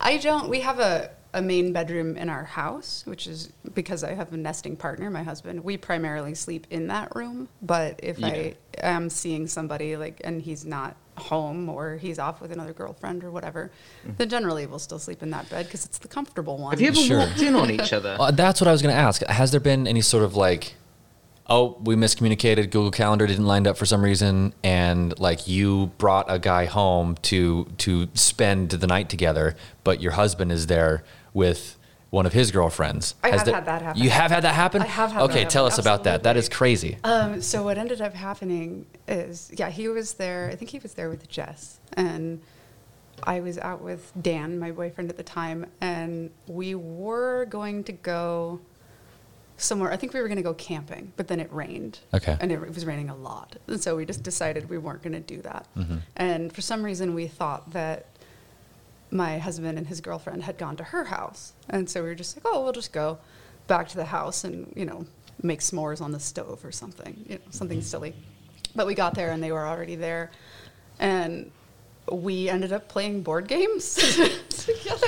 [SPEAKER 3] I don't. We have a a main bedroom in our house, which is because I have a nesting partner, my husband. We primarily sleep in that room, but if
[SPEAKER 4] Yeah.
[SPEAKER 3] I am seeing somebody like and he's not home or he's off with another girlfriend or whatever, then generally we'll still sleep in that bed because it's the comfortable one.
[SPEAKER 4] Mm-hmm. Have you ever
[SPEAKER 2] Sure.
[SPEAKER 4] walked in on each other?
[SPEAKER 2] *laughs* Uh, that's what I was going to ask. Has there been any sort of like, oh, we miscommunicated, Google Calendar didn't line up for some reason, and like you brought a guy home to to spend the night together, but your husband is there with one of his girlfriends.
[SPEAKER 3] I
[SPEAKER 2] Has
[SPEAKER 3] have
[SPEAKER 2] there-
[SPEAKER 3] had that happen.
[SPEAKER 2] You have had that happen.
[SPEAKER 3] I have had that
[SPEAKER 2] Okay,
[SPEAKER 3] happen,
[SPEAKER 2] tell us about that. That is crazy.
[SPEAKER 3] Um, so what ended up happening is, yeah, he was there. I think he was there with Jess, and I was out with Dan, my boyfriend at the time, and we were going to go somewhere. I think we were going to go camping, but then it rained.
[SPEAKER 2] Okay.
[SPEAKER 3] and it was raining a lot, and so we just decided we weren't going to do that. And for some reason, we thought that my husband and his girlfriend had gone to her house. And so we were just like, oh, we'll just go back to the house and, you know, make s'mores on the stove or something, you know, something silly. But we got there and they were already there. And we ended up playing board games *laughs* together.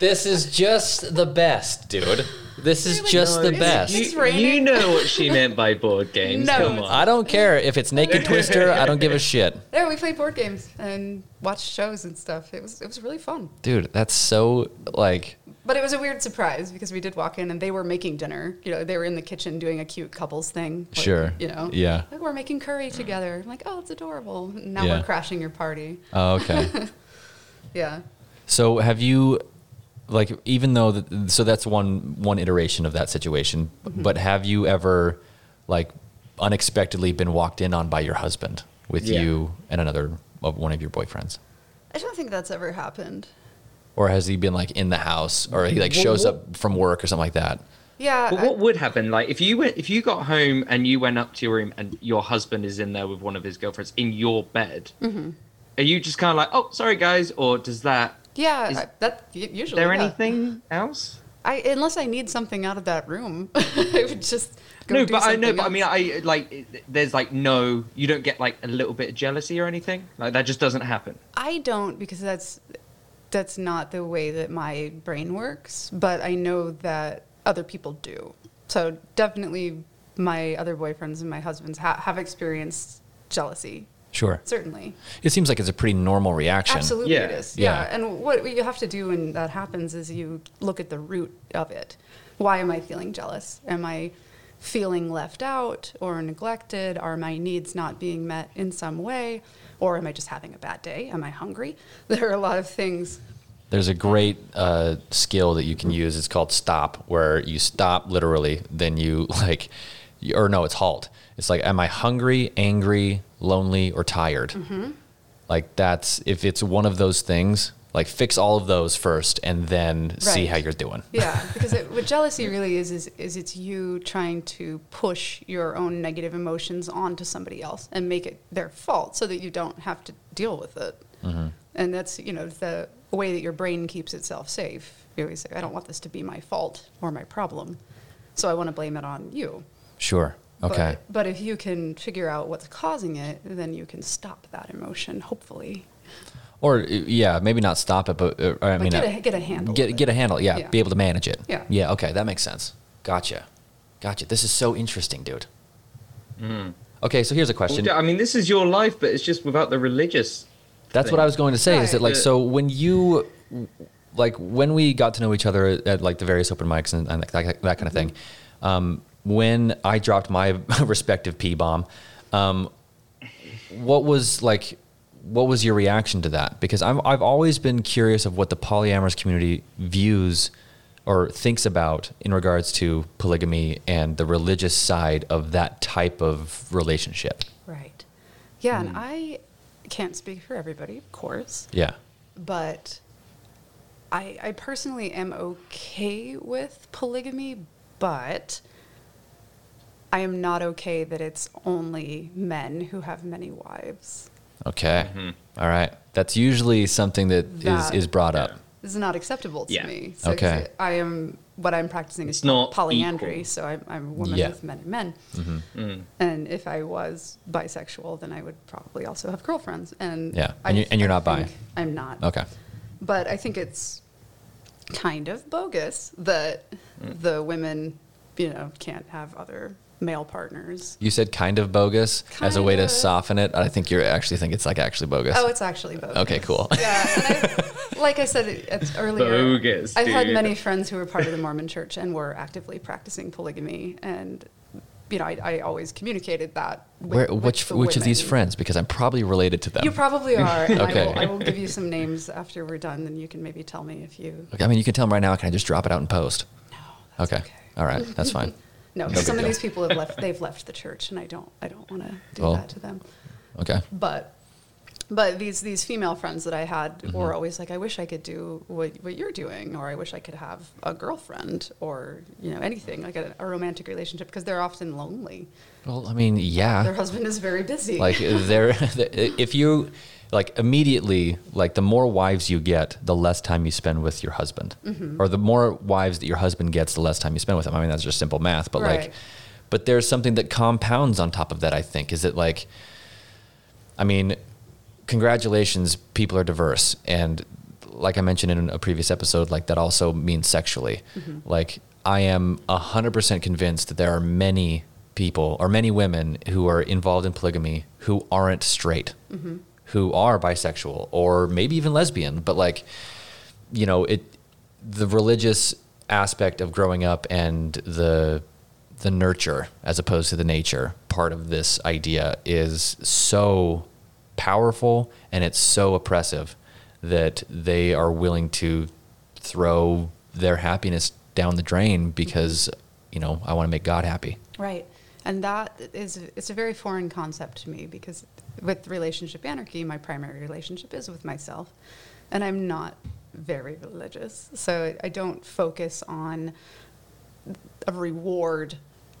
[SPEAKER 2] This is just the best, dude. This is just the
[SPEAKER 3] it's-
[SPEAKER 2] best.
[SPEAKER 3] it's
[SPEAKER 4] you,
[SPEAKER 3] raining.
[SPEAKER 4] you know what she meant by board games.
[SPEAKER 3] No,
[SPEAKER 4] Come
[SPEAKER 3] it's
[SPEAKER 4] on.
[SPEAKER 2] I don't care if it's Naked Twister. I don't give a shit.
[SPEAKER 3] There, we played board games and watched shows and stuff. It was, it was really fun.
[SPEAKER 2] Dude, that's so like
[SPEAKER 3] But it was a weird surprise because we did walk in and they were making dinner. You know, they were in the kitchen doing a cute couples thing. like,
[SPEAKER 2] Sure.
[SPEAKER 3] You know?
[SPEAKER 2] Yeah.
[SPEAKER 3] Like, we're making curry together. I'm like, oh, it's adorable. Now
[SPEAKER 2] Yeah.
[SPEAKER 3] we're crashing your party.
[SPEAKER 2] oh, okay.
[SPEAKER 3] Yeah.
[SPEAKER 2] So have you like even though that, so that's one one iteration of that situation, but have you ever like unexpectedly been walked in on by your husband with
[SPEAKER 4] Yeah.
[SPEAKER 2] you and another of one of your boyfriends?
[SPEAKER 3] I don't think that's ever happened.
[SPEAKER 2] Or has he been like in the house or he like shows up from work or something like that?
[SPEAKER 3] Yeah.
[SPEAKER 4] But
[SPEAKER 3] I-
[SPEAKER 4] what would happen? Like, if you went, if you got home and you went up to your room and your husband is in there with one of his girlfriends in your bed,
[SPEAKER 3] Mm-hmm.
[SPEAKER 4] are you just kind of like, oh, sorry guys, or does that?
[SPEAKER 3] yeah.
[SPEAKER 4] Is
[SPEAKER 3] I- that y-
[SPEAKER 4] Is
[SPEAKER 3] usually.
[SPEAKER 4] there
[SPEAKER 3] yeah.
[SPEAKER 4] anything else?
[SPEAKER 3] I, unless I need something out of that room, *laughs* I would just go
[SPEAKER 4] no,
[SPEAKER 3] do
[SPEAKER 4] but I
[SPEAKER 3] something
[SPEAKER 4] know, but I mean,
[SPEAKER 3] else.
[SPEAKER 4] I like. it- There's like no, you don't get like a little bit of jealousy or anything. Like that just doesn't happen.
[SPEAKER 3] I don't because that's that's not the way that my brain works, but I know that other people do. So definitely my other boyfriends and my husbands ha- have experienced jealousy.
[SPEAKER 2] Sure.
[SPEAKER 3] Certainly.
[SPEAKER 2] It seems like it's a pretty normal reaction.
[SPEAKER 3] Absolutely it
[SPEAKER 4] Yeah.
[SPEAKER 3] is. Yeah.
[SPEAKER 2] Yeah.
[SPEAKER 3] And what you have to do when that happens is you look at the root of it. Why am I feeling jealous? Am I feeling left out or neglected? Are my needs not being met in some way? Or am I just having a bad day? Am I hungry? *laughs* There are a lot of things.
[SPEAKER 2] There's a great uh, skill that you can use. It's called stop, where you stop literally, then you *laughs* like, you- or no, it's halt. It's like, am I hungry, angry, lonely, or tired?
[SPEAKER 3] Mm-hmm.
[SPEAKER 2] Like that's if it's one of those things, like fix all of those first, and then see
[SPEAKER 3] Right.
[SPEAKER 2] how you're doing.
[SPEAKER 3] Yeah, because it, what jealousy really is is is it's you trying to push your own negative emotions onto somebody else and make it their fault so that you don't have to deal with it.
[SPEAKER 2] Mm-hmm.
[SPEAKER 3] And that's you know the way that your brain keeps itself safe. You always say, "I don't want this to be my fault or my problem," so I want to blame it on you.
[SPEAKER 2] Sure. Okay.
[SPEAKER 3] But, but if you can figure out what's causing it, then you can stop that emotion. Hopefully.
[SPEAKER 2] or uh, yeah, maybe not stop it, but uh, I
[SPEAKER 3] But
[SPEAKER 2] mean,
[SPEAKER 3] get,
[SPEAKER 2] uh,
[SPEAKER 3] a, get a handle.
[SPEAKER 2] get get a handle. Yeah,
[SPEAKER 3] Yeah.
[SPEAKER 2] be able to manage it.
[SPEAKER 3] Yeah.
[SPEAKER 2] Yeah. Okay, that makes sense. Gotcha. Gotcha. This is so interesting, dude. Okay, so here's a question.
[SPEAKER 4] I mean, this is your life, but it's just without the religious.
[SPEAKER 2] That's what I was going to say. Is that
[SPEAKER 3] Right.
[SPEAKER 2] like
[SPEAKER 4] Yeah.
[SPEAKER 2] so when you like when we got to know each other at, like the various open mics and, and that, that kind of thing? Um, when I dropped my *laughs* respective p bomb, um, what was like? What was your reaction to that? Because I'm I've always been curious of what the polyamorous community views or thinks about in regards to polygamy and the religious side of that type of relationship.
[SPEAKER 3] Right. Yeah,
[SPEAKER 2] Mm.
[SPEAKER 3] and I can't speak for everybody, of course,
[SPEAKER 2] Yeah.
[SPEAKER 3] but I, I personally am okay with polygamy, but I am not okay that it's only men who have many wives.
[SPEAKER 2] Okay. All right. That's usually something that is
[SPEAKER 3] That-
[SPEAKER 2] is brought up.
[SPEAKER 3] This is not acceptable to
[SPEAKER 4] Yeah.
[SPEAKER 3] me.
[SPEAKER 2] Okay.
[SPEAKER 3] I am what I'm practicing
[SPEAKER 4] It's
[SPEAKER 3] is
[SPEAKER 4] not
[SPEAKER 3] polyandry.
[SPEAKER 4] equal. Mm.
[SPEAKER 3] So I'm, I'm a woman
[SPEAKER 2] Yeah. Mm-hmm.
[SPEAKER 3] with men and men. And if I was bisexual, then I would probably also have girlfriends. And
[SPEAKER 2] Yeah.
[SPEAKER 3] I
[SPEAKER 2] And you- and you're not bi.
[SPEAKER 3] think I'm not.
[SPEAKER 2] Okay.
[SPEAKER 3] But I think it's kind of bogus that
[SPEAKER 2] Hmm.
[SPEAKER 3] the women, you know, can't have other male partners.
[SPEAKER 2] You said kind of bogus as a way to
[SPEAKER 3] Kinda.
[SPEAKER 2] soften it. I think you actually think it's like actually bogus.
[SPEAKER 3] Oh, it's actually bogus.
[SPEAKER 2] okay, cool.
[SPEAKER 3] Yeah, and
[SPEAKER 2] *laughs*
[SPEAKER 3] I, like I said it- it's earlier,
[SPEAKER 4] Bogus,
[SPEAKER 3] I've had
[SPEAKER 4] dude.
[SPEAKER 3] many friends who were part
[SPEAKER 4] *laughs*
[SPEAKER 3] of the Mormon Church and were actively practicing polygamy, and you know, I, I always communicated that. With,
[SPEAKER 2] Where,
[SPEAKER 3] with
[SPEAKER 2] which
[SPEAKER 3] the
[SPEAKER 2] which of these
[SPEAKER 3] women.
[SPEAKER 2] friends? Because I'm probably related to them.
[SPEAKER 3] You probably are. And
[SPEAKER 2] *laughs* Okay.
[SPEAKER 3] I, will, I will give you some names after we're done, then you can maybe tell me if you.
[SPEAKER 2] Okay, I mean, you can tell them right now. Can I just drop it out and post?
[SPEAKER 3] that's
[SPEAKER 2] okay. All right.
[SPEAKER 3] *laughs*
[SPEAKER 2] That's fine.
[SPEAKER 3] No,
[SPEAKER 2] No big
[SPEAKER 3] some of
[SPEAKER 2] deal.
[SPEAKER 3] these people have left. They've left the church, and I don't. I don't want to do
[SPEAKER 2] Well,
[SPEAKER 3] that to them.
[SPEAKER 2] Okay.
[SPEAKER 3] but but these these female friends that I had
[SPEAKER 2] Mm-hmm.
[SPEAKER 3] were always like, I wish I could do what what you're doing, or I wish I could have a girlfriend, or you know anything like a, a romantic relationship because they're often lonely.
[SPEAKER 2] Well, I mean, yeah.
[SPEAKER 3] Their husband is very busy.
[SPEAKER 2] Ah. like there if you like immediately like the more wives you get the less time you spend with your husband
[SPEAKER 3] Mm-hmm.
[SPEAKER 2] or the more wives that your husband gets the less time you spend with him i mean that's just simple math but like
[SPEAKER 3] Right.
[SPEAKER 2] but there's something that compounds on top of that i think is it like i mean congratulations people are diverse and like i mentioned in a previous episode like that also means sexually like i am 100% convinced that there are many people or many women who are involved in polygamy who aren't straight who are bisexual or maybe even lesbian but like you know it the religious aspect of growing up and the the nurture as opposed to the nature part of this idea is so powerful and it's so oppressive that they are willing to throw their happiness down the drain because you know I want to make God happy.
[SPEAKER 3] Right. And that is it's a very foreign concept to me because with relationship anarchy, my primary relationship is with myself. And I'm not very religious. So I don't focus on a reward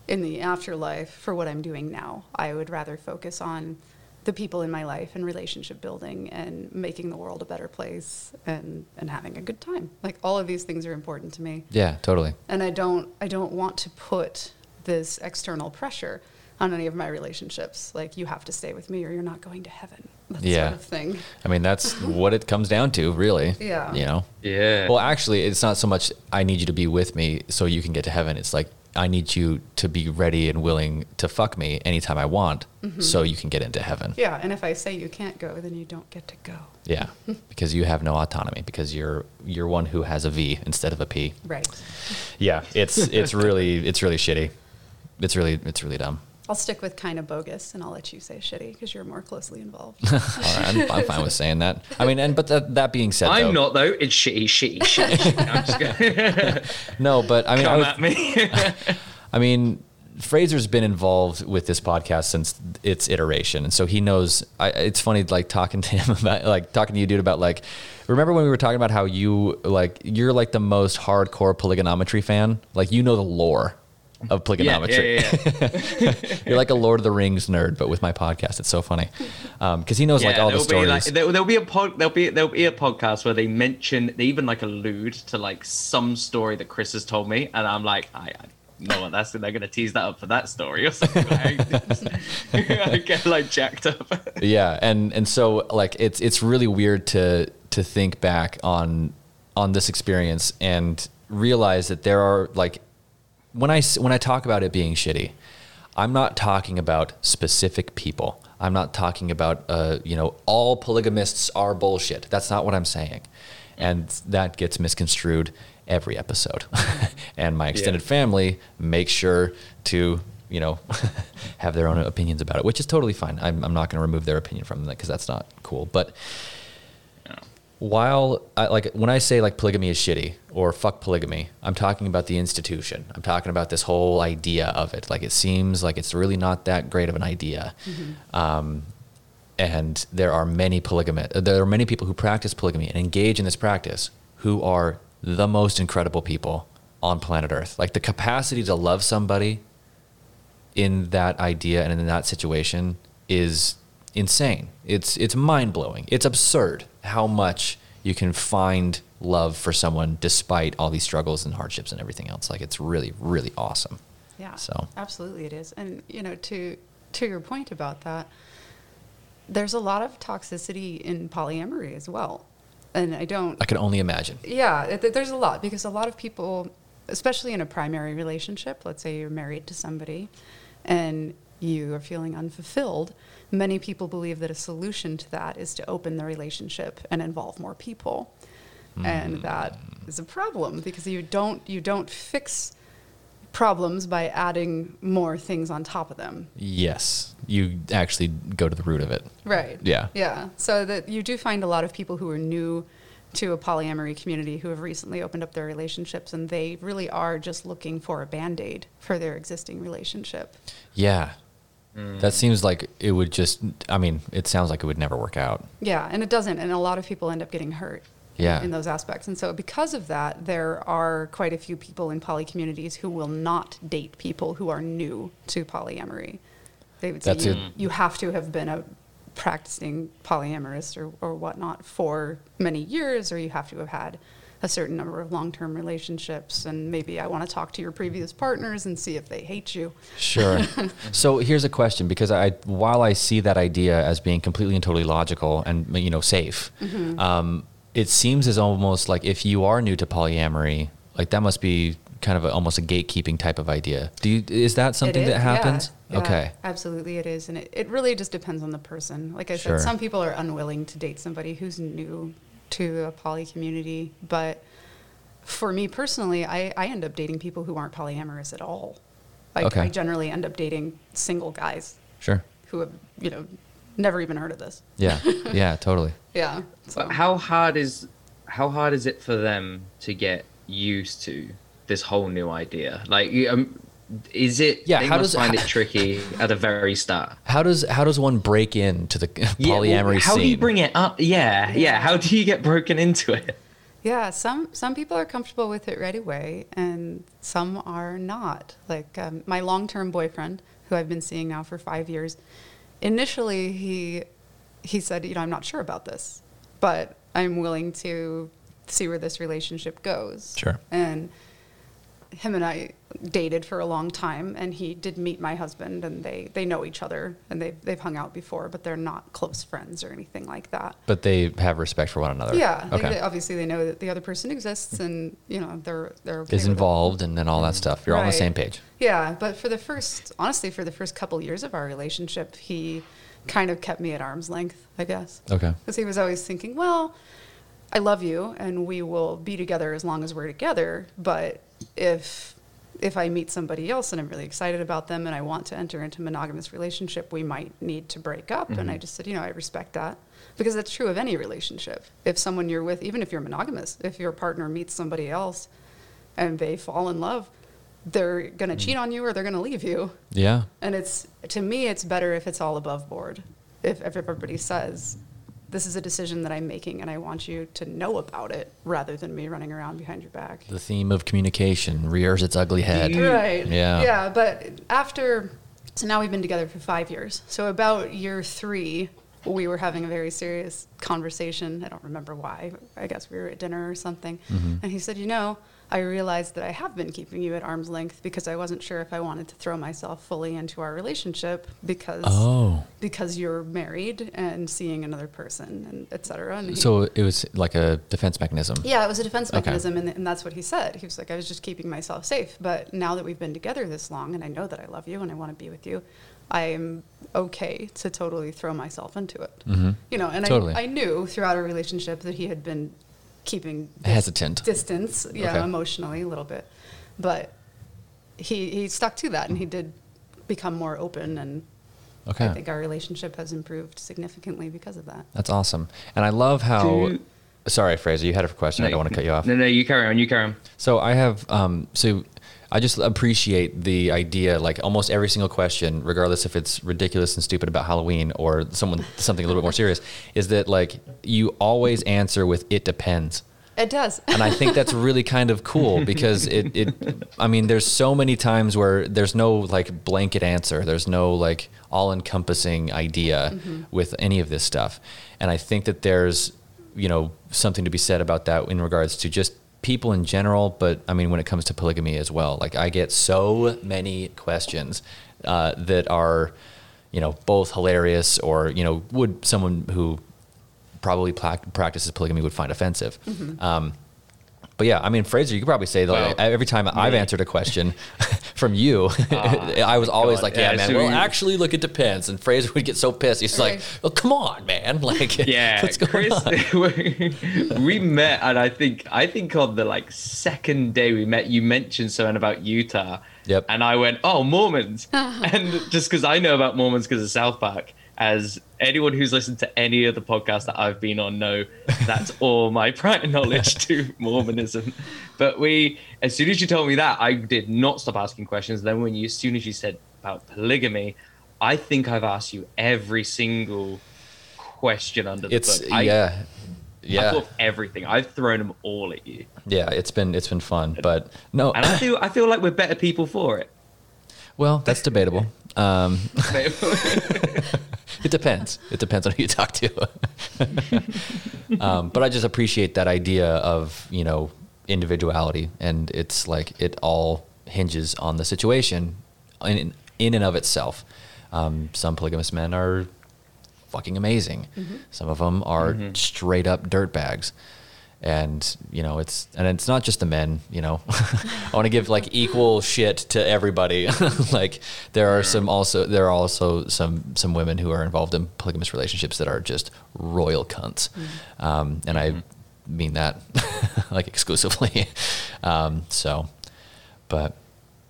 [SPEAKER 3] in the afterlife for what I'm doing now. I would rather focus on the people in my life and relationship building and making the world a better place and, and having a good time. Like all of these things are important to me
[SPEAKER 2] Yeah, totally.
[SPEAKER 3] and I don't I don't want to put this external pressure on any of my relationships. Like you have to stay with me or you're not going to heaven. That
[SPEAKER 2] Yeah.
[SPEAKER 3] sort of thing.
[SPEAKER 2] I mean, that's what it comes down to, really.
[SPEAKER 3] Yeah.
[SPEAKER 2] You know?
[SPEAKER 4] Yeah.
[SPEAKER 2] Well, actually, it's not so much I need you to be with me so you can get to heaven. It's like I need you to be ready and willing to fuck me anytime I want
[SPEAKER 4] Mm-hmm.
[SPEAKER 2] so you can get into heaven.
[SPEAKER 3] Yeah, and if I say you can't go, then you don't get to go.
[SPEAKER 2] Yeah. because you have no autonomy because you're you're one who has a V instead of a P.
[SPEAKER 3] Right.
[SPEAKER 2] Yeah. It's *laughs* it's really it's really shitty. It's really it's really *laughs* dumb.
[SPEAKER 3] I'll stick with kind of bogus and I'll let you say shitty because you're more closely
[SPEAKER 2] *laughs*
[SPEAKER 3] involved.
[SPEAKER 2] All right, I'm, I'm fine with saying that. I mean, and but that, that being said,
[SPEAKER 4] I'm
[SPEAKER 2] though-
[SPEAKER 4] not though. It's shitty, shitty,
[SPEAKER 2] *laughs*
[SPEAKER 4] shitty. shitty. I'm just gonna
[SPEAKER 2] No, but I mean, I
[SPEAKER 4] come
[SPEAKER 2] was,
[SPEAKER 4] at me.
[SPEAKER 2] I mean, Fraser's been involved with this podcast since its iteration, and so he knows. I, it's funny, like talking to *laughs* him about, like talking to you, dude, about like. Remember when we were talking about how you like you're like the most hardcore polygonometry fan? Like you know the lore of
[SPEAKER 4] yeah,
[SPEAKER 2] polygonometry.
[SPEAKER 4] yeah, yeah, yeah.
[SPEAKER 2] You're like a Lord of the Rings nerd, but with my podcast, it's so funny because he knows like
[SPEAKER 4] Yeah,
[SPEAKER 2] all the
[SPEAKER 4] there'll be
[SPEAKER 2] stories.
[SPEAKER 4] like there, there'll be a pod, there'll be there'll be a podcast where they mention they even like allude to like some story that Chris has told me, and I'm like, I, I no one. That's they're gonna tease that up for that story or something. *laughs* I get like jacked up.
[SPEAKER 2] yeah and and so like it's it's really weird to to think back on on this experience and realize that there are like when i s- when i talk about it being shitty i'm not talking about specific people i'm not talking about uh you know all polygamists are bullshit that's not what i'm saying and that gets misconstrued every episode *laughs* and my extended family makes sure to you know, *laughs* have their own opinions about it, which is totally fine. I'm, I'm not going to remove their opinion from that because that's not cool. But while I, like when I say like polygamy is shitty or fuck polygamy, I'm talking about the institution. I'm talking about this whole idea of it. Like it seems like it's really not that great of an idea. Um, and there are many polygamy. There are many people who practice polygamy and engage in this practice who are the most incredible people on planet Earth. Like the capacity to love somebody in that idea and in that situation is insane. It's it's mind blowing. It's absurd how much you can find love for someone despite all these struggles and hardships and everything else. Like it's really really awesome.
[SPEAKER 3] Yeah.
[SPEAKER 2] So.
[SPEAKER 3] absolutely it is. And you know, to to your point about that, there's a lot of toxicity in polyamory as well. And I don't
[SPEAKER 2] I can only imagine.
[SPEAKER 3] yeah, th- there's a lot because a lot of people, especially in a primary relationship, let's say you're married to somebody and you are feeling unfulfilled, many people believe that a solution to that is to open the relationship and involve more people. And that is a problem because you don't you don't fix problems by adding more things on top of them.
[SPEAKER 2] Yes, you actually go to the root of it.
[SPEAKER 3] Right.
[SPEAKER 2] Yeah.
[SPEAKER 3] Yeah. So that you do find a lot of people who are new to a polyamory community who have recently opened up their relationships and they really are just looking for a band-aid for their existing relationship.
[SPEAKER 2] Yeah. That seems like it would just I mean, it sounds like it would never work out.
[SPEAKER 3] Yeah, and it doesn't and a lot of people end up getting hurt. in-
[SPEAKER 2] Yeah.
[SPEAKER 3] In those aspects. And so because of that, there are quite a few people in poly communities who will not date people who are new to polyamory. They would say
[SPEAKER 2] That's
[SPEAKER 3] you,
[SPEAKER 2] it.
[SPEAKER 3] you have to have been a practicing polyamorous or, or whatnot for many years, or you have to have had a certain number of long term relationships. And maybe I want to talk to your previous partners and see if they hate you. *laughs*
[SPEAKER 2] Sure. so here's a question because I, while I see that idea as being completely and totally logical and you know safe,
[SPEAKER 3] Mm-hmm.
[SPEAKER 2] um, it seems as almost like if you are new to polyamory, like that must be kind of a, almost a gatekeeping type of idea. Do you is that something
[SPEAKER 3] It
[SPEAKER 2] that
[SPEAKER 3] is, yeah,
[SPEAKER 2] happens?
[SPEAKER 3] yeah,
[SPEAKER 2] Okay.
[SPEAKER 3] Absolutely, it is. And it, it really just depends on the person. Like I
[SPEAKER 2] Sure.
[SPEAKER 3] said, some people are unwilling to date somebody who's new to a poly community. But for me personally, I, I end up dating people who aren't polyamorous at all. Like,
[SPEAKER 2] Okay.
[SPEAKER 3] I generally end up dating single guys
[SPEAKER 2] Sure.
[SPEAKER 3] who have, you know, never even heard of this.
[SPEAKER 2] Yeah.
[SPEAKER 3] *laughs*
[SPEAKER 2] Yeah. Totally.
[SPEAKER 3] Yeah. So.
[SPEAKER 4] But how hard is how hard is it for them to get used to this whole new idea? Like, you- um, is it?
[SPEAKER 2] Yeah,
[SPEAKER 4] they
[SPEAKER 2] how
[SPEAKER 4] must
[SPEAKER 2] does-
[SPEAKER 4] *laughs* find it tricky at the very start?
[SPEAKER 2] How does how does one break into the
[SPEAKER 4] Yeah, well,
[SPEAKER 2] *laughs* polyamory
[SPEAKER 4] How
[SPEAKER 2] scene?
[SPEAKER 4] do you bring it up? Yeah, yeah. How do you get broken into it?
[SPEAKER 3] Yeah, some some people are comfortable with it right away, and some are not. Like um, my long-term boyfriend, who I've been seeing now for five years, initially he he said, you know, I'm not sure about this, but I'm willing to see where this relationship goes.
[SPEAKER 2] Sure.
[SPEAKER 3] And him and I dated for a long time, and he did meet my husband, and they they know each other, and they they've hung out before, but they're not close friends or anything like that.
[SPEAKER 2] but they have respect for one another.
[SPEAKER 3] Yeah, like
[SPEAKER 2] Okay.
[SPEAKER 3] they, obviously they know that the other person exists, and you know they're they're okay
[SPEAKER 2] is
[SPEAKER 3] with it.
[SPEAKER 2] involved and then all that stuff. You're all on the
[SPEAKER 3] Right.
[SPEAKER 2] same page.
[SPEAKER 3] Yeah, but for the first, honestly, for the first couple years of our relationship, he kind of kept me at arm's length, I guess.
[SPEAKER 2] Okay.
[SPEAKER 3] Because he was always thinking, well, I love you, and we will be together as long as we're together. But if if I meet somebody else and I'm really excited about them and I want to enter into monogamous relationship, we might need to break up. And I just said, you know, I respect that because that's true of any relationship. If someone you're with, even if you're monogamous, if your partner meets somebody else and they fall in love, they're going to cheat on you or they're going to leave you.
[SPEAKER 2] Yeah.
[SPEAKER 3] And it's to me, it's better if it's all above board. If, if everybody says, "This is a decision that I'm making, and I want you to know about it," rather than me running around behind your back.
[SPEAKER 2] The theme of communication rears its ugly head.
[SPEAKER 3] Right.
[SPEAKER 2] Mm. Yeah.
[SPEAKER 3] Yeah. But after, so now we've been together for five years. So about year three, we were having a very
[SPEAKER 2] Mm-hmm.
[SPEAKER 3] serious conversation. I don't remember why. I guess we were at dinner or something. And he said, You know, I realized that I have been keeping you at arm's length because I wasn't sure if I wanted to throw myself fully into our relationship because
[SPEAKER 5] Oh.
[SPEAKER 3] because you're married and seeing another person and et cetera. And he-
[SPEAKER 2] So it was like a defense mechanism.
[SPEAKER 3] yeah, it was a defense
[SPEAKER 2] Okay.
[SPEAKER 3] mechanism, and, and that's what he said. He was like, I was just keeping myself safe. But now that we've been together this long, and I know that I love you and I want to be with you, I'm okay to totally throw myself into it. You know, and
[SPEAKER 2] Mm-hmm. Totally.
[SPEAKER 3] I, I knew throughout our relationship that he had been keeping
[SPEAKER 2] Hesitant.
[SPEAKER 3] distance, yeah,
[SPEAKER 2] Okay.
[SPEAKER 3] emotionally a little bit, but he he stuck to that, and he did become more open, and
[SPEAKER 2] Okay.
[SPEAKER 3] I think our relationship has improved significantly because of that.
[SPEAKER 2] That's awesome. And I love how.
[SPEAKER 4] Do-
[SPEAKER 2] Sorry, Fraser, you had a question. I
[SPEAKER 4] No,
[SPEAKER 2] don't want to cut you off.
[SPEAKER 4] No, no, you carry on. You carry on.
[SPEAKER 2] So I have. Um, so I just appreciate the idea. Like almost every single question, regardless if it's ridiculous and stupid about Halloween or someone something a little bit more serious, is that like you always answer with "it depends."
[SPEAKER 3] It does.
[SPEAKER 2] and I think that's really kind of cool because it, it I mean, there's so many times where there's no like blanket answer, there's no like all encompassing idea with any of this stuff. And I think that there's, you know, something to be said about that in regards to just people in general, but I mean, when it comes to polygamy as well. Like, I get so many questions uh, that are, you know, both hilarious or, you know, would someone who probably pla- practices polygamy would find offensive. Um, but yeah, I mean, Fraser, you could probably say that like,
[SPEAKER 4] Well,
[SPEAKER 2] every time I've
[SPEAKER 4] me. Oh,
[SPEAKER 2] answered a question *laughs* from you, *laughs* I was always
[SPEAKER 4] God.
[SPEAKER 2] like, yeah,
[SPEAKER 4] Yeah,
[SPEAKER 2] man,
[SPEAKER 4] so
[SPEAKER 2] well,
[SPEAKER 4] you-
[SPEAKER 2] actually, look, it depends. And Fraser would get so pissed. He's like,
[SPEAKER 3] Right.
[SPEAKER 2] well, come on, man. *laughs* Like,
[SPEAKER 4] Yeah,
[SPEAKER 2] what's going
[SPEAKER 4] Chris, *laughs*
[SPEAKER 2] on?
[SPEAKER 4] we met, and I think I think on the like second day we met, you mentioned something about Utah.
[SPEAKER 2] Yep.
[SPEAKER 4] And I went, "Oh, Mormons!" and just because I know about Mormons because of South Park, as anyone who's listened to any of the podcasts that I've been on know,
[SPEAKER 2] *laughs*
[SPEAKER 4] that's all my prior knowledge to Mormonism. But we, as soon as you told me that, I did not stop asking questions. Then when you, as soon as you said about polygamy, I think I've asked you every single question under the
[SPEAKER 2] It's,
[SPEAKER 4] book. I-
[SPEAKER 2] yeah.
[SPEAKER 4] I
[SPEAKER 2] Yeah.
[SPEAKER 4] thought of everything. I've thrown them all at you,
[SPEAKER 2] Yeah. It's been, it's been fun. But no, *laughs*
[SPEAKER 4] and I feel I feel like we're better people for it.
[SPEAKER 2] well, that's debatable. Um, *laughs* it depends. It depends on who you talk to. *laughs* um, but I just appreciate that idea of you know individuality, and it's like it all hinges on the situation in in and of itself. Um, some polygamous men are fucking amazing. Some of them are straight up dirtbags. And you know it's and it's not just the men. You know, *laughs* I want to give like equal shit to everybody. *laughs* like there are some also there are also some some women who are involved in polygamous relationships that are just royal cunts, um, and I mean that *laughs* like exclusively. *laughs* um, so, but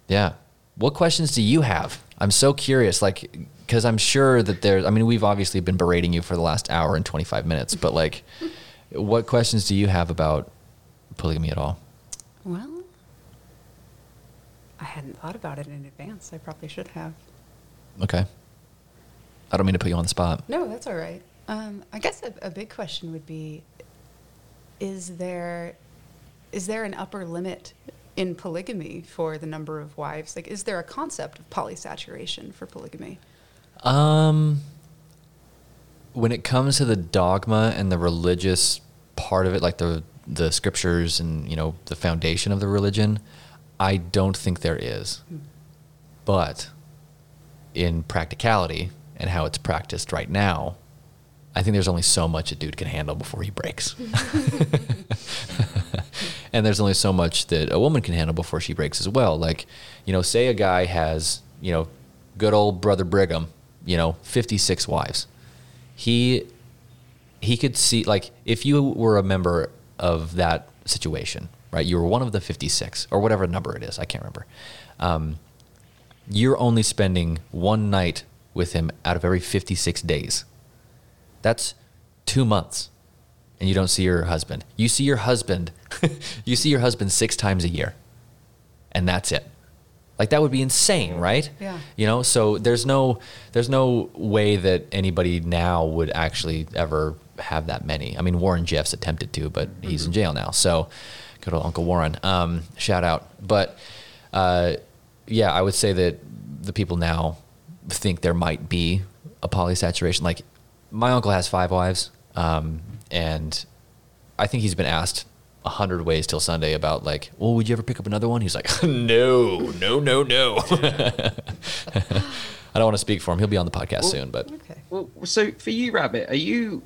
[SPEAKER 2] yeah. What questions do you have? I'm so curious, like, because I'm sure that there's, I mean, we've obviously been berating you for the last hour and 25 minutes, but like, what questions do you have about polygamy at all?
[SPEAKER 3] Well, I hadn't thought about it in advance. I probably should have.
[SPEAKER 2] Okay. I don't mean to put you on the spot.
[SPEAKER 3] No, that's all right. Um, I guess a, a big question would be: Is there is there an upper limit in polygamy for the number of wives? Like, is there a concept of polysaturation for polygamy?
[SPEAKER 2] Um, when it comes to the dogma and the religious part of it, like the the scriptures and you know the foundation of the religion, I don't think there is. But in practicality and how it's practiced right now, I think there's only so much a dude can handle before he breaks. and there's only so much that a woman can handle before she breaks as well. Like, you know, say a guy has, you know, good old brother Brigham, you know, 56 wives. He he could see like if you were a member of that situation, right? You were one of the 56 or whatever number it is, I can't remember. Um, you're only spending one night with him out of every 56 days. That's 2 months and you don't see your husband. You see your husband, *laughs* you see your husband six times a year, and that's it. Like that would be insane, right?
[SPEAKER 3] Yeah.
[SPEAKER 2] You know, so there's no there's no way that anybody now would actually ever have that many. I mean, Warren Jeffs attempted to, but he's in jail now. So, good old Uncle Warren. Um, shout out. But uh, yeah, I would say that the people now think there might be a polysaturation. Like my uncle has five wives, um, and I think he's been asked a hundred ways till Sunday about like, well, would you ever pick up another one? He's like, *laughs* no, no, no, no. *laughs* I don't want to speak for him. He'll be on the podcast soon, but
[SPEAKER 3] Okay.
[SPEAKER 4] Well, so for you, Rabbit, are you,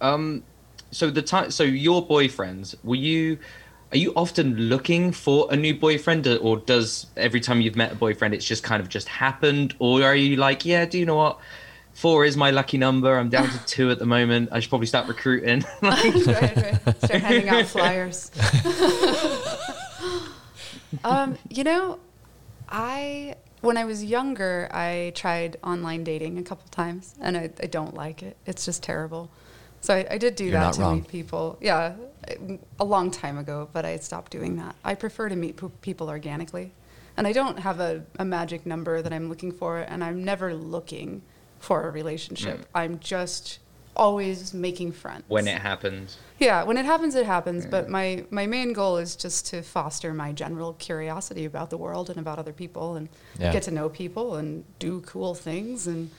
[SPEAKER 4] um, so the time, so your boyfriends, were you, are you often looking for a new boyfriend, or- or does every time you've met a boyfriend, it's just kind of just happened, or are you like, yeah, do you know what? Four is my lucky number. I'm down to two at the moment. I should probably start recruiting. *laughs*
[SPEAKER 3] *laughs* right, right. Start handing out flyers. *laughs* um, you know, I when I was younger, I tried online dating a couple times, and I, I don't like it. It's just terrible. So I, I did do that
[SPEAKER 2] not
[SPEAKER 3] to
[SPEAKER 2] wrong.
[SPEAKER 3] meet people. Yeah, I- a long time ago, but I stopped doing that. I prefer to meet po- people organically, and I don't have a, a magic number that I'm looking for, and I'm never looking for a relationship. I'm just always making friends
[SPEAKER 4] when it happens,
[SPEAKER 3] yeah when it happens it happens but my my main goal is just to foster my general curiosity about the world and about other people and
[SPEAKER 2] Yeah.
[SPEAKER 3] get to know people and do cool things and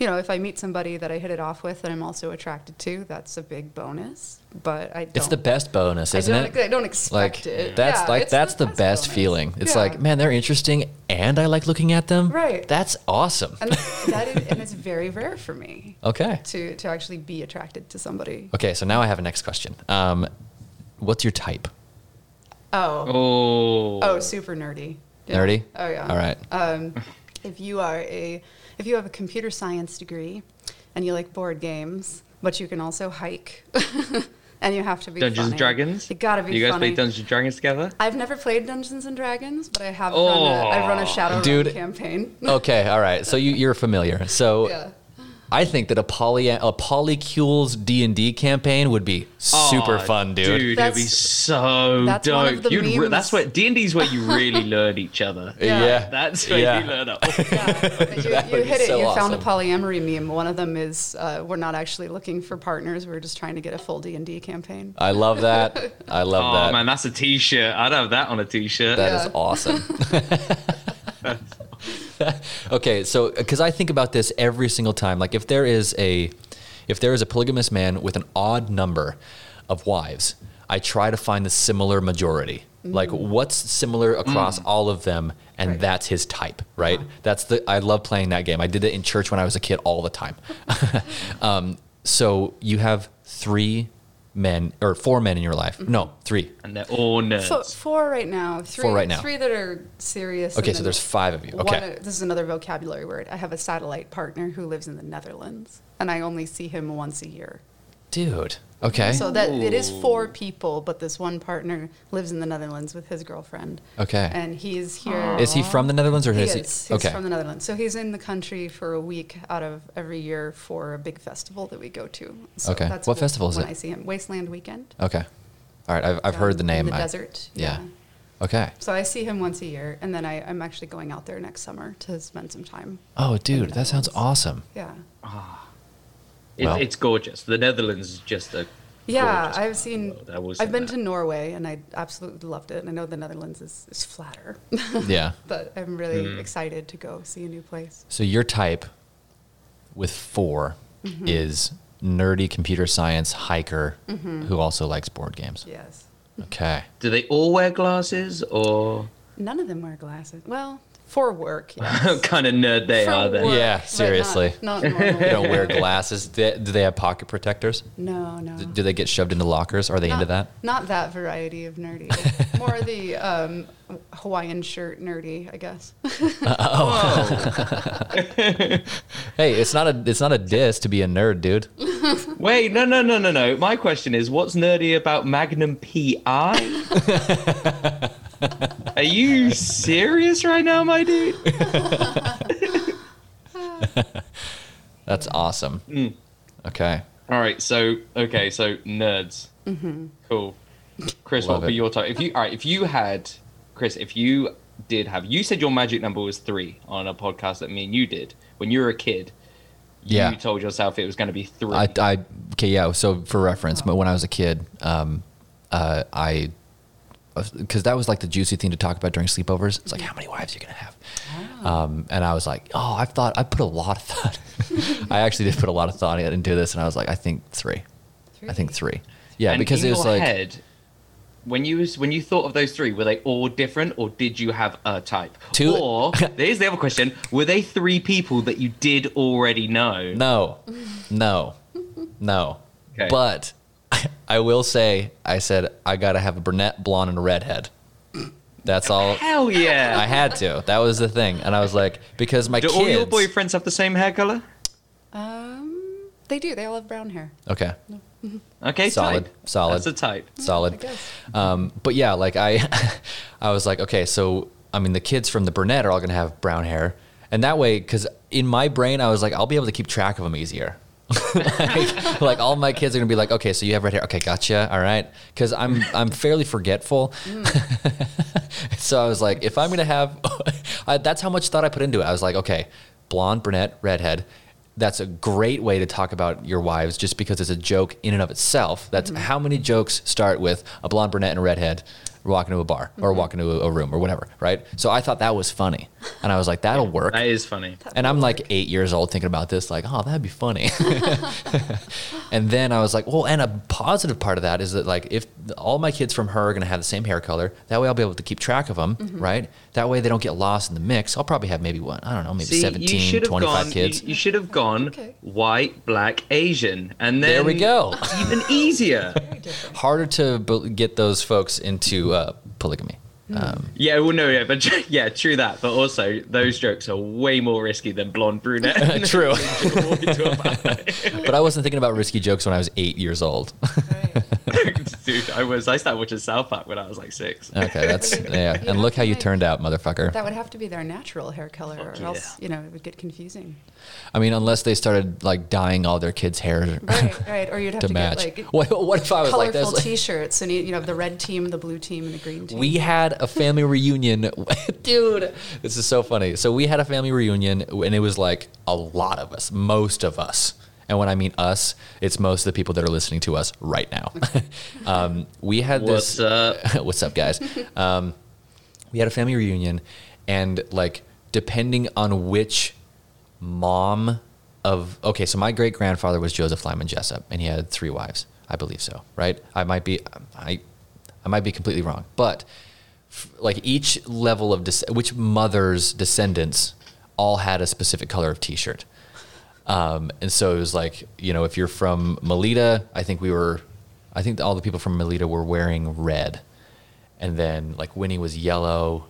[SPEAKER 3] you know if i meet somebody that i hit it off with that i'm also attracted to that's a big bonus but i don't
[SPEAKER 2] it's the best bonus,
[SPEAKER 3] I
[SPEAKER 2] isn't
[SPEAKER 3] don't,
[SPEAKER 2] it?
[SPEAKER 3] I don't expect
[SPEAKER 2] like
[SPEAKER 3] it.
[SPEAKER 2] that's
[SPEAKER 3] Yeah,
[SPEAKER 2] like
[SPEAKER 3] it's
[SPEAKER 2] that's the, best
[SPEAKER 3] bonus.
[SPEAKER 2] feeling. It's
[SPEAKER 3] Yeah.
[SPEAKER 2] like, man, they're interesting, and I like looking at them.
[SPEAKER 3] Right.
[SPEAKER 2] That's awesome.
[SPEAKER 3] and that is, and it's very rare for
[SPEAKER 2] *laughs*
[SPEAKER 3] me
[SPEAKER 2] Okay.
[SPEAKER 3] to to actually be attracted to somebody.
[SPEAKER 2] Okay. So now I have a next question. Um, what's your type?
[SPEAKER 3] Oh,
[SPEAKER 4] oh,
[SPEAKER 3] oh, super nerdy. Yeah.
[SPEAKER 2] Nerdy.
[SPEAKER 3] Oh yeah. Um,
[SPEAKER 2] All right.
[SPEAKER 3] if you are a if you have a computer science degree and you like board games, but you can also hike *laughs* and you have to be
[SPEAKER 4] Dungeons
[SPEAKER 3] funny.
[SPEAKER 4] and Dragons.
[SPEAKER 3] You gotta be
[SPEAKER 4] You guys
[SPEAKER 3] funny.
[SPEAKER 4] play Dungeons and Dragons together?
[SPEAKER 3] I've never played Dungeons and Dragons, but I have run a, I've run a
[SPEAKER 4] Oh.
[SPEAKER 3] Shadowrun
[SPEAKER 2] Dude.
[SPEAKER 3] campaign. *laughs*
[SPEAKER 2] okay. All right. So you, you're familiar. So
[SPEAKER 3] yeah.
[SPEAKER 2] I think that a poly a polycules D and D campaign would be super
[SPEAKER 4] Oh,
[SPEAKER 2] fun, dude.
[SPEAKER 4] Dude, it'd be
[SPEAKER 3] That's-
[SPEAKER 4] so
[SPEAKER 3] that's
[SPEAKER 4] dope.
[SPEAKER 3] one of the
[SPEAKER 4] You'd re-
[SPEAKER 3] memes.
[SPEAKER 4] that's where D and D's where you
[SPEAKER 3] *laughs*
[SPEAKER 4] really learn each other.
[SPEAKER 2] Yeah.
[SPEAKER 3] Yeah.
[SPEAKER 4] That's where
[SPEAKER 2] Yeah.
[SPEAKER 4] you
[SPEAKER 2] *laughs*
[SPEAKER 4] learn it. all.
[SPEAKER 3] But you,
[SPEAKER 2] *laughs* That
[SPEAKER 3] you
[SPEAKER 2] would be
[SPEAKER 3] hit it.
[SPEAKER 2] so
[SPEAKER 3] you found a
[SPEAKER 2] awesome.
[SPEAKER 3] polyamory meme. One of them is uh, we're not actually looking for partners. We're just trying to get a full D and D campaign.
[SPEAKER 2] I love that. I love
[SPEAKER 4] Oh
[SPEAKER 2] that.
[SPEAKER 4] man, that's a T-shirt. I'd have that on a T-shirt.
[SPEAKER 2] That is
[SPEAKER 3] Yeah.
[SPEAKER 2] awesome.
[SPEAKER 3] *laughs*
[SPEAKER 2] *laughs* okay, so because I think about this every single time, like if there is a, if there is a polygamous man with an odd number of wives, I try to find the similar majority. Like what's similar across all of them, and
[SPEAKER 3] Mm. Right. Uh-huh.
[SPEAKER 2] that's his type, right? That's the I love playing that game. I did it in church when I was a kid all the time. *laughs* um, so you have three men or four men in your life?
[SPEAKER 3] Mm-hmm.
[SPEAKER 2] No, three.
[SPEAKER 4] and they're all nerds.
[SPEAKER 3] So four right now. Three,
[SPEAKER 2] Oh, right now.
[SPEAKER 3] Three that are serious. and
[SPEAKER 2] Okay, so
[SPEAKER 3] then
[SPEAKER 2] there's five of you.
[SPEAKER 3] One,
[SPEAKER 2] Okay.
[SPEAKER 3] this is another vocabulary word. I have a satellite partner who lives in the Netherlands, and I only see him once a year.
[SPEAKER 2] Dude. Okay.
[SPEAKER 3] So that it is four people, but this one partner lives in the Netherlands with his girlfriend.
[SPEAKER 2] Okay.
[SPEAKER 3] And he's here.
[SPEAKER 2] is he from the Netherlands or
[SPEAKER 3] He
[SPEAKER 2] is he?
[SPEAKER 3] is. He's from the Netherlands. So he's in the country for a week out of every year for a big festival that we go to. So
[SPEAKER 2] Okay.
[SPEAKER 3] That's
[SPEAKER 2] What
[SPEAKER 3] wh-
[SPEAKER 2] festival is
[SPEAKER 3] when
[SPEAKER 2] it?
[SPEAKER 3] I see him. Wasteland Weekend.
[SPEAKER 2] okay. All right. I've, I've
[SPEAKER 3] down
[SPEAKER 2] heard the name.
[SPEAKER 3] In the
[SPEAKER 2] I-
[SPEAKER 3] desert.
[SPEAKER 2] Yeah. Okay.
[SPEAKER 3] So I see him once a year, and then I, I'm actually going out there next summer to spend some time.
[SPEAKER 2] Oh, dude, that sounds awesome.
[SPEAKER 3] Yeah.
[SPEAKER 4] It-
[SPEAKER 2] Well.
[SPEAKER 4] It's gorgeous. The Netherlands is just a
[SPEAKER 3] Yeah,
[SPEAKER 4] gorgeous part
[SPEAKER 3] I've
[SPEAKER 4] of
[SPEAKER 3] seen.
[SPEAKER 4] the world. I will say
[SPEAKER 3] I've been
[SPEAKER 4] that.
[SPEAKER 3] to Norway, and I absolutely loved it. And I know the Netherlands is, is flatter, *laughs*
[SPEAKER 2] yeah.
[SPEAKER 3] but I'm really
[SPEAKER 4] Hmm.
[SPEAKER 3] excited to go see a new place.
[SPEAKER 2] So your type with 4
[SPEAKER 3] Mm-hmm.
[SPEAKER 2] is nerdy computer science hiker
[SPEAKER 3] Mm-hmm.
[SPEAKER 2] who also likes board games.
[SPEAKER 3] Yes.
[SPEAKER 2] Okay.
[SPEAKER 4] Do they all wear glasses or
[SPEAKER 3] None of them wear glasses. Well, for work.
[SPEAKER 4] *laughs*
[SPEAKER 3] Yes.
[SPEAKER 4] what kind of nerd they
[SPEAKER 3] For
[SPEAKER 4] are? uh, Then
[SPEAKER 3] work,
[SPEAKER 2] Yeah,
[SPEAKER 3] but
[SPEAKER 2] seriously.
[SPEAKER 3] Not, not normal.
[SPEAKER 2] They don't wear glasses. Do they, do they have pocket protectors?
[SPEAKER 3] No, no.
[SPEAKER 2] Do- Do they get shoved into lockers? Are they
[SPEAKER 3] not,
[SPEAKER 2] into that?
[SPEAKER 3] Not that variety of
[SPEAKER 2] *laughs*
[SPEAKER 3] nerdy. More the um, Hawaiian shirt nerdy, I guess. *laughs*
[SPEAKER 2] *laughs* Hey, it's not a it's not a diss to be a nerd, dude.
[SPEAKER 4] Wait, no, no, no, no, no. My question is, what's nerdy about Magnum PI?
[SPEAKER 2] *laughs*
[SPEAKER 4] Are you serious right now, my dude?
[SPEAKER 2] That's awesome. Okay.
[SPEAKER 4] All right, so okay, so nerds. Cool. Chris,
[SPEAKER 2] Love
[SPEAKER 4] what would be
[SPEAKER 2] it.
[SPEAKER 4] your type? If you all right, if you had Chris, if you did have you said your magic number was three on a podcast that me and you did when you were a kid.
[SPEAKER 2] Yeah.
[SPEAKER 4] You told yourself it was going to be three.
[SPEAKER 2] I, I okay yeah so for reference but when i was a kid um uh i because that was like the juicy thing to talk about during sleepovers it's like how many wives you're gonna have um and i was like oh i've thought i put a lot of thought *laughs* i actually did put a lot of thought into this and i was like i think three, i think three yeah
[SPEAKER 4] And
[SPEAKER 2] because
[SPEAKER 4] in
[SPEAKER 2] it was
[SPEAKER 4] your
[SPEAKER 2] like
[SPEAKER 4] head, when you when you thought of those three, were they all different, or did you have a type?
[SPEAKER 2] Two- *laughs*
[SPEAKER 4] Or there's the other question: Were they three people that you did already know?
[SPEAKER 2] No, no, no.
[SPEAKER 4] Okay.
[SPEAKER 2] But *laughs* I will say, I said I gotta have a brunette, blonde, and a redhead. That's all.
[SPEAKER 4] Hell yeah!
[SPEAKER 2] I had to. That was the thing, and I was like, because my
[SPEAKER 4] Do
[SPEAKER 2] kids.
[SPEAKER 4] all your boyfriends have the same hair color?
[SPEAKER 3] Um, they do. They all have brown hair.
[SPEAKER 2] okay,
[SPEAKER 4] Okay,
[SPEAKER 2] Solid,
[SPEAKER 4] type.
[SPEAKER 2] solid.
[SPEAKER 4] That's a type.
[SPEAKER 2] solid.
[SPEAKER 3] I
[SPEAKER 4] *laughs*
[SPEAKER 3] guess.
[SPEAKER 2] Um, but yeah, like I, *laughs* I was like, okay, so I mean, the kids from the brunette are all gonna have brown hair, and that way, because in my brain, I was like, I'll be able to keep track of them easier. *laughs* like, like, all my kids are gonna be like, okay, so you have red hair, okay, gotcha, all right, because I'm I'm fairly forgetful, *laughs* so I was like, if I'm gonna have, *laughs* I, that's how much thought I put into it. I was like, okay, blonde, brunette, redhead. That's a great way to talk about your wives, just because it's a joke in and of itself. That's how many jokes start with a blonde, brunette, and a redhead walk into a bar or walk into a, a room or whatever, right? So I thought that was funny, and I was like, that'll work.
[SPEAKER 4] That is funny.
[SPEAKER 2] And I'm like eight years old thinking about this, like, oh, that'd be funny.
[SPEAKER 3] *laughs*
[SPEAKER 2] *laughs* and then I was like, well, and a positive part of that is that, like, if all my kids from her are going to have the same hair color, that way I'll be able to keep track of them,
[SPEAKER 3] Mm-hmm.
[SPEAKER 2] right? That way they don't get lost in the mix. I'll probably have maybe one, I don't know, maybe
[SPEAKER 4] See, you should
[SPEAKER 2] seventeen, twenty-five 17, 25
[SPEAKER 4] have gone,
[SPEAKER 2] kids.
[SPEAKER 4] You, you should have gone
[SPEAKER 3] Okay.
[SPEAKER 4] white, black, Asian, and then
[SPEAKER 2] there we go.
[SPEAKER 4] Even
[SPEAKER 2] *laughs*
[SPEAKER 4] easier.
[SPEAKER 2] Harder to bel- get those folks into uh, polygamy.
[SPEAKER 3] Mm.
[SPEAKER 2] Um,
[SPEAKER 4] yeah, well, no, yeah, but *laughs* tr- yeah, true that. But also, those jokes are way more risky than blonde
[SPEAKER 2] *laughs*
[SPEAKER 4] brunette. *laughs*
[SPEAKER 2] True.
[SPEAKER 4] Walk into a bar. *laughs*
[SPEAKER 2] but I wasn't thinking about risky jokes when I was eight years old. *laughs*
[SPEAKER 3] Right.
[SPEAKER 4] Dude, I was. I started watching South Park when I was like six.
[SPEAKER 3] *laughs*
[SPEAKER 2] okay, that's, yeah.
[SPEAKER 3] You
[SPEAKER 2] And look
[SPEAKER 3] have
[SPEAKER 2] how
[SPEAKER 3] to
[SPEAKER 2] you
[SPEAKER 3] make-
[SPEAKER 2] turned out, motherfucker.
[SPEAKER 3] That would have to be their natural hair color, or
[SPEAKER 4] yeah.
[SPEAKER 3] else you know it would get confusing.
[SPEAKER 2] I mean, unless they started like dyeing all their kids' hair
[SPEAKER 3] *laughs* Right, right. Or you'd have
[SPEAKER 2] to
[SPEAKER 3] to,
[SPEAKER 2] match.
[SPEAKER 3] get like
[SPEAKER 2] what, what if I was like
[SPEAKER 3] colorful
[SPEAKER 2] this? Like,
[SPEAKER 3] T-shirts, and you you know the red team, the blue team, and the green team.
[SPEAKER 2] we had a family reunion, *laughs* dude. This is so funny. So we had a family reunion, and it was like a lot of us, most of us. And when I mean us, it's most of the people that are listening to us right now. *laughs* um, we had
[SPEAKER 4] What's uh,
[SPEAKER 2] this. uh, *laughs*
[SPEAKER 4] up?
[SPEAKER 2] what's up, guys? Um, we had a family reunion, and like depending on which mom of okay, so my great grandfather was Joseph Lyman Jessup, and he had three wives, I believe so, right? I might be, I, I might be completely wrong, but f- like each level of des- which mother's descendants all had a specific color of T-shirt. Um, and so it was like, you know, if you're from Melita, I think we were, I think all the people from Melita were wearing red. And then like Winnie was yellow.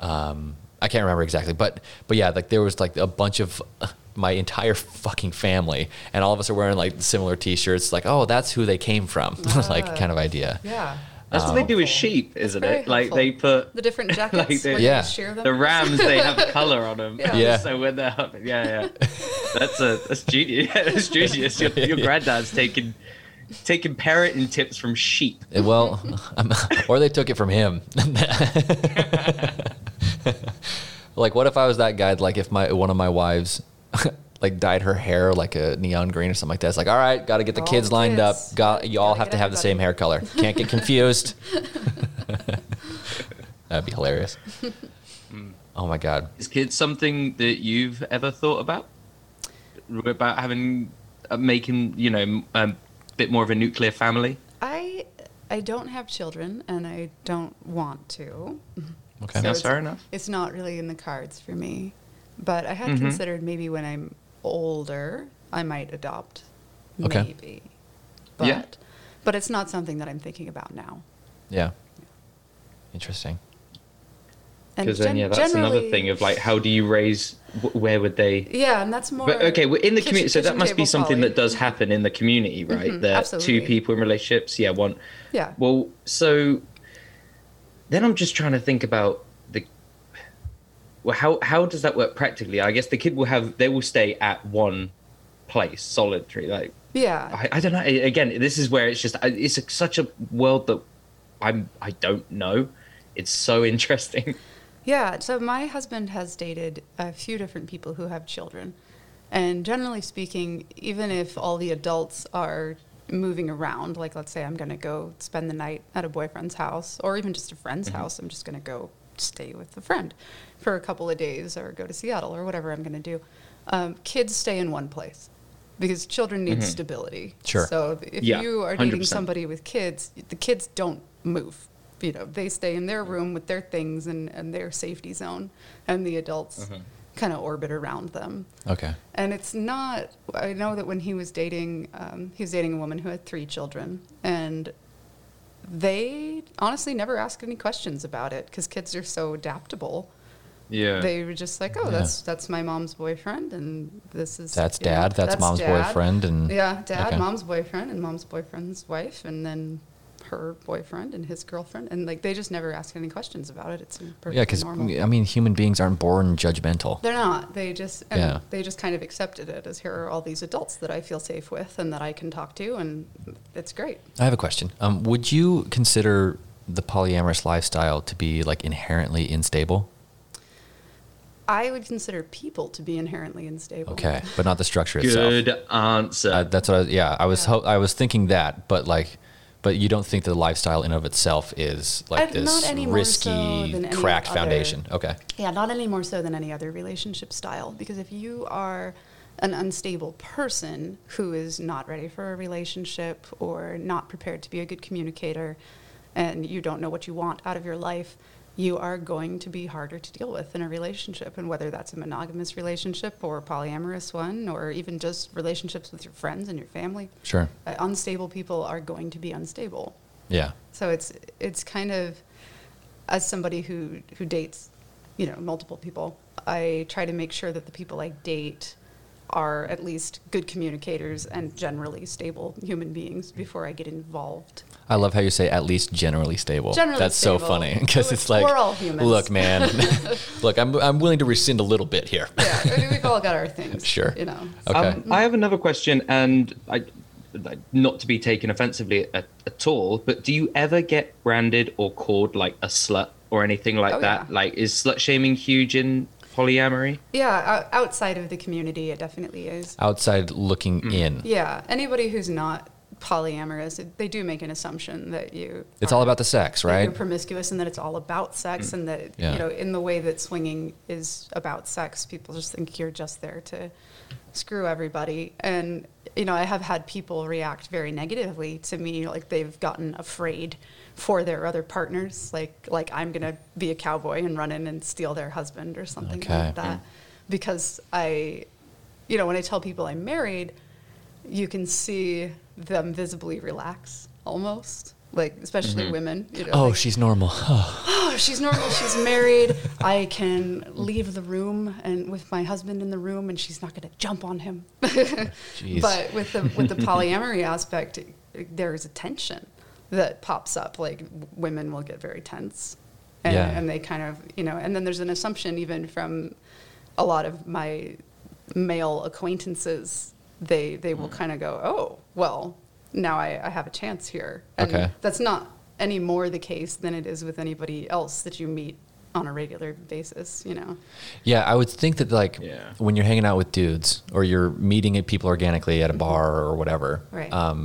[SPEAKER 2] Um, I can't remember exactly, but, but yeah, like there was like a bunch of *laughs* my entire fucking family and all of us are wearing like similar t-shirts. Like, oh, that's who they came from. *laughs* like kind of idea.
[SPEAKER 3] yeah,
[SPEAKER 4] That's what they
[SPEAKER 2] oh.
[SPEAKER 4] do with sheep, isn't
[SPEAKER 3] very
[SPEAKER 4] it? Like
[SPEAKER 3] helpful.
[SPEAKER 4] they put
[SPEAKER 3] the
[SPEAKER 2] *laughs*
[SPEAKER 3] different jackets.
[SPEAKER 4] Like the-
[SPEAKER 3] where
[SPEAKER 2] Yeah.
[SPEAKER 3] you shear them.
[SPEAKER 4] the rams. They have color on them.
[SPEAKER 3] *laughs* Yeah.
[SPEAKER 2] Yeah.
[SPEAKER 4] So when they're up,
[SPEAKER 2] *laughs*
[SPEAKER 4] yeah, yeah. That's a that's genius. *laughs* Yeah, that's genius. Your, your granddad's taking taking parenting tips from sheep.
[SPEAKER 2] Well, *laughs* um, or they took it from him. *laughs* like, what if I was that guy? Like, if my one of my wives *laughs* like dyed her hair like a neon green or something like that. It's like, all right, got to get the
[SPEAKER 3] All
[SPEAKER 2] kids
[SPEAKER 3] the
[SPEAKER 2] lined up.
[SPEAKER 3] kids.
[SPEAKER 2] Got you all
[SPEAKER 3] Gotta
[SPEAKER 2] have
[SPEAKER 3] get
[SPEAKER 2] to have the same
[SPEAKER 3] everybody.
[SPEAKER 2] hair color. Can't
[SPEAKER 3] *laughs*
[SPEAKER 2] get confused. *laughs* That'd be hilarious.
[SPEAKER 3] Hmm.
[SPEAKER 2] Oh my god.
[SPEAKER 4] Is kids something that you've ever thought about? About having uh, making you know a bit more of a nuclear family.
[SPEAKER 3] I I don't have children, and I don't want to.
[SPEAKER 2] Mm-hmm. Okay.
[SPEAKER 4] That's
[SPEAKER 3] it's-
[SPEAKER 4] fair enough.
[SPEAKER 3] It's not really in the cards for me, but I had
[SPEAKER 2] Mm-hmm.
[SPEAKER 3] considered maybe when I'm older, I might adopt.
[SPEAKER 2] Okay.
[SPEAKER 3] Maybe. But,
[SPEAKER 4] Yeah.
[SPEAKER 3] But it's not something that I'm thinking about now.
[SPEAKER 2] Yeah. Interesting.
[SPEAKER 3] And
[SPEAKER 4] Because then
[SPEAKER 3] gen-
[SPEAKER 4] yeah, that's another
[SPEAKER 3] generally-
[SPEAKER 4] thing of like how do you raise? wh- Where would they?
[SPEAKER 3] Yeah, and that's more.
[SPEAKER 4] But okay, we're in the
[SPEAKER 3] kitchen-
[SPEAKER 4] community, so that
[SPEAKER 3] kitchen
[SPEAKER 4] must be
[SPEAKER 3] table
[SPEAKER 4] something
[SPEAKER 3] quality.
[SPEAKER 4] that does happen in the community, right?
[SPEAKER 3] Mhm,
[SPEAKER 4] that
[SPEAKER 3] absolutely.
[SPEAKER 4] two people in relationships, yeah, one.
[SPEAKER 3] Yeah.
[SPEAKER 4] Well, so then I'm just trying to think about the well, how how does that work practically? I guess the kid will have they will stay at one place, solitary. Like
[SPEAKER 3] yeah.
[SPEAKER 4] I, I don't know. Again, this is where it's just I- it's such a world that I'm I don't know. It's so *laughs* interesting.
[SPEAKER 3] Yeah. So my husband has dated a few different people who have children. And generally speaking, even if all the adults are moving around, like let's say I'm going to go spend the night at a boyfriend's house or even just a friend's
[SPEAKER 4] Mm-hmm.
[SPEAKER 3] house, I'm just going to go stay with a friend for a couple of days or go to Seattle or whatever I'm going to do. Um, kids stay in one place. because children need
[SPEAKER 4] Mm-hmm.
[SPEAKER 3] stability.
[SPEAKER 2] Sure.
[SPEAKER 3] So if
[SPEAKER 4] Yeah,
[SPEAKER 3] you are dating
[SPEAKER 4] 100%.
[SPEAKER 3] somebody with kids, the kids don't move. You know, they stay in their room with their things and, and their safety zone, and the adults kind of orbit around them.
[SPEAKER 2] Okay.
[SPEAKER 3] And it's not. I know that when he was dating, um, he was dating a woman who had three children, and they honestly never asked any questions about it because kids are so adaptable.
[SPEAKER 4] Yeah.
[SPEAKER 3] They were just like, "Oh, that's that's my mom's boyfriend, and this is
[SPEAKER 2] That's
[SPEAKER 3] you know,
[SPEAKER 2] dad, that's mom's boyfriend, and-
[SPEAKER 3] yeah, dad,
[SPEAKER 2] okay.
[SPEAKER 3] mom's boyfriend, and mom's boyfriend's wife, and then." Her boyfriend and his girlfriend, and like they just never ask any questions about it. It's perfectly
[SPEAKER 2] Yeah, because
[SPEAKER 3] normal.
[SPEAKER 2] I mean, human beings aren't born judgmental.
[SPEAKER 3] They're not. They just and
[SPEAKER 2] Yeah.
[SPEAKER 3] they just kind of accepted it as here are all these adults that I feel safe with and that I can talk to and it's great.
[SPEAKER 2] I have a question. Um, would you consider the polyamorous lifestyle to be like inherently unstable?
[SPEAKER 3] I would consider people to be inherently unstable.
[SPEAKER 2] Okay, but not the structure itself.
[SPEAKER 4] Good answer.
[SPEAKER 2] Uh, that's what. I, yeah, I was. Ho- I was thinking that, but like, but you don't think the lifestyle in and of itself is like
[SPEAKER 3] Uh, not
[SPEAKER 2] this
[SPEAKER 3] any more so
[SPEAKER 2] risky,
[SPEAKER 3] than any
[SPEAKER 2] cracked
[SPEAKER 3] other-
[SPEAKER 2] foundation. Okay.
[SPEAKER 3] Yeah, not any more so than any other relationship style. Because if you are an unstable person who is not ready for a relationship or not prepared to be a good communicator and you don't know what you want out of your life, you are going to be harder to deal with in a relationship. And whether that's a monogamous relationship or a polyamorous one or even just relationships with your friends and your family,
[SPEAKER 2] Sure.
[SPEAKER 3] uh, unstable people are going to be unstable.
[SPEAKER 2] Yeah.
[SPEAKER 3] So it's it's kind of as somebody who who dates, you know, multiple people, I try to make sure that the people I date are at least good communicators and generally stable human beings before I get involved.
[SPEAKER 2] I love how you say at least generally stable.
[SPEAKER 3] Generally
[SPEAKER 2] That's so
[SPEAKER 3] stable.
[SPEAKER 2] funny *laughs* because it's
[SPEAKER 3] We're
[SPEAKER 2] like,
[SPEAKER 3] all humans.
[SPEAKER 2] look,
[SPEAKER 3] *laughs*
[SPEAKER 2] man, *laughs* look, I'm, I'm willing to rescind a little bit here.
[SPEAKER 3] Yeah, I mean, we've all got our things.
[SPEAKER 2] *laughs* Sure.
[SPEAKER 3] You know.
[SPEAKER 2] Okay.
[SPEAKER 4] Um, I have another question, and I, like, not to be taken offensively at, at all, but do you ever get branded or called like a slut or anything like
[SPEAKER 3] Oh,
[SPEAKER 4] that?
[SPEAKER 3] yeah.
[SPEAKER 4] Like, is slut shaming huge in polyamory?
[SPEAKER 3] Yeah, o- outside of the community, it definitely is.
[SPEAKER 2] Outside looking in.
[SPEAKER 3] Yeah, anybody who's not polyamorous, they do make an assumption that you.
[SPEAKER 2] It's
[SPEAKER 3] are-
[SPEAKER 2] all about the sex,
[SPEAKER 3] that
[SPEAKER 2] right? Mm.
[SPEAKER 3] you're promiscuous and that it's all about sex and that
[SPEAKER 2] Yeah.
[SPEAKER 3] you know in the way that swinging is about sex people just think you're just there to screw everybody and you know i have had people react very negatively to me like they've gotten afraid for their other partners like like i'm going to be a cowboy and run in and steal their husband or something
[SPEAKER 2] Okay. mm.
[SPEAKER 3] like that because i you know when i tell people i'm married you can see them visibly relax almost like especially women you know
[SPEAKER 2] Oh,
[SPEAKER 3] like,
[SPEAKER 2] she's normal. *laughs*
[SPEAKER 3] oh, she's normal. She's married. I can leave the room and with my husband in the room, and she's not going to jump on him. *laughs*
[SPEAKER 2] Jeez.
[SPEAKER 3] But with the with the polyamory aspect, there is a tension that pops up. Like w- women will get very tense, and,
[SPEAKER 2] Yeah.
[SPEAKER 3] and they kind of you know. And then there's an assumption even from a lot of my male acquaintances. They they
[SPEAKER 2] Mm.
[SPEAKER 3] will kind of go, oh well, now I, I have a chance here. And
[SPEAKER 2] Okay.
[SPEAKER 3] That's not any more the case than it is with anybody else that you meet on a regular basis. You know.
[SPEAKER 2] yeah, I would think that like
[SPEAKER 4] Yeah.
[SPEAKER 2] when you're hanging out with dudes or you're meeting people organically at a bar or whatever,
[SPEAKER 3] Right.
[SPEAKER 2] um,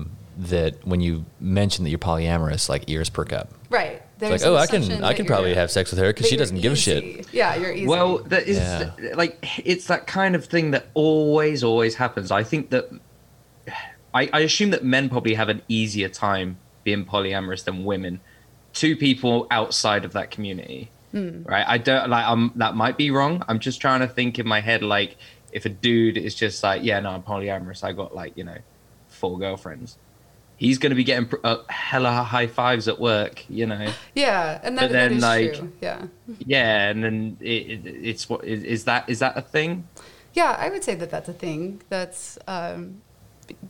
[SPEAKER 2] that when you mention that you're polyamorous, like ears perk up.
[SPEAKER 3] Right.
[SPEAKER 2] It's like, oh, I can, I can probably have sex with her because she doesn't give a shit.
[SPEAKER 3] Yeah, you're easy.
[SPEAKER 4] Well, that is
[SPEAKER 2] Yeah.
[SPEAKER 4] like it's that kind of thing that always, always happens. I think that *sighs* I, I assume that men probably have an easier time being polyamorous than women. Two people outside of that community, right? I don't like. Um, that might be wrong. I'm just trying to think in my head, like if a dude is just like, yeah, no, I'm polyamorous. I got like you know, four girlfriends. He's going to be getting pr- uh, hella high fives at work, you know.
[SPEAKER 3] yeah, and that,
[SPEAKER 4] but
[SPEAKER 3] that
[SPEAKER 4] then,
[SPEAKER 3] is
[SPEAKER 4] like-
[SPEAKER 3] true. Yeah.
[SPEAKER 4] Yeah, and then it, it, it's what is, is that is that a thing?
[SPEAKER 3] Yeah, I would say that that's a thing. That's um,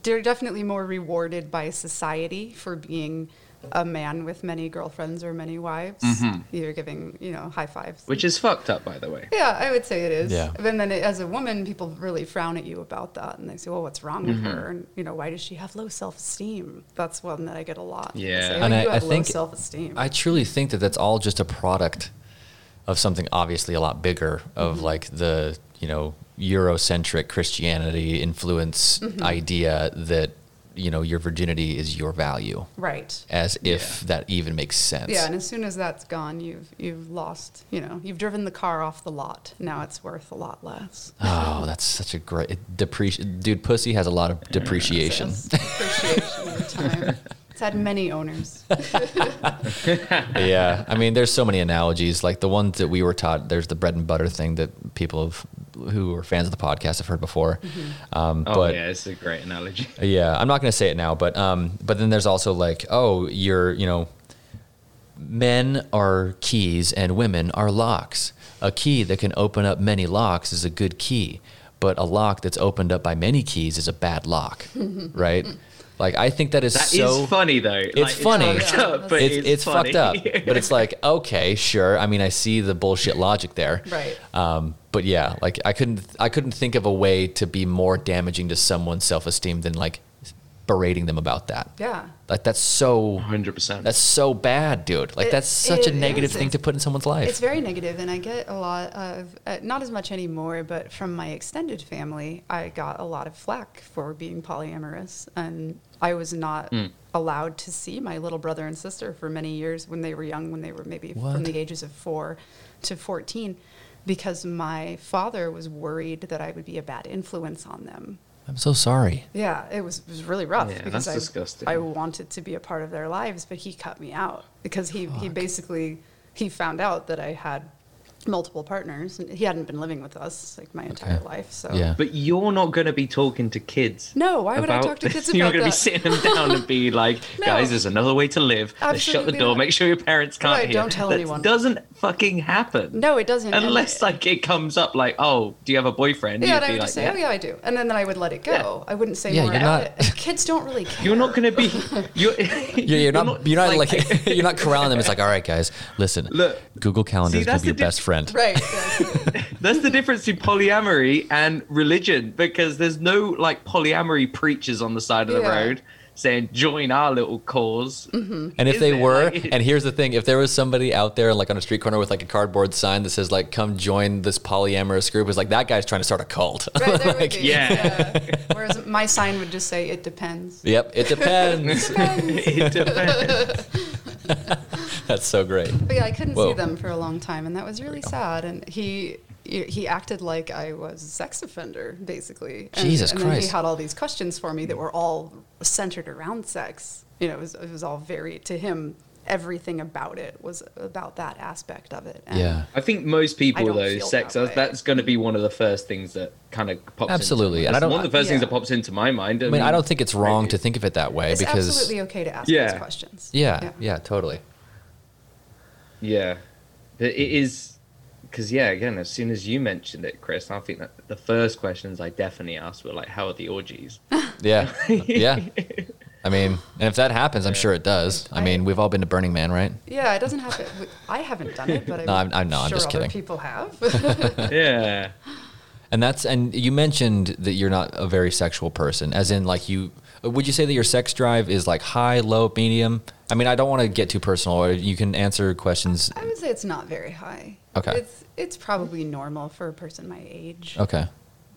[SPEAKER 3] they're definitely more rewarded by society for being a man with many girlfriends or many wives. You're giving, you know, high fives.
[SPEAKER 4] Mm-hmm. Which is fucked up, by the way.
[SPEAKER 3] yeah, I would say it is.
[SPEAKER 2] Yeah.
[SPEAKER 3] And then it, as a woman, people really frown at you about that, and they say, "Well, what's wrong
[SPEAKER 4] Mm-hmm.
[SPEAKER 3] with her? And you know, why does she have low self-esteem?" That's one that I get a lot. They
[SPEAKER 4] Yeah.
[SPEAKER 3] say, oh,
[SPEAKER 2] And
[SPEAKER 3] you
[SPEAKER 2] I- I
[SPEAKER 3] have low
[SPEAKER 2] think-
[SPEAKER 3] self-esteem.
[SPEAKER 2] I truly think that that's all just a product of something obviously a lot bigger of
[SPEAKER 3] Mm-hmm.
[SPEAKER 2] like the
[SPEAKER 3] Mm-hmm.
[SPEAKER 2] you know Eurocentric Christianity influence idea that you know your virginity is your value,
[SPEAKER 3] Right.
[SPEAKER 2] as if that even makes sense.
[SPEAKER 3] Yeah, and as soon as that's gone, you've you've lost. You know, you've driven the car off the lot. Now it's worth a lot less.
[SPEAKER 2] Oh, that's such a great it depreci Dude, pussy has a lot of depreciation.
[SPEAKER 3] Yes, Appreciation over time. It's had many owners.
[SPEAKER 2] yeah, I mean, there's so many analogies. Like the ones that we were taught. There's the bread and butter thing that people have, who are fans of the podcast have heard before. Um,
[SPEAKER 4] Oh
[SPEAKER 2] but
[SPEAKER 4] yeah, it's a great
[SPEAKER 2] *laughs*
[SPEAKER 4] analogy.
[SPEAKER 2] Yeah, I'm not going to say it now, but um, but then there's also like, oh, you're you know, men are keys and women are locks. A key that can open up many locks is a good key, but a lock that's opened up by many keys is a bad lock, *laughs* right? Like I think that is
[SPEAKER 4] That is
[SPEAKER 2] so
[SPEAKER 4] funny though. Like,
[SPEAKER 2] funny.
[SPEAKER 4] fucked up, but
[SPEAKER 2] it's,
[SPEAKER 4] it's,
[SPEAKER 2] it's,
[SPEAKER 4] funny.
[SPEAKER 2] fucked up,
[SPEAKER 4] *laughs*
[SPEAKER 2] but it's like okay, sure. I mean, I see the bullshit logic there,
[SPEAKER 3] Right.
[SPEAKER 2] Um, but yeah, like I couldn't, I couldn't think of a way to be more damaging to someone's self-esteem than like berating them about that.
[SPEAKER 3] Yeah.
[SPEAKER 2] Like that's so,
[SPEAKER 4] 100%.
[SPEAKER 2] that's so bad, dude. Like
[SPEAKER 3] It-
[SPEAKER 2] that's such
[SPEAKER 3] it
[SPEAKER 2] a negative
[SPEAKER 3] is.
[SPEAKER 2] thing to put in someone's life.
[SPEAKER 3] It's very negative, and I get a lot of uh, not as much anymore, but from my extended family, I got a lot of flack for being polyamorous, and I was not allowed to see my little brother and sister for many years when they were young, when they were maybe from
[SPEAKER 2] What?
[SPEAKER 3] the ages of four to fourteen, because my father was worried that I would be a bad influence on them.
[SPEAKER 2] I'm so sorry.
[SPEAKER 3] Yeah, it was, it was really rough
[SPEAKER 4] Yeah,
[SPEAKER 3] because
[SPEAKER 4] that's
[SPEAKER 3] I,
[SPEAKER 4] disgusting.
[SPEAKER 3] I wanted to be a part of their lives, but he cut me out because he, he basically he found out that I had multiple partners and he hadn't been living with us like my entire life. So
[SPEAKER 2] Yeah.
[SPEAKER 4] But you're not going to be talking to kids.
[SPEAKER 3] No, why would I
[SPEAKER 4] about
[SPEAKER 3] talk to
[SPEAKER 4] this.
[SPEAKER 3] kids
[SPEAKER 4] *laughs* You're
[SPEAKER 3] about
[SPEAKER 4] gonna be
[SPEAKER 3] that?
[SPEAKER 4] sitting them down and
[SPEAKER 3] *laughs*
[SPEAKER 4] be like,
[SPEAKER 3] No.
[SPEAKER 4] guys, there's another way to live. Let's shut the
[SPEAKER 3] Absolutely
[SPEAKER 4] door.
[SPEAKER 3] not.
[SPEAKER 4] Make sure your parents can't
[SPEAKER 3] Right,
[SPEAKER 4] hear.
[SPEAKER 3] don't tell
[SPEAKER 4] that
[SPEAKER 3] anyone.
[SPEAKER 4] doesn't fucking happen.
[SPEAKER 3] No, it doesn't. And
[SPEAKER 4] Unless,
[SPEAKER 3] I-
[SPEAKER 4] like, it comes up like, oh, do you have a boyfriend?
[SPEAKER 3] yeah,
[SPEAKER 4] You'd
[SPEAKER 3] and I
[SPEAKER 4] be
[SPEAKER 3] would
[SPEAKER 4] like,
[SPEAKER 3] just say, oh yeah, I do, and then, then I would let it go.
[SPEAKER 4] Yeah.
[SPEAKER 3] I wouldn't say
[SPEAKER 2] Yeah,
[SPEAKER 3] more
[SPEAKER 2] you're
[SPEAKER 3] about *laughs*
[SPEAKER 2] not-
[SPEAKER 3] it. And kids don't really
[SPEAKER 2] *laughs*
[SPEAKER 3] care.
[SPEAKER 4] You're not going to be. You're,
[SPEAKER 2] You're, you're not,
[SPEAKER 4] *laughs*
[SPEAKER 2] you're not like, *laughs* you're not corralling them. It's like, all right, guys, listen.
[SPEAKER 4] Look,
[SPEAKER 2] Google Calendar
[SPEAKER 4] see,
[SPEAKER 2] is gonna
[SPEAKER 4] that's
[SPEAKER 2] be your
[SPEAKER 4] the
[SPEAKER 2] best
[SPEAKER 4] diff-
[SPEAKER 2] friend.
[SPEAKER 3] right. exactly.
[SPEAKER 4] That's the difference between polyamory and religion because there's no like polyamory preachers on the side of the
[SPEAKER 3] Yeah.
[SPEAKER 4] road saying join our
[SPEAKER 3] *laughs*
[SPEAKER 4] little because
[SPEAKER 2] And if
[SPEAKER 4] Is
[SPEAKER 2] they
[SPEAKER 4] there?
[SPEAKER 2] were,
[SPEAKER 4] Like-
[SPEAKER 2] and here's the thing, if there was somebody out there like on a street corner with like a cardboard sign that says like "Come join this polyamorous group," it's like that guy's trying to start a cult. *laughs*
[SPEAKER 3] Right, there would
[SPEAKER 2] Like,
[SPEAKER 3] be,
[SPEAKER 4] yeah.
[SPEAKER 3] yeah. Whereas my sign would just say, "It depends."
[SPEAKER 2] Yep, it depends.
[SPEAKER 4] *laughs* It depends.
[SPEAKER 2] That's so great.
[SPEAKER 3] But yeah, I couldn't
[SPEAKER 2] Whoa.
[SPEAKER 3] see them for a long time, and that was really sad. And he he acted like I was a sex offender, basically. And,
[SPEAKER 2] Jesus
[SPEAKER 3] and Then
[SPEAKER 2] Christ.
[SPEAKER 3] he had all these questions for me that were all centered around sex. You know, it was it was all very to him. Everything about it was about that aspect of it. And
[SPEAKER 2] Yeah,
[SPEAKER 4] I think most people
[SPEAKER 3] I don't
[SPEAKER 4] though,
[SPEAKER 3] feel
[SPEAKER 4] sex
[SPEAKER 3] that way.
[SPEAKER 4] that's going to be one of the first things that kind of pops.
[SPEAKER 2] Absolutely,
[SPEAKER 4] into
[SPEAKER 2] and I don't-
[SPEAKER 4] one of the first things
[SPEAKER 3] Yeah.
[SPEAKER 4] that pops into my mind.
[SPEAKER 2] I mean, I don't think it's wrong to think of it that way
[SPEAKER 3] It's
[SPEAKER 2] because
[SPEAKER 3] absolutely okay to ask
[SPEAKER 4] Yeah.
[SPEAKER 3] those questions.
[SPEAKER 2] yeah, yeah, totally.
[SPEAKER 4] Yeah, but it is because yeah, again, as soon as you mentioned it, Chris, I think that the first questions I definitely asked were like, "How are
[SPEAKER 3] *laughs*
[SPEAKER 4] the orgies?"
[SPEAKER 2] Yeah,
[SPEAKER 4] *laughs*
[SPEAKER 2] yeah. I mean, and if that happens, I'm sure it does. I mean, we've all been to Burning Man, right?
[SPEAKER 3] Yeah, it doesn't have to. I haven't done it, but I'm,
[SPEAKER 2] *laughs* No, I'm- I'm- no, I'm
[SPEAKER 3] sure
[SPEAKER 2] just
[SPEAKER 3] other
[SPEAKER 2] kidding.
[SPEAKER 3] people have. *laughs*
[SPEAKER 4] yeah,
[SPEAKER 2] And that's and you mentioned that you're not a very sexual person, as in like you. Would you say that your sex drive is like high, low, medium? I mean, I don't want to get too personal. or You can answer questions.
[SPEAKER 3] I would say it's not very high.
[SPEAKER 2] Okay.
[SPEAKER 3] It's it's probably normal for a person my age.
[SPEAKER 2] Okay.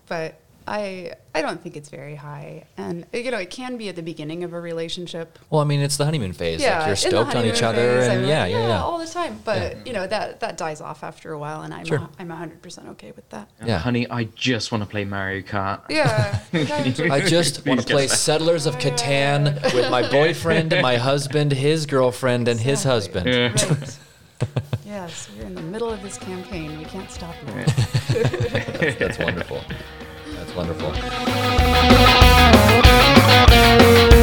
[SPEAKER 3] but I I don't think it's very high, and you know it can be at the beginning of a relationship.
[SPEAKER 2] Well, I mean, it's the honeymoon phase. like
[SPEAKER 3] in the
[SPEAKER 2] you're stoked on
[SPEAKER 3] honeymoon
[SPEAKER 2] each other,
[SPEAKER 3] phase,
[SPEAKER 2] and
[SPEAKER 3] I'm
[SPEAKER 2] yeah,
[SPEAKER 3] like,
[SPEAKER 2] yeah, yeah,
[SPEAKER 3] all the time. But you know that that dies off after a while, and I'm
[SPEAKER 2] Sure.
[SPEAKER 3] a, I'm hundred percent okay with that.
[SPEAKER 2] Yeah.
[SPEAKER 4] honey, I just want to play Mario Kart.
[SPEAKER 3] Yeah, exactly.
[SPEAKER 2] I *laughs* just
[SPEAKER 4] *laughs*
[SPEAKER 2] want to
[SPEAKER 4] get
[SPEAKER 2] play
[SPEAKER 4] back.
[SPEAKER 2] Settlers of Catan with my boyfriend, my husband, his girlfriend, and his
[SPEAKER 3] Exactly.
[SPEAKER 2] husband.
[SPEAKER 4] Yeah.
[SPEAKER 3] Right. yes, we're in the middle of this campaign. We can't stop now.
[SPEAKER 2] That's wonderful. That's wonderful.